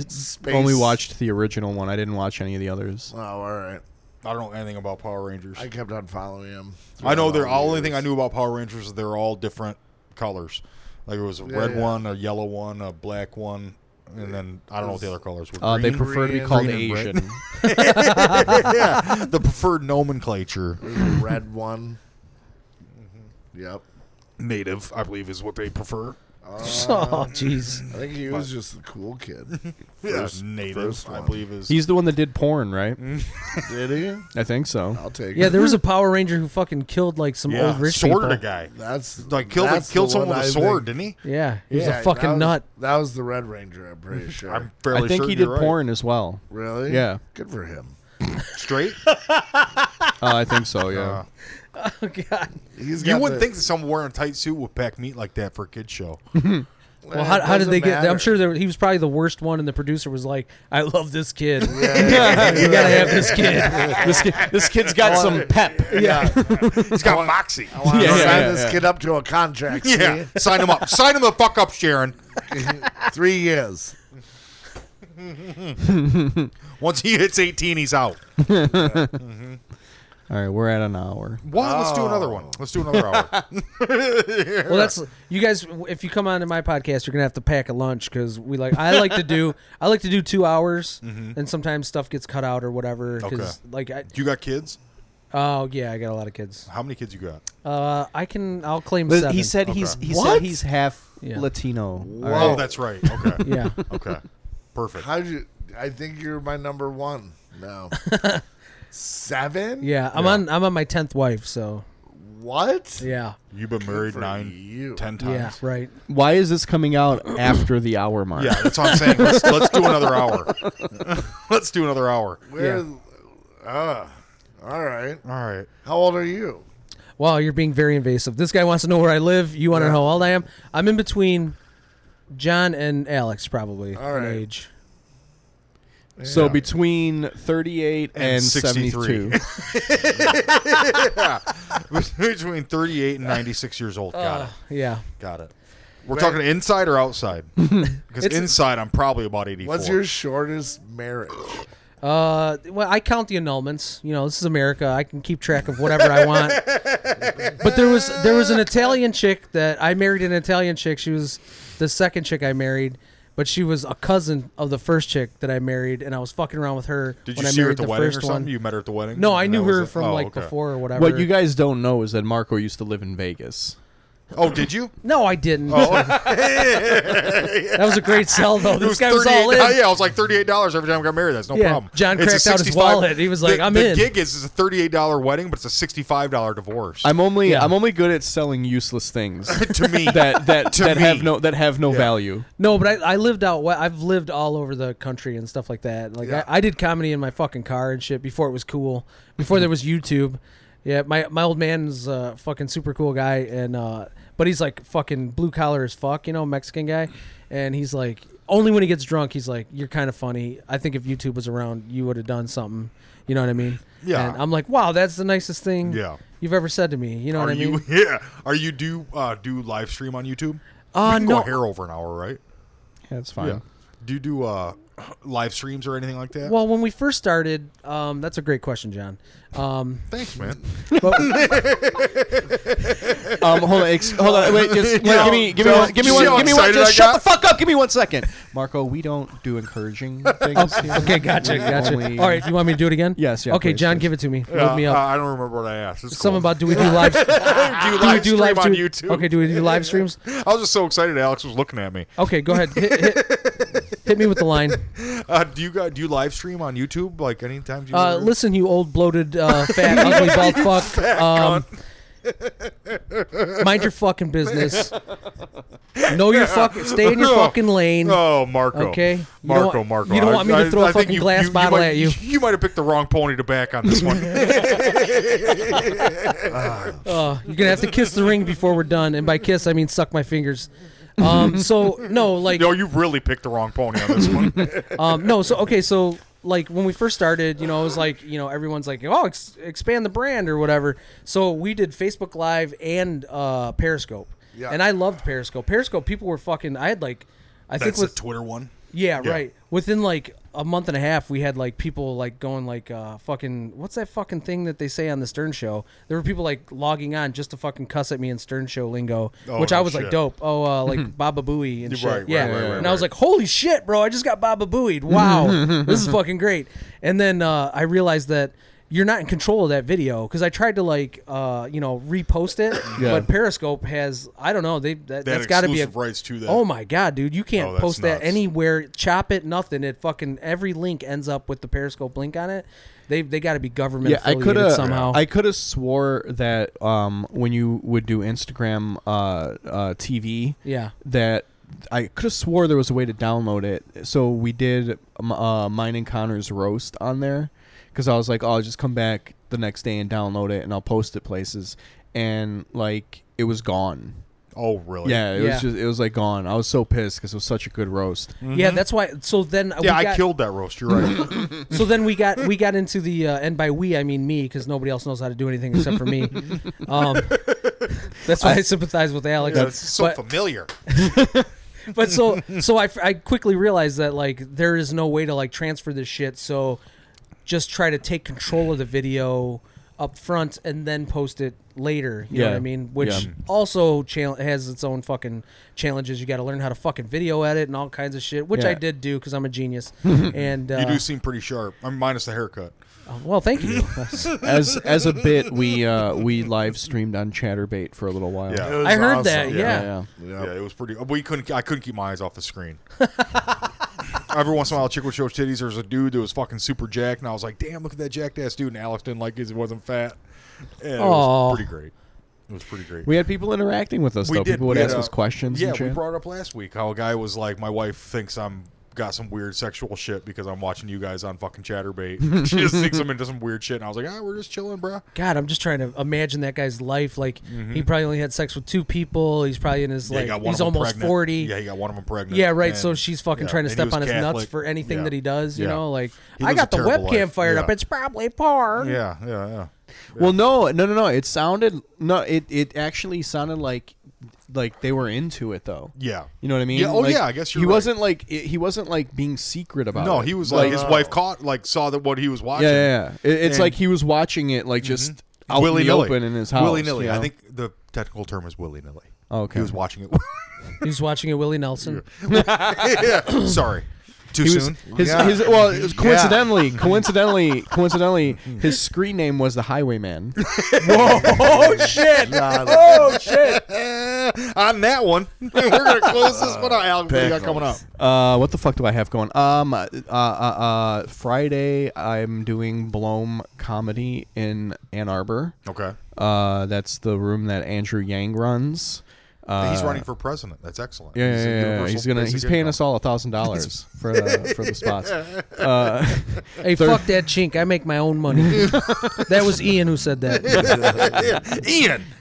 Speaker 1: only watched the original one. I didn't watch any of the others.
Speaker 3: Oh, all right.
Speaker 2: I don't know anything about Power Rangers.
Speaker 3: I
Speaker 2: I,
Speaker 3: kept on following him.
Speaker 2: know they're all. Only
Speaker 3: years.
Speaker 2: thing I knew about Power Rangers is they're all different colors. Like it was a red
Speaker 3: yeah.
Speaker 2: one, a yellow one, a black one, and then I don't know what the other colors were.
Speaker 1: Uh, they
Speaker 2: Green?
Speaker 1: prefer to be
Speaker 3: green,
Speaker 1: called
Speaker 2: green, and red.
Speaker 1: Asian.
Speaker 2: yeah, the preferred nomenclature.
Speaker 3: There's a red one.
Speaker 2: Mm-hmm.
Speaker 3: Yep.
Speaker 2: Native, I believe, is what they prefer.
Speaker 4: Oh, jeez.
Speaker 3: I think he was just the cool kid.
Speaker 2: First, native,
Speaker 3: first
Speaker 2: I
Speaker 3: one.
Speaker 2: believe, is
Speaker 1: He's the one that did porn, right?
Speaker 2: Hmm?
Speaker 3: Did he?
Speaker 1: I think so.
Speaker 3: I'll take
Speaker 4: Yeah,
Speaker 3: it.
Speaker 4: there was a Power Ranger who fucking killed like some
Speaker 2: yeah,
Speaker 4: old rich
Speaker 2: sworded a
Speaker 4: people.
Speaker 2: guy.
Speaker 3: That's
Speaker 2: Like killed
Speaker 3: that's
Speaker 2: killed
Speaker 3: the
Speaker 2: someone
Speaker 3: one
Speaker 2: with a
Speaker 3: I
Speaker 2: sword,
Speaker 3: think-
Speaker 2: didn't he?
Speaker 4: Yeah, he was
Speaker 3: Yeah,
Speaker 4: a fucking
Speaker 3: that was-
Speaker 4: nut.
Speaker 3: That was the Red Ranger, I'm pretty sure.
Speaker 2: I'm fairly
Speaker 1: I think
Speaker 2: certain
Speaker 1: he did
Speaker 2: you're right.
Speaker 1: porn as well.
Speaker 3: really?
Speaker 1: Yeah.
Speaker 3: Good for him.
Speaker 2: straight.
Speaker 1: Uh, I think so. Yeah.
Speaker 2: Uh,
Speaker 4: Oh god.
Speaker 3: He's
Speaker 2: you
Speaker 3: got
Speaker 2: wouldn't
Speaker 3: the-
Speaker 2: think that someone wearing a tight suit would pack meat like that for a kid show.
Speaker 4: Well, how,
Speaker 3: it
Speaker 4: how did
Speaker 3: doesn't
Speaker 4: they get?
Speaker 3: matter.
Speaker 4: I'm sure there, he was probably the worst one, and the producer was like, "I love this kid. you
Speaker 3: Yeah, yeah, yeah.
Speaker 4: gotta have this kid."
Speaker 1: this kid,
Speaker 2: Uh.
Speaker 1: this kid's got some pep.
Speaker 3: Yeah.
Speaker 2: He's got moxie.
Speaker 3: I want to
Speaker 1: Yeah,
Speaker 3: sign
Speaker 1: yeah,
Speaker 3: this
Speaker 1: yeah.
Speaker 3: kid up to a contract. see?
Speaker 2: Yeah, sign him up. Sign him the fuck up, Sharon.
Speaker 3: Three years.
Speaker 2: Once he hits 18, he's out.
Speaker 1: All right, we're at an hour.
Speaker 2: Well, let's do another one. Let's do another hour.
Speaker 4: Well, that's you guys. If you come on to my podcast, you're gonna have to pack a lunch because we like. I like to do. I like to do two hours,
Speaker 3: Mm-hmm.
Speaker 4: and sometimes stuff gets cut out or whatever. 'cause,
Speaker 2: Okay.
Speaker 4: Like, I,
Speaker 2: you got kids?
Speaker 4: oh yeah, I got a lot of kids.
Speaker 2: How many kids you got?
Speaker 4: Uh, I can. I'll claim
Speaker 1: But
Speaker 4: seven.
Speaker 1: He said he's he
Speaker 4: What?
Speaker 1: said he's half
Speaker 4: Yeah.
Speaker 1: Latino. All
Speaker 2: Oh,
Speaker 1: right.
Speaker 2: that's right. Okay.
Speaker 4: Yeah.
Speaker 2: Okay. Perfect.
Speaker 3: How'd you? I think you're my number one. No. Seven?
Speaker 4: Yeah. I'm
Speaker 2: Yeah.
Speaker 4: on. I'm on my tenth wife. So
Speaker 3: What?
Speaker 4: yeah.
Speaker 2: You've been married
Speaker 3: for
Speaker 2: nine,
Speaker 3: you.
Speaker 2: ten
Speaker 4: Yeah.
Speaker 2: times.
Speaker 4: Right.
Speaker 1: Why is this coming out after the hour mark?
Speaker 2: Yeah, that's what I'm saying. Let's, let's do another hour. let's do another hour.
Speaker 3: Where? Ah. all right.
Speaker 2: All right.
Speaker 3: How old are you?
Speaker 4: Wow, you're being very invasive. This guy wants to know where I live. You want to know how old I am? I'm in between John and Alex, probably
Speaker 3: All
Speaker 4: in
Speaker 3: right.
Speaker 4: age.
Speaker 1: So between 38 and,
Speaker 2: And
Speaker 1: 72.
Speaker 2: 63. Between 38 and 96 years old. Got it.
Speaker 4: Yeah.
Speaker 2: Got it. We're talking inside or outside? Because inside, I'm probably about 84.
Speaker 3: What's your shortest marriage?
Speaker 4: Uh, well, I count the annulments. You know, this is America. I can keep track of whatever I want. but there was there was an Italian chick that I married. An Italian chick. She was the second chick I married, but she was a cousin of the first chick that I married, and I was fucking around with her
Speaker 2: Did you
Speaker 4: when I
Speaker 2: see her
Speaker 4: married
Speaker 2: at the,
Speaker 4: the
Speaker 2: wedding or
Speaker 4: first
Speaker 2: something?
Speaker 4: one.
Speaker 2: You met her at the wedding?
Speaker 4: No, I
Speaker 2: And that
Speaker 4: knew
Speaker 2: was
Speaker 4: her
Speaker 2: it?
Speaker 4: from
Speaker 2: Oh,
Speaker 4: like
Speaker 2: okay.
Speaker 4: before or whatever.
Speaker 1: What you guys don't know is that Marco used to live in Vegas.
Speaker 2: Oh, did you?
Speaker 4: No, I didn't. that was a great sell, though.
Speaker 2: Oh. It
Speaker 4: This guy was
Speaker 2: 38
Speaker 4: all in.
Speaker 2: Oh, yeah, I was like thirty-eight dollars every time I got married. That's no
Speaker 4: Yeah,
Speaker 2: problem.
Speaker 4: John
Speaker 2: It's a
Speaker 4: cracked out his
Speaker 2: 65
Speaker 4: wallet. He was like,
Speaker 2: the,
Speaker 4: "I'm
Speaker 2: the
Speaker 4: in."
Speaker 2: gig is it's a thirty-eight dollar wedding, but it's a sixty-five dollar divorce.
Speaker 1: I'm only
Speaker 4: Yeah.
Speaker 1: I'm only good at selling useless things
Speaker 2: to me,
Speaker 1: that that
Speaker 2: To
Speaker 1: that
Speaker 2: me.
Speaker 1: have no that have no value.
Speaker 4: No, but I, I lived out. we- I've lived all over the country and stuff like that. Like I, I did comedy in my fucking car and shit before it was cool. Before there was YouTube. Yeah, my my old man's a fucking super cool guy, and uh, but he's like fucking blue collar as fuck, you know, Mexican guy, and he's like. only when he gets drunk, he's like, "You're kind of funny. I think if YouTube was around, you would have done something." You know what I mean?
Speaker 2: Yeah.
Speaker 4: And I'm like, "Wow, that's the nicest thing
Speaker 2: Yeah.
Speaker 4: you've ever said to me." You know
Speaker 2: Are
Speaker 4: what I
Speaker 2: you
Speaker 4: mean?
Speaker 2: yeah? Are you do uh, do live stream on YouTube?
Speaker 4: Uh,
Speaker 2: we can
Speaker 4: no.
Speaker 2: go hair over an hour, right?
Speaker 1: That's fine.
Speaker 2: Do you do uh, live streams or anything like that?
Speaker 4: Well, when we first started, um, that's a great question, John. Um,
Speaker 2: Thanks, man.
Speaker 4: but
Speaker 1: Um, hold on, ex- hold on, wait, just wait,
Speaker 2: Yeah.
Speaker 1: give me, give me,
Speaker 2: Don't-
Speaker 1: one, give me
Speaker 2: see
Speaker 1: one,
Speaker 2: how
Speaker 1: give me one.
Speaker 2: excited
Speaker 1: Just
Speaker 2: I
Speaker 1: shut
Speaker 2: got?
Speaker 1: the fuck up. Give me one second, Marco. We don't do encouraging things. here.
Speaker 4: okay, gotcha, gotcha.
Speaker 1: Only-
Speaker 4: All right, you want me to do it again?
Speaker 1: Yes, yeah,
Speaker 4: Okay,
Speaker 1: please,
Speaker 4: John,
Speaker 1: please.
Speaker 4: give it to me.
Speaker 2: Uh,
Speaker 4: Load me
Speaker 2: uh,
Speaker 4: up.
Speaker 2: I don't remember what I asked. It's
Speaker 4: Something
Speaker 2: cool.
Speaker 4: about do we do live?
Speaker 2: do you
Speaker 4: do we
Speaker 2: live
Speaker 4: do
Speaker 2: stream
Speaker 4: live
Speaker 2: on
Speaker 4: stream-
Speaker 2: YouTube?
Speaker 4: Okay, do we do live streams?
Speaker 2: I was just so excited. Alex was looking at me.
Speaker 4: Okay, go ahead. Hit, hit, hit me with the line.
Speaker 2: Uh, do you guys do you live stream on YouTube? Like anytime you
Speaker 4: Uh, listen, you old bloated, uh, fat, ugly, bald fuck. um, mind your fucking business. Know your fucking. Stay in your fucking lane.
Speaker 2: Oh, Marco.
Speaker 4: Okay. You don't
Speaker 2: Marco,
Speaker 4: want-
Speaker 2: Marco.
Speaker 4: you don't want me to throw a
Speaker 2: a
Speaker 4: fucking glass bottle
Speaker 2: might,
Speaker 4: at you.
Speaker 2: You might have picked the wrong pony to back on this one.
Speaker 4: Uh, you're gonna have to kiss the ring before we're done, and by kiss I mean suck my fingers. Um, so no, like
Speaker 2: no, you really picked the wrong pony on this one.
Speaker 4: um, no, so okay, so like when we first started, you know, it was like you know everyone's like, oh, ex- expand the brand or whatever. So we did Facebook Live and uh, Periscope,
Speaker 3: Yeah.
Speaker 4: and I loved Periscope. Periscope, people were fucking. I had like, I think
Speaker 2: That's the
Speaker 4: with
Speaker 2: Twitter one.
Speaker 4: yeah,
Speaker 2: yeah.
Speaker 4: right within like a month and a half, we had like people like going like uh, fucking what's that fucking thing that they say on the Stern Show? There were people like logging on just to fucking cuss at me in Stern Show lingo,
Speaker 2: Oh,
Speaker 4: which I
Speaker 2: no
Speaker 4: was like
Speaker 2: shit.
Speaker 4: dope. Oh, uh, like Baba Booey and
Speaker 2: Right,
Speaker 4: shit.
Speaker 2: right,
Speaker 4: yeah,
Speaker 2: right, right,
Speaker 4: and
Speaker 2: right,
Speaker 4: I was
Speaker 2: right.
Speaker 4: like, holy shit, bro! I just got Baba Booeyed. Wow, this is fucking great. And then uh, I realized that. You're not in control of that video because I tried to like, uh, you know, repost it,
Speaker 1: Yeah.
Speaker 4: but Periscope has I don't know they that,
Speaker 2: They had
Speaker 4: that's got to be a
Speaker 2: exclusive rights to that.
Speaker 4: Oh my god, dude, you can't
Speaker 2: Oh, that's
Speaker 4: post that
Speaker 2: nuts.
Speaker 4: anywhere. Chop it, nothing. It fucking every link ends up with the Periscope link on it. They they got to be government
Speaker 1: Yeah, I could
Speaker 4: affiliated
Speaker 1: have
Speaker 4: somehow.
Speaker 1: I could have swore that um, when you would do Instagram uh, uh, TV,
Speaker 4: Yeah.
Speaker 1: that I could have swore there was a way to download it. So we did um, uh, mine and Connor's roast on there because I was like, oh, I'll just come back the next day and download it, and I'll post it places, and like it was gone.
Speaker 2: Oh, really?
Speaker 1: Yeah, it
Speaker 4: Yeah.
Speaker 1: was just it was like gone. I was so pissed because it was such a good roast.
Speaker 4: Yeah, that's why. So then we
Speaker 2: Yeah, I
Speaker 4: got-
Speaker 2: killed that roast. You're right.
Speaker 4: So then we got we got into the uh, and by we I mean me because nobody else knows how to do anything except for me. Um, that's why I, sympathize with Alex.
Speaker 2: That's so
Speaker 4: But-
Speaker 2: familiar.
Speaker 4: but so so I, I quickly realized that like there is no way to like transfer this shit so just try to take control of the video up front and then post it later you know what
Speaker 1: Yeah.
Speaker 4: i mean which
Speaker 1: Yeah.
Speaker 4: also chal- has its own fucking challenges you got to learn how to fucking video edit and all kinds of shit which i
Speaker 1: Yeah.
Speaker 4: did do because i'm a genius and uh,
Speaker 2: You do seem pretty sharp. I'm minus the haircut.
Speaker 4: well thank you
Speaker 1: As as a bit, we uh, we live streamed on ChatterBait for a little while.
Speaker 2: Yeah.
Speaker 3: It was
Speaker 4: I heard
Speaker 3: awesome.
Speaker 4: that, yeah.
Speaker 2: Yeah, it was pretty. We couldn't. I couldn't keep my eyes off the screen. Every once in a while, a chick would show titties. There was a dude that was fucking super jacked, and I was like, "Damn, look at that jacked ass dude." And Alex didn't like it. 'cause He wasn't fat. And it
Speaker 4: Aw.
Speaker 2: was pretty great. It was pretty great.
Speaker 1: We had people interacting with us
Speaker 2: We
Speaker 1: though.
Speaker 2: did-
Speaker 1: people would
Speaker 2: we had
Speaker 1: ask
Speaker 2: a-
Speaker 1: us questions.
Speaker 2: Yeah,
Speaker 1: and
Speaker 2: we
Speaker 1: shit.
Speaker 2: brought it up last week how a guy was like, "My wife thinks I'm." Got some weird sexual shit because I'm watching you guys on fucking Chatterbait. she just thinks I'm into some weird shit, and I was like, ah, we're just chilling, bro.
Speaker 4: god i'm just trying to imagine that guy's life like he probably only had sex with two people he's probably in his
Speaker 2: Mm-hmm. Yeah, he
Speaker 4: like
Speaker 2: got one
Speaker 4: he's
Speaker 2: of 'em
Speaker 4: almost
Speaker 2: pregnant.
Speaker 4: 40
Speaker 2: Yeah, he got one of them pregnant.
Speaker 4: Yeah, right. so
Speaker 2: and-
Speaker 4: she's fucking
Speaker 2: yeah,
Speaker 4: trying to
Speaker 2: and he
Speaker 4: step
Speaker 2: was
Speaker 4: on his nuts
Speaker 2: Catholic.
Speaker 4: for anything
Speaker 2: Yeah.
Speaker 4: that he does. You
Speaker 2: Yeah.
Speaker 4: know, like
Speaker 2: He
Speaker 4: I
Speaker 2: lives
Speaker 4: got
Speaker 2: a
Speaker 4: the
Speaker 2: terrible
Speaker 4: webcam
Speaker 2: life.
Speaker 4: fired up.
Speaker 2: Yeah.
Speaker 4: It's probably porn.
Speaker 2: Yeah, yeah, yeah.
Speaker 1: Well, no, no, no, no. It sounded no. It it actually sounded like like they were into it though.
Speaker 2: Yeah.
Speaker 1: You know what I mean?
Speaker 2: Yeah, oh,
Speaker 1: Like,
Speaker 2: yeah, I guess you're
Speaker 1: he
Speaker 2: right.
Speaker 1: wasn't like it, he wasn't like being secret about
Speaker 2: No,
Speaker 1: it.
Speaker 2: he was like, his wife caught like saw that what he was watching.
Speaker 1: uh, yeah, yeah. yeah. It, it's
Speaker 2: And-
Speaker 1: like he was watching it like just out
Speaker 2: willy
Speaker 1: in the
Speaker 2: nilly
Speaker 1: open in his house.
Speaker 2: Willy nilly.
Speaker 1: you
Speaker 2: I
Speaker 1: know? Oh,
Speaker 2: think the technical term is willy nilly.
Speaker 1: Okay.
Speaker 2: he was watching it.
Speaker 4: He's watching a Willie Nelson.
Speaker 2: Yeah. Sorry, too
Speaker 1: He was,
Speaker 2: soon.
Speaker 1: his,
Speaker 3: Yeah.
Speaker 1: his, well, it was coincidentally, coincidentally, coincidentally, his screen name was the Highwayman.
Speaker 4: oh shit!
Speaker 3: God,
Speaker 2: Eh, on that one, we're gonna close this one out. Alex, what do you got coming up?
Speaker 3: Pickles.
Speaker 1: Uh, what the fuck do I have going? Um, uh, uh, uh, Friday, I'm doing Bloom comedy in Ann Arbor.
Speaker 2: Okay,
Speaker 1: Uh, that's the room that Andrew Yang runs. Uh,
Speaker 2: he's running for president. That's excellent.
Speaker 1: Yeah, yeah,
Speaker 2: He's a
Speaker 1: yeah, yeah.
Speaker 2: universal
Speaker 1: He's gonna.
Speaker 2: basic
Speaker 1: He's paying
Speaker 2: income.
Speaker 1: us all a thousand dollars for the for the spots. Uh,
Speaker 4: Hey, fuck that chink. I make my own money. that was Ian who said that.
Speaker 2: Ian.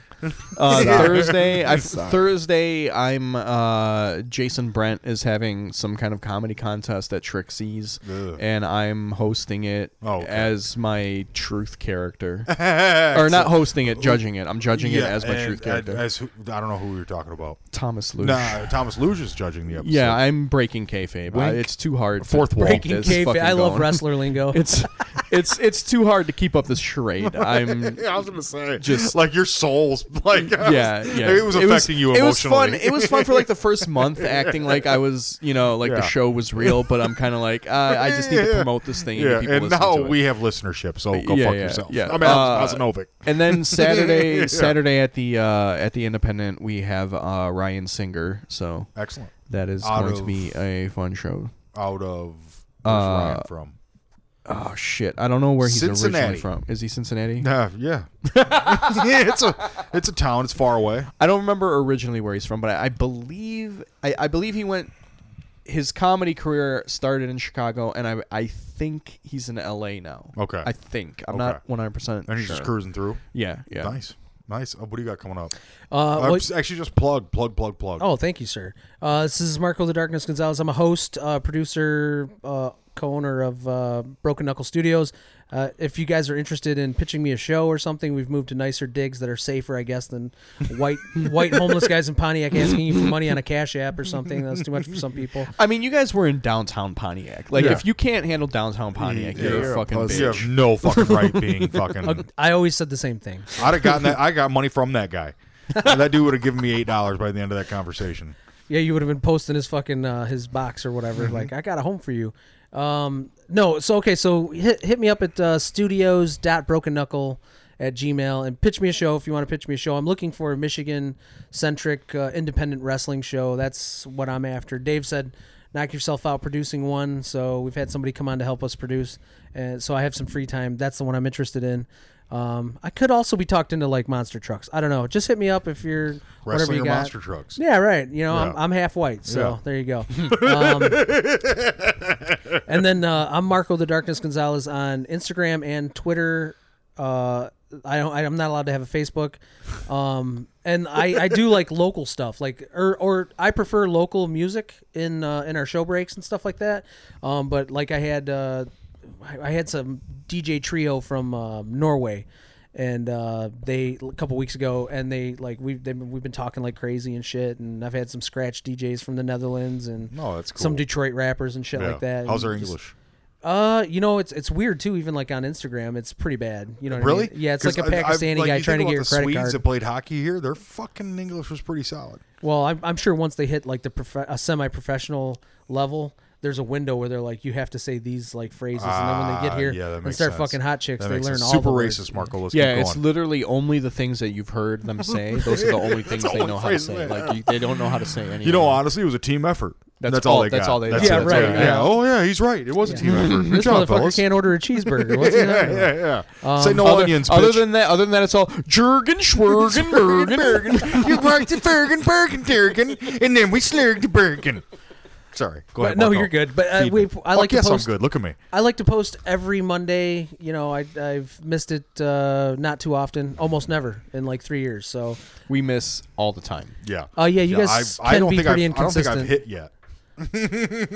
Speaker 1: Uh,
Speaker 3: Sorry.
Speaker 1: Thursday, I,
Speaker 3: Sorry.
Speaker 1: Thursday, I'm uh, Jason Brent is having some kind of comedy contest at Trixie's,
Speaker 2: Ugh.
Speaker 1: and I'm hosting it
Speaker 2: Oh, okay.
Speaker 1: as my truth character, or not hosting it, judging it. I'm judging it as my
Speaker 2: and-
Speaker 1: truth character,
Speaker 2: and As, who- I don't know who you're talking about.
Speaker 1: Thomas Lush.
Speaker 2: Nah, Thomas Luge is judging the episode.
Speaker 1: Yeah, I'm breaking kayfabe. I,
Speaker 2: Wink.
Speaker 1: it's too hard. to
Speaker 2: Fourth wall.
Speaker 1: keep
Speaker 4: Breaking
Speaker 1: this
Speaker 4: cave.
Speaker 1: fucking
Speaker 4: I love
Speaker 1: going.
Speaker 4: wrestler lingo.
Speaker 1: It's it's it's too hard to keep up this charade. I'm
Speaker 2: I was gonna say,
Speaker 1: Just-
Speaker 2: just like your souls, like I was-
Speaker 1: yeah, yeah.
Speaker 2: it was affecting you emotionally.
Speaker 1: It was fun. It was fun for like the first month, acting like I was, you know, like the
Speaker 2: Yeah.
Speaker 1: show was real. But I'm kind of like, uh, I just need to
Speaker 2: Yeah.
Speaker 1: promote this thing.
Speaker 2: yeah,
Speaker 1: and, get people
Speaker 2: and
Speaker 1: listening
Speaker 2: now
Speaker 1: to it.
Speaker 2: we have listenership, so go
Speaker 1: Yeah,
Speaker 2: fuck
Speaker 1: yeah,
Speaker 2: yourself.
Speaker 1: yeah.
Speaker 2: I'm Alex
Speaker 1: Uh,
Speaker 2: Kozanovic.
Speaker 1: And then Saturday,
Speaker 2: Yeah.
Speaker 1: Saturday at the uh, at the Independent, we have uh, Ryan Singer. So
Speaker 2: Excellent.
Speaker 1: that is
Speaker 2: Out
Speaker 1: going to
Speaker 2: of-
Speaker 1: be a fun show.
Speaker 2: Out of where's
Speaker 1: uh,
Speaker 2: Ryan from?
Speaker 1: Oh shit! I don't know where he's originally
Speaker 2: Cincinnati.
Speaker 1: from. Is he Cincinnati?
Speaker 2: Uh, yeah, yeah. It's a it's a town. It's far away.
Speaker 1: I don't remember originally where he's from, but I, I believe I, I believe he went. His comedy career started in Chicago, and I I think he's in L.A. now.
Speaker 2: Okay.
Speaker 1: I think I'm
Speaker 2: Okay.
Speaker 1: not 100 percent
Speaker 2: And
Speaker 1: sure.
Speaker 2: he's just cruising through.
Speaker 1: yeah, yeah.
Speaker 2: Nice, nice. Oh, what do you got coming up?
Speaker 4: Uh,
Speaker 2: Uh,
Speaker 4: well-
Speaker 2: s- actually, just plug, plug, plug, plug.
Speaker 4: Oh, thank you, sir. Uh, this is Marco the Darkness Gonzalez. I'm a host, uh, producer, uh, co-owner of uh, Broken Knuckle Studios. Uh, if you guys are interested in pitching me a show or something, we've moved to nicer digs that are safer, I guess, than white white homeless guys in Pontiac asking you for money on a cash app or something. That's too much for some people.
Speaker 1: I mean, you guys were in downtown Pontiac. Like,
Speaker 2: Yeah.
Speaker 1: if you can't handle downtown Pontiac, you're,
Speaker 3: you're
Speaker 1: a
Speaker 3: a
Speaker 1: fucking
Speaker 3: pussy.
Speaker 1: bitch.
Speaker 2: Uh, you have no fucking right being fucking.
Speaker 4: I always said the same thing.
Speaker 2: I'd have gotten that. I got money from that guy. that dude would have given me eight dollars by the end of that conversation.
Speaker 4: Yeah, you would have been posting his fucking uh, his box or
Speaker 2: Mm-hmm.
Speaker 4: whatever. Like, I got a home for you. Um, no, so okay, so hit, hit me up at uh, studios.brokenknuckle at gmail and pitch me a show if you want to pitch me a show. I'm looking for a Michigan centric uh, independent wrestling show. That's what I'm after. Dave said, knock yourself out producing one. So we've had somebody come on to help us produce. And so I have some free time. That's the one I'm interested in. Um, I could also be talked into like monster trucks. I don't know. Just hit me up if you're whatever
Speaker 2: Wrestling
Speaker 4: you
Speaker 2: or
Speaker 4: got.
Speaker 2: monster trucks.
Speaker 4: Yeah, right. You know, I'm,
Speaker 2: Yeah.
Speaker 4: I'm half white, so
Speaker 2: Yeah.
Speaker 4: there you go. Um, and then uh, I'm Marco the Darkness Gonzalez on Instagram and Twitter. Uh, I don't. I, I'm not allowed to have a Facebook. Um, and I, I do like local stuff, like or or I prefer local music in uh, in our show breaks and stuff like that. Um, but like I had uh, I I had some DJ trio from uh, Norway and uh, they a couple weeks ago, and they like we've they've been, we've been talking like crazy and shit, and I've had some scratch DJs from the Netherlands and
Speaker 2: No, Oh, that's cool.
Speaker 4: some Detroit rappers and shit
Speaker 2: Yeah.
Speaker 4: like that.
Speaker 2: How's their
Speaker 4: And just-
Speaker 2: English?
Speaker 4: Uh, you know it's it's weird too. Even like on Instagram, it's pretty bad. You know, what I
Speaker 2: Really?
Speaker 4: mean? Yeah, it's like a
Speaker 2: 'Cause I- I've-
Speaker 4: Pakistani
Speaker 2: like,
Speaker 4: guy
Speaker 2: you
Speaker 4: trying to
Speaker 2: think
Speaker 4: get your
Speaker 2: about the
Speaker 4: credit
Speaker 2: Swedes
Speaker 4: card.
Speaker 2: that played hockey here, their fucking English was pretty solid.
Speaker 4: Well, I'm, I'm sure once they hit like the prof- a semi-professional level, there's a window where they're like, you have to say these like phrases, and then when they
Speaker 2: Ah,
Speaker 4: get here
Speaker 2: yeah, that
Speaker 4: and
Speaker 2: makes
Speaker 4: start
Speaker 2: sense.
Speaker 4: fucking hot chicks,
Speaker 2: That
Speaker 4: they
Speaker 2: makes
Speaker 4: learn
Speaker 2: sense.
Speaker 4: all
Speaker 2: Super
Speaker 4: the words.
Speaker 2: racist, Marco. Let's
Speaker 1: Yeah,
Speaker 2: keep
Speaker 1: it's
Speaker 2: going.
Speaker 1: literally only the things that you've heard them say. Those are the only things
Speaker 2: the
Speaker 1: they
Speaker 2: only
Speaker 1: know how to
Speaker 2: phrase
Speaker 1: say.
Speaker 2: they
Speaker 1: Like you, they don't know how to say anything.
Speaker 2: you know, honestly, it was a team effort.
Speaker 1: That's all-
Speaker 2: all, they
Speaker 1: that's
Speaker 2: got.
Speaker 1: all they
Speaker 2: That's
Speaker 4: got.
Speaker 2: it.
Speaker 4: Yeah, right,
Speaker 2: Yeah,
Speaker 4: yeah.
Speaker 2: Oh yeah, he's right. It was a team effort. Good
Speaker 4: This
Speaker 2: job,
Speaker 4: motherfucker
Speaker 2: fellas.
Speaker 4: can't Um, order a cheeseburger. What's he talking
Speaker 2: yeah,
Speaker 4: about?
Speaker 2: yeah, yeah. Say no
Speaker 1: Other,
Speaker 2: onions,
Speaker 1: other
Speaker 2: bitch.
Speaker 1: than that, other than that, it's all Jurgen Schwergen Bergen.
Speaker 2: you worked at Bergen, Bergen, Bergen, and then we slurred to Bergen. Sorry, go
Speaker 4: But
Speaker 2: ahead.
Speaker 4: no,
Speaker 2: Marco.
Speaker 4: you're good. But uh,
Speaker 2: Feed
Speaker 4: we,
Speaker 2: me.
Speaker 4: I
Speaker 2: Fuck
Speaker 4: like to
Speaker 2: yes,
Speaker 4: post.
Speaker 2: I'm good. Look at me.
Speaker 4: I like to post every Monday. You know, I, I've missed it uh, not too often, almost never in like three years. So,
Speaker 1: we miss all the time.
Speaker 2: Yeah.
Speaker 4: uh, yeah, you guys
Speaker 2: I've- I
Speaker 4: can
Speaker 2: don't
Speaker 4: be
Speaker 2: think
Speaker 4: pretty
Speaker 2: I've- I don't think
Speaker 4: inconsistent.
Speaker 2: I've hit yet.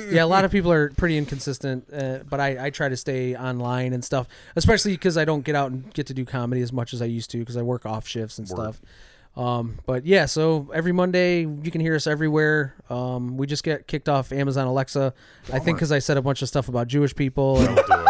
Speaker 4: yeah, a lot of people are pretty inconsistent, uh, but I, I try to stay online and stuff, especially because I don't get out and get to do comedy as much as I used to because I work off shifts and stuff. Um, but yeah, so every Monday you can hear us everywhere. Um, we just get kicked off Amazon Alexa, I think, because I said a bunch of stuff about Jewish people and,
Speaker 2: That'll do it.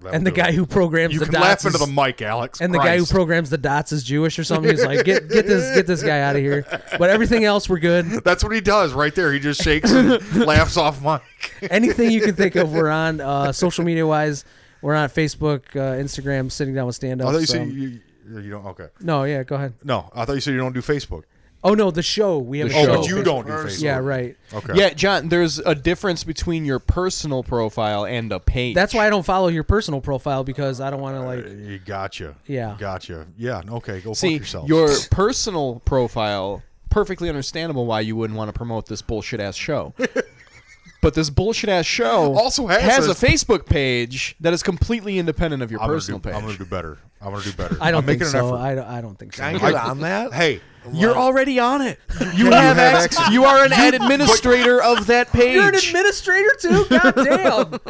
Speaker 2: That'll
Speaker 4: and the
Speaker 2: do
Speaker 4: guy
Speaker 2: it.
Speaker 4: who programs
Speaker 2: you
Speaker 4: the
Speaker 2: can
Speaker 4: dots
Speaker 2: laugh into
Speaker 4: is-
Speaker 2: the mic, Alex.
Speaker 4: and the guy who
Speaker 2: Christ.
Speaker 4: programs the dots is Jewish or something. He's like, get get this get this guy out of here. But everything else, we're good.
Speaker 2: That's what he does right there. He just shakes and laughs off mic.
Speaker 4: Anything you can think of, we're on. Uh, social media wise, we're on Facebook, uh, Instagram, sitting down with stand
Speaker 2: I
Speaker 4: up.
Speaker 2: thought you said you, you, you don't. Okay.
Speaker 4: no, yeah, go ahead.
Speaker 2: No, I thought you said you don't do Facebook.
Speaker 4: Oh no, the show we have.
Speaker 1: The
Speaker 4: a
Speaker 1: show.
Speaker 2: Oh,
Speaker 4: show.
Speaker 2: but you
Speaker 3: Facebook
Speaker 2: don't do
Speaker 3: first.
Speaker 2: Facebook.
Speaker 4: Yeah, right.
Speaker 2: Okay.
Speaker 1: Yeah, John. There's a difference between your personal profile and a page.
Speaker 4: That's why I don't follow your personal profile because I don't want to like.
Speaker 2: You gotcha.
Speaker 4: Yeah.
Speaker 2: Gotcha. Yeah. Okay. Go
Speaker 1: See,
Speaker 2: fuck yourself.
Speaker 1: your personal profile perfectly understandable why you wouldn't want to promote this bullshit ass show. But this bullshit ass show
Speaker 2: Also has
Speaker 1: has
Speaker 2: a-
Speaker 1: a Facebook page that is completely independent of your
Speaker 2: I'm gonna, do,
Speaker 1: personal
Speaker 2: I'm gonna
Speaker 1: page.
Speaker 2: do better. I'm gonna do better.
Speaker 4: I don't
Speaker 2: I'm
Speaker 4: think
Speaker 2: making
Speaker 4: so.
Speaker 2: An effort.
Speaker 4: I don't, I don't think so.
Speaker 3: Can I get on that?
Speaker 2: Hey,
Speaker 1: You're already on it. You
Speaker 2: you
Speaker 1: have,
Speaker 2: have
Speaker 1: access.
Speaker 2: access.
Speaker 1: You are an administrator of that page.
Speaker 4: You're an administrator too. God damn.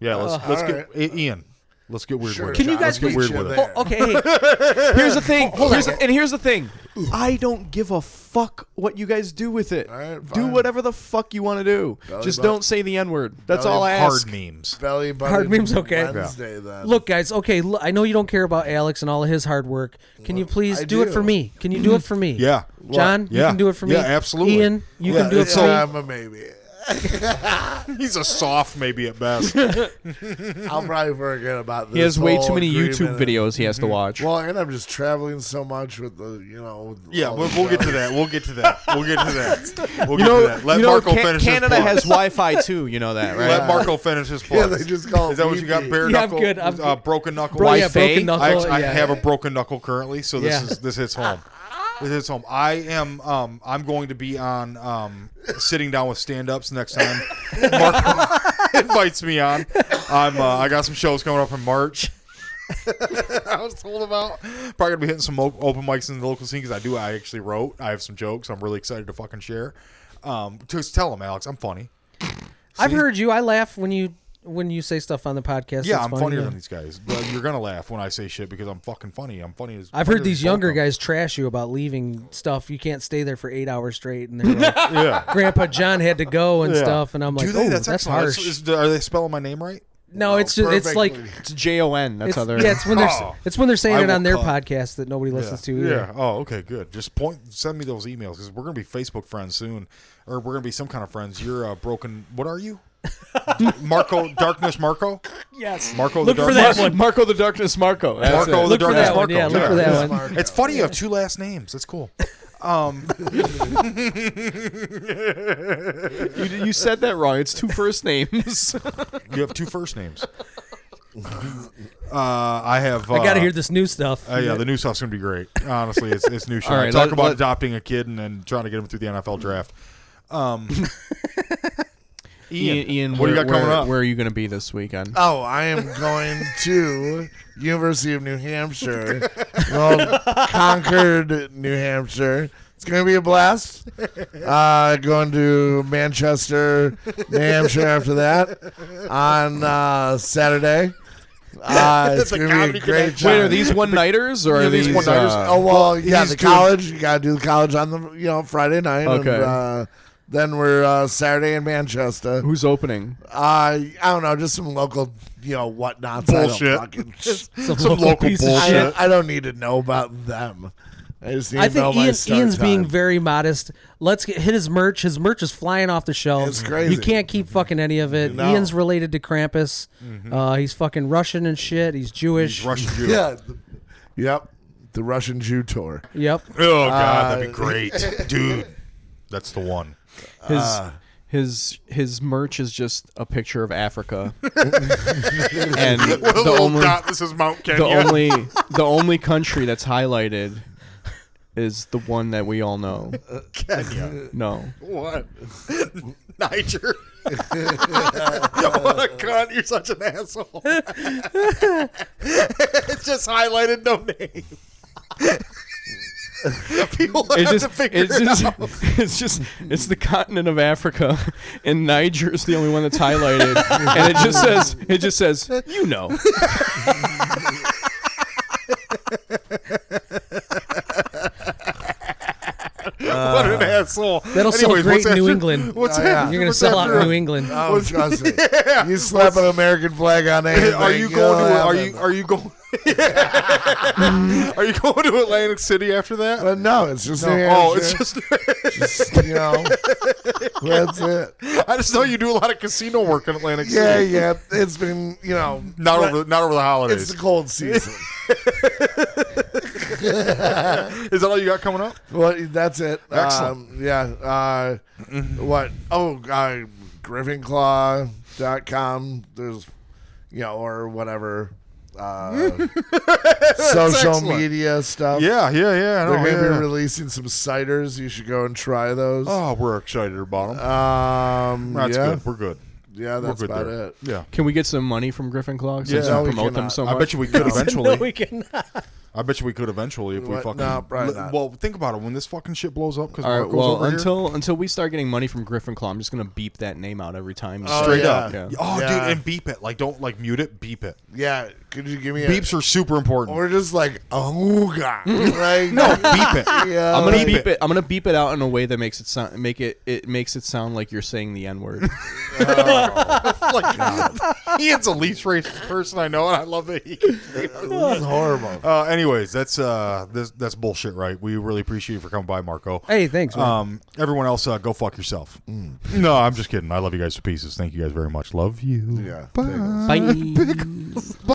Speaker 2: yeah, let's let's get I- Ian. Let's get weird
Speaker 3: Sure,
Speaker 2: with it.
Speaker 4: Uh, Can you
Speaker 2: Let's
Speaker 4: guys
Speaker 2: get
Speaker 4: please?
Speaker 2: weird
Speaker 3: chill
Speaker 2: with it.
Speaker 3: there.
Speaker 4: Oh, okay. Hey,
Speaker 1: Here's the
Speaker 2: Uh,
Speaker 1: thing. Here's the- and here's the thing. I don't give a fuck what you guys do with it.
Speaker 3: right,
Speaker 1: do
Speaker 3: fine.
Speaker 1: whatever the fuck you want to do. Just
Speaker 3: button.
Speaker 1: don't say the n word. That's all I
Speaker 2: Hard
Speaker 1: ask.
Speaker 2: memes.
Speaker 3: Belly button.
Speaker 4: Hard memes, okay. Yeah.
Speaker 3: Wednesday then.
Speaker 4: look, guys. Okay, look, I know you don't care about Alex and all of his hard work. Can you please
Speaker 3: I
Speaker 4: do, it
Speaker 3: do.
Speaker 4: for me? Can you do it for me?
Speaker 2: Yeah.
Speaker 4: John, you
Speaker 2: Yeah.
Speaker 4: can do it for me.
Speaker 2: Yeah, absolutely.
Speaker 4: Ian, you
Speaker 2: Yeah,
Speaker 4: can do it
Speaker 2: it's
Speaker 4: for
Speaker 2: all-
Speaker 4: me.
Speaker 3: I'm a uh, maybe.
Speaker 2: He's a soft maybe at best.
Speaker 3: I'll probably forget about this.
Speaker 1: He has way too
Speaker 3: whole
Speaker 1: many YouTube
Speaker 3: agreement.
Speaker 1: videos he has
Speaker 2: Mhm.
Speaker 1: to watch.
Speaker 3: Well, and I'm just traveling so much with the, you know. with
Speaker 2: Yeah,
Speaker 3: all
Speaker 2: we'll,
Speaker 3: the
Speaker 2: we'll get to
Speaker 3: shows.
Speaker 2: that. We'll get to that. We'll get to that.
Speaker 1: you
Speaker 2: We'll get
Speaker 1: know,
Speaker 2: to that. Let
Speaker 1: you know,
Speaker 2: Marco
Speaker 1: Ca-
Speaker 2: finish
Speaker 1: Canada
Speaker 2: his plug.
Speaker 1: has Wi-Fi too. You know that, right?
Speaker 2: Let Marco finish his plug.
Speaker 3: Yeah, they just call
Speaker 2: Is that
Speaker 3: it
Speaker 2: what you got?
Speaker 3: BB.
Speaker 2: Bare
Speaker 4: Yeah, I'm
Speaker 2: knuckle,
Speaker 4: good, I'm
Speaker 2: uh,
Speaker 4: good.
Speaker 2: broken knuckle.
Speaker 4: Bro, yeah,
Speaker 1: Wi-Fi?
Speaker 4: broken knuckle.
Speaker 2: I, I
Speaker 4: yeah.
Speaker 2: have a broken knuckle currently, so this
Speaker 4: Yeah.
Speaker 2: is this hits home. This hits home. I am um I'm going to be on um sitting down with stand ups next time. Marco invites me on. I'm uh, I got some shows coming up in March. I was told about probably gonna be hitting some mo- open mics in the local scene because I do. I actually wrote. I have some jokes. I'm really excited to fucking share. Um, just tell them, Alex. I'm funny.
Speaker 4: I've heard you. I laugh when you when you say stuff on the podcast.
Speaker 2: Yeah,
Speaker 4: It's
Speaker 2: I'm
Speaker 4: funny,
Speaker 2: funnier
Speaker 4: yeah.
Speaker 2: than these guys. But you're gonna laugh when I say shit because I'm fucking funny. I'm funny as.
Speaker 4: I've
Speaker 2: funnier
Speaker 4: heard
Speaker 2: than
Speaker 4: these younger
Speaker 2: fuck 'em.
Speaker 4: guys trash you about leaving stuff. You can't stay there for eight hours straight, and they're like,
Speaker 2: Yeah.
Speaker 4: Grandpa John had to go and
Speaker 2: Yeah.
Speaker 4: stuff. And I'm like,
Speaker 2: Do they?
Speaker 4: oh,
Speaker 2: that's
Speaker 4: that's,
Speaker 2: excellent.
Speaker 4: harsh.
Speaker 2: That's- is- are they spelling my name right?
Speaker 4: no, it's just it's like
Speaker 3: Perfectly.
Speaker 1: It's J O N. That's
Speaker 4: it's,
Speaker 1: how they're.
Speaker 4: yeah, it's when they're
Speaker 2: Oh.
Speaker 4: it's when they're saying
Speaker 2: I
Speaker 4: it on
Speaker 2: will
Speaker 4: their
Speaker 2: cut.
Speaker 4: podcast that nobody listens to.
Speaker 2: Yeah.
Speaker 4: Either.
Speaker 2: Oh, okay, good. Just point. Send me those emails because we're gonna be Facebook friends soon, or we're gonna be some kind of friends. You're uh, broken. What are you? Marco, darkness, Marco.
Speaker 4: Yes.
Speaker 2: Marco,
Speaker 4: Look
Speaker 2: the
Speaker 4: for
Speaker 2: darkness.
Speaker 4: that one.
Speaker 1: Marco the Darkness Marco. That's
Speaker 2: Marco
Speaker 1: it.
Speaker 2: the
Speaker 4: Look for
Speaker 2: darkness
Speaker 4: that one,
Speaker 2: Marco.
Speaker 4: yeah, look for that one.
Speaker 3: Marco.
Speaker 2: It's funny you have two last names. That's cool.
Speaker 1: you, you said that wrong. It's two first names.
Speaker 2: You have two first names. Uh, I have. Uh,
Speaker 4: I gotta hear this new stuff.
Speaker 1: Oh,
Speaker 2: Uh, yeah, the new stuff's gonna be great. Honestly, it's it's new shit.
Speaker 1: All
Speaker 2: I
Speaker 1: right,
Speaker 2: talk
Speaker 1: let-
Speaker 2: about
Speaker 1: let-
Speaker 2: adopting a kid and then trying to get him through the NFL draft. Um,
Speaker 1: Ian, Ian
Speaker 2: what do
Speaker 1: where,
Speaker 2: you got coming
Speaker 1: where-
Speaker 2: up? Uh,
Speaker 1: where are you going to be this weekend?
Speaker 3: Oh, I am going to University of New Hampshire, well, Concord, New Hampshire. It's going to be a blast. Uh, going to Manchester, New Hampshire after that on uh, Saturday. Uh, it's
Speaker 2: a
Speaker 3: going to be
Speaker 2: comedy
Speaker 3: a great
Speaker 2: connection.
Speaker 3: time.
Speaker 1: Wait, are these one nighters or are
Speaker 2: Yeah, these
Speaker 1: these
Speaker 2: one-nighters.
Speaker 1: uh,
Speaker 3: Oh well, yeah,
Speaker 2: he's
Speaker 3: the
Speaker 2: doing-
Speaker 3: college. You gotta do the college on the you know Friday night.
Speaker 1: Okay.
Speaker 3: And, uh, then we're uh, Saturday in Manchester.
Speaker 1: Who's opening?
Speaker 3: Uh, I don't know, just some local you know whatnots. I don't
Speaker 2: Bullshit.
Speaker 3: fucking-
Speaker 4: Some
Speaker 2: some
Speaker 4: local
Speaker 2: local
Speaker 4: piece of
Speaker 3: I,
Speaker 2: bullshit.
Speaker 3: don't, I don't need to know about them. I just need
Speaker 4: I
Speaker 3: to know
Speaker 4: think
Speaker 3: my
Speaker 4: Ian,
Speaker 3: start
Speaker 4: Ian's being
Speaker 3: time.
Speaker 4: very modest. Let's get, hit his merch. His merch is flying off the shelves.
Speaker 3: It's crazy.
Speaker 4: You can't
Speaker 2: Mm-hmm.
Speaker 4: keep fucking any of it.
Speaker 3: No.
Speaker 4: Ian's related to Krampus. Uh, he's fucking Russian and shit. He's Jewish.
Speaker 2: Russian Jew.
Speaker 3: yeah. the- yep, the Russian Jew tour.
Speaker 4: Yep.
Speaker 2: Oh god, that'd be
Speaker 1: Uh,
Speaker 2: great, dude. That's the one.
Speaker 1: His
Speaker 2: Ah.
Speaker 1: his his merch is just a picture of Africa, and
Speaker 2: What a
Speaker 1: the
Speaker 2: little
Speaker 1: only
Speaker 2: dot. This is Mount Kenya.
Speaker 1: the only the only country that's highlighted is the one that we all know.
Speaker 2: Kenya.
Speaker 1: No,
Speaker 2: What? Niger. Yo, what a cunt! You're such an asshole. it's just highlighted no name. People have
Speaker 1: it's
Speaker 2: to
Speaker 1: just
Speaker 2: figure
Speaker 1: it's
Speaker 2: it
Speaker 1: just,
Speaker 2: out.
Speaker 1: it's just it's the continent of Africa, and Niger is the only one that's highlighted, and it just says it just says you know.
Speaker 2: what an asshole.
Speaker 4: Uh, That'll sell
Speaker 2: Anyways,
Speaker 4: great
Speaker 2: what's
Speaker 4: in New
Speaker 2: after-
Speaker 4: England.
Speaker 2: What's
Speaker 3: Oh, yeah.
Speaker 2: after-
Speaker 4: You're gonna
Speaker 2: what's
Speaker 4: sell out
Speaker 2: after-
Speaker 4: New England.
Speaker 3: Oh, trust me. You slap an American flag on anything.
Speaker 2: Are you
Speaker 3: it'll
Speaker 2: going to? Are
Speaker 3: happen.
Speaker 2: you? Are you going? are you going to Atlantic City after that?
Speaker 3: But no, it's just New
Speaker 2: oh, it's
Speaker 3: Hampshire.
Speaker 2: just.
Speaker 3: you know. That's it.
Speaker 2: I just know you do a lot of casino work in Atlantic
Speaker 3: Yeah,
Speaker 2: City.
Speaker 3: yeah. It's been you know
Speaker 2: Not
Speaker 3: but
Speaker 2: over, not over the
Speaker 3: It's
Speaker 2: holidays.
Speaker 3: the cold season.
Speaker 2: Is that all you got coming up?
Speaker 3: well, that's it.
Speaker 2: Excellent.
Speaker 3: Um, yeah. Uh, what? Oh, uh, griffinclaw.com. There's, you know, or whatever. uh, social
Speaker 2: excellent.
Speaker 3: media stuff.
Speaker 2: Yeah, yeah, yeah. I
Speaker 3: Oh. They're
Speaker 2: know,
Speaker 3: going to
Speaker 2: yeah,
Speaker 3: be
Speaker 2: yeah.
Speaker 3: releasing some ciders. You should go and try those.
Speaker 2: Oh, we're excited about them.
Speaker 3: Um,
Speaker 2: that's
Speaker 3: yeah.
Speaker 2: good. We're good.
Speaker 3: Yeah, that's
Speaker 2: we're good
Speaker 3: about
Speaker 2: there.
Speaker 3: it.
Speaker 2: Yeah.
Speaker 1: Can we get some money from Griffin Claw since
Speaker 2: Yeah. No,
Speaker 1: we
Speaker 2: we
Speaker 1: promote them
Speaker 3: cannot.
Speaker 1: so much?
Speaker 2: I bet you we could eventually.
Speaker 4: No, we cannot.
Speaker 2: I bet you we could eventually if we
Speaker 3: What?
Speaker 2: fucking.
Speaker 3: No, probably
Speaker 2: li-
Speaker 3: not.
Speaker 2: Well, think about it. When this fucking shit blows up, because
Speaker 1: All right. Well,
Speaker 2: over here-
Speaker 1: until until we start getting money from Griffin Claw, I'm just gonna beep that name out every time.
Speaker 3: Oh,
Speaker 2: straight
Speaker 3: yeah.
Speaker 2: up.
Speaker 1: Yeah.
Speaker 2: Oh,
Speaker 3: Yeah.
Speaker 2: dude, and beep it. Like, don't like mute it. Beep it.
Speaker 3: Yeah, could you give me
Speaker 2: Beeps are super
Speaker 3: a...
Speaker 2: important.
Speaker 3: Or just like, oh, God. like,
Speaker 2: no, beep it.
Speaker 3: Yeah,
Speaker 1: I'm gonna
Speaker 3: like-
Speaker 1: beep,
Speaker 2: Beep
Speaker 1: it. I'm gonna beep it out in a way that makes it sound make it it makes it sound like you're saying the n word.
Speaker 2: like, Ian's the least racist person I know, and I love that he can
Speaker 3: This is horrible.
Speaker 2: Uh, anyways, that's uh, this, that's bullshit, right? We really appreciate you for coming by, Marco.
Speaker 4: Hey, thanks, man.
Speaker 2: Um, everyone else, uh, go fuck yourself. Mm. No, I'm just kidding. I love you guys to pieces. Thank you guys very much. Love you.
Speaker 3: Yeah.
Speaker 2: Bye.
Speaker 3: pickles.
Speaker 4: Bye.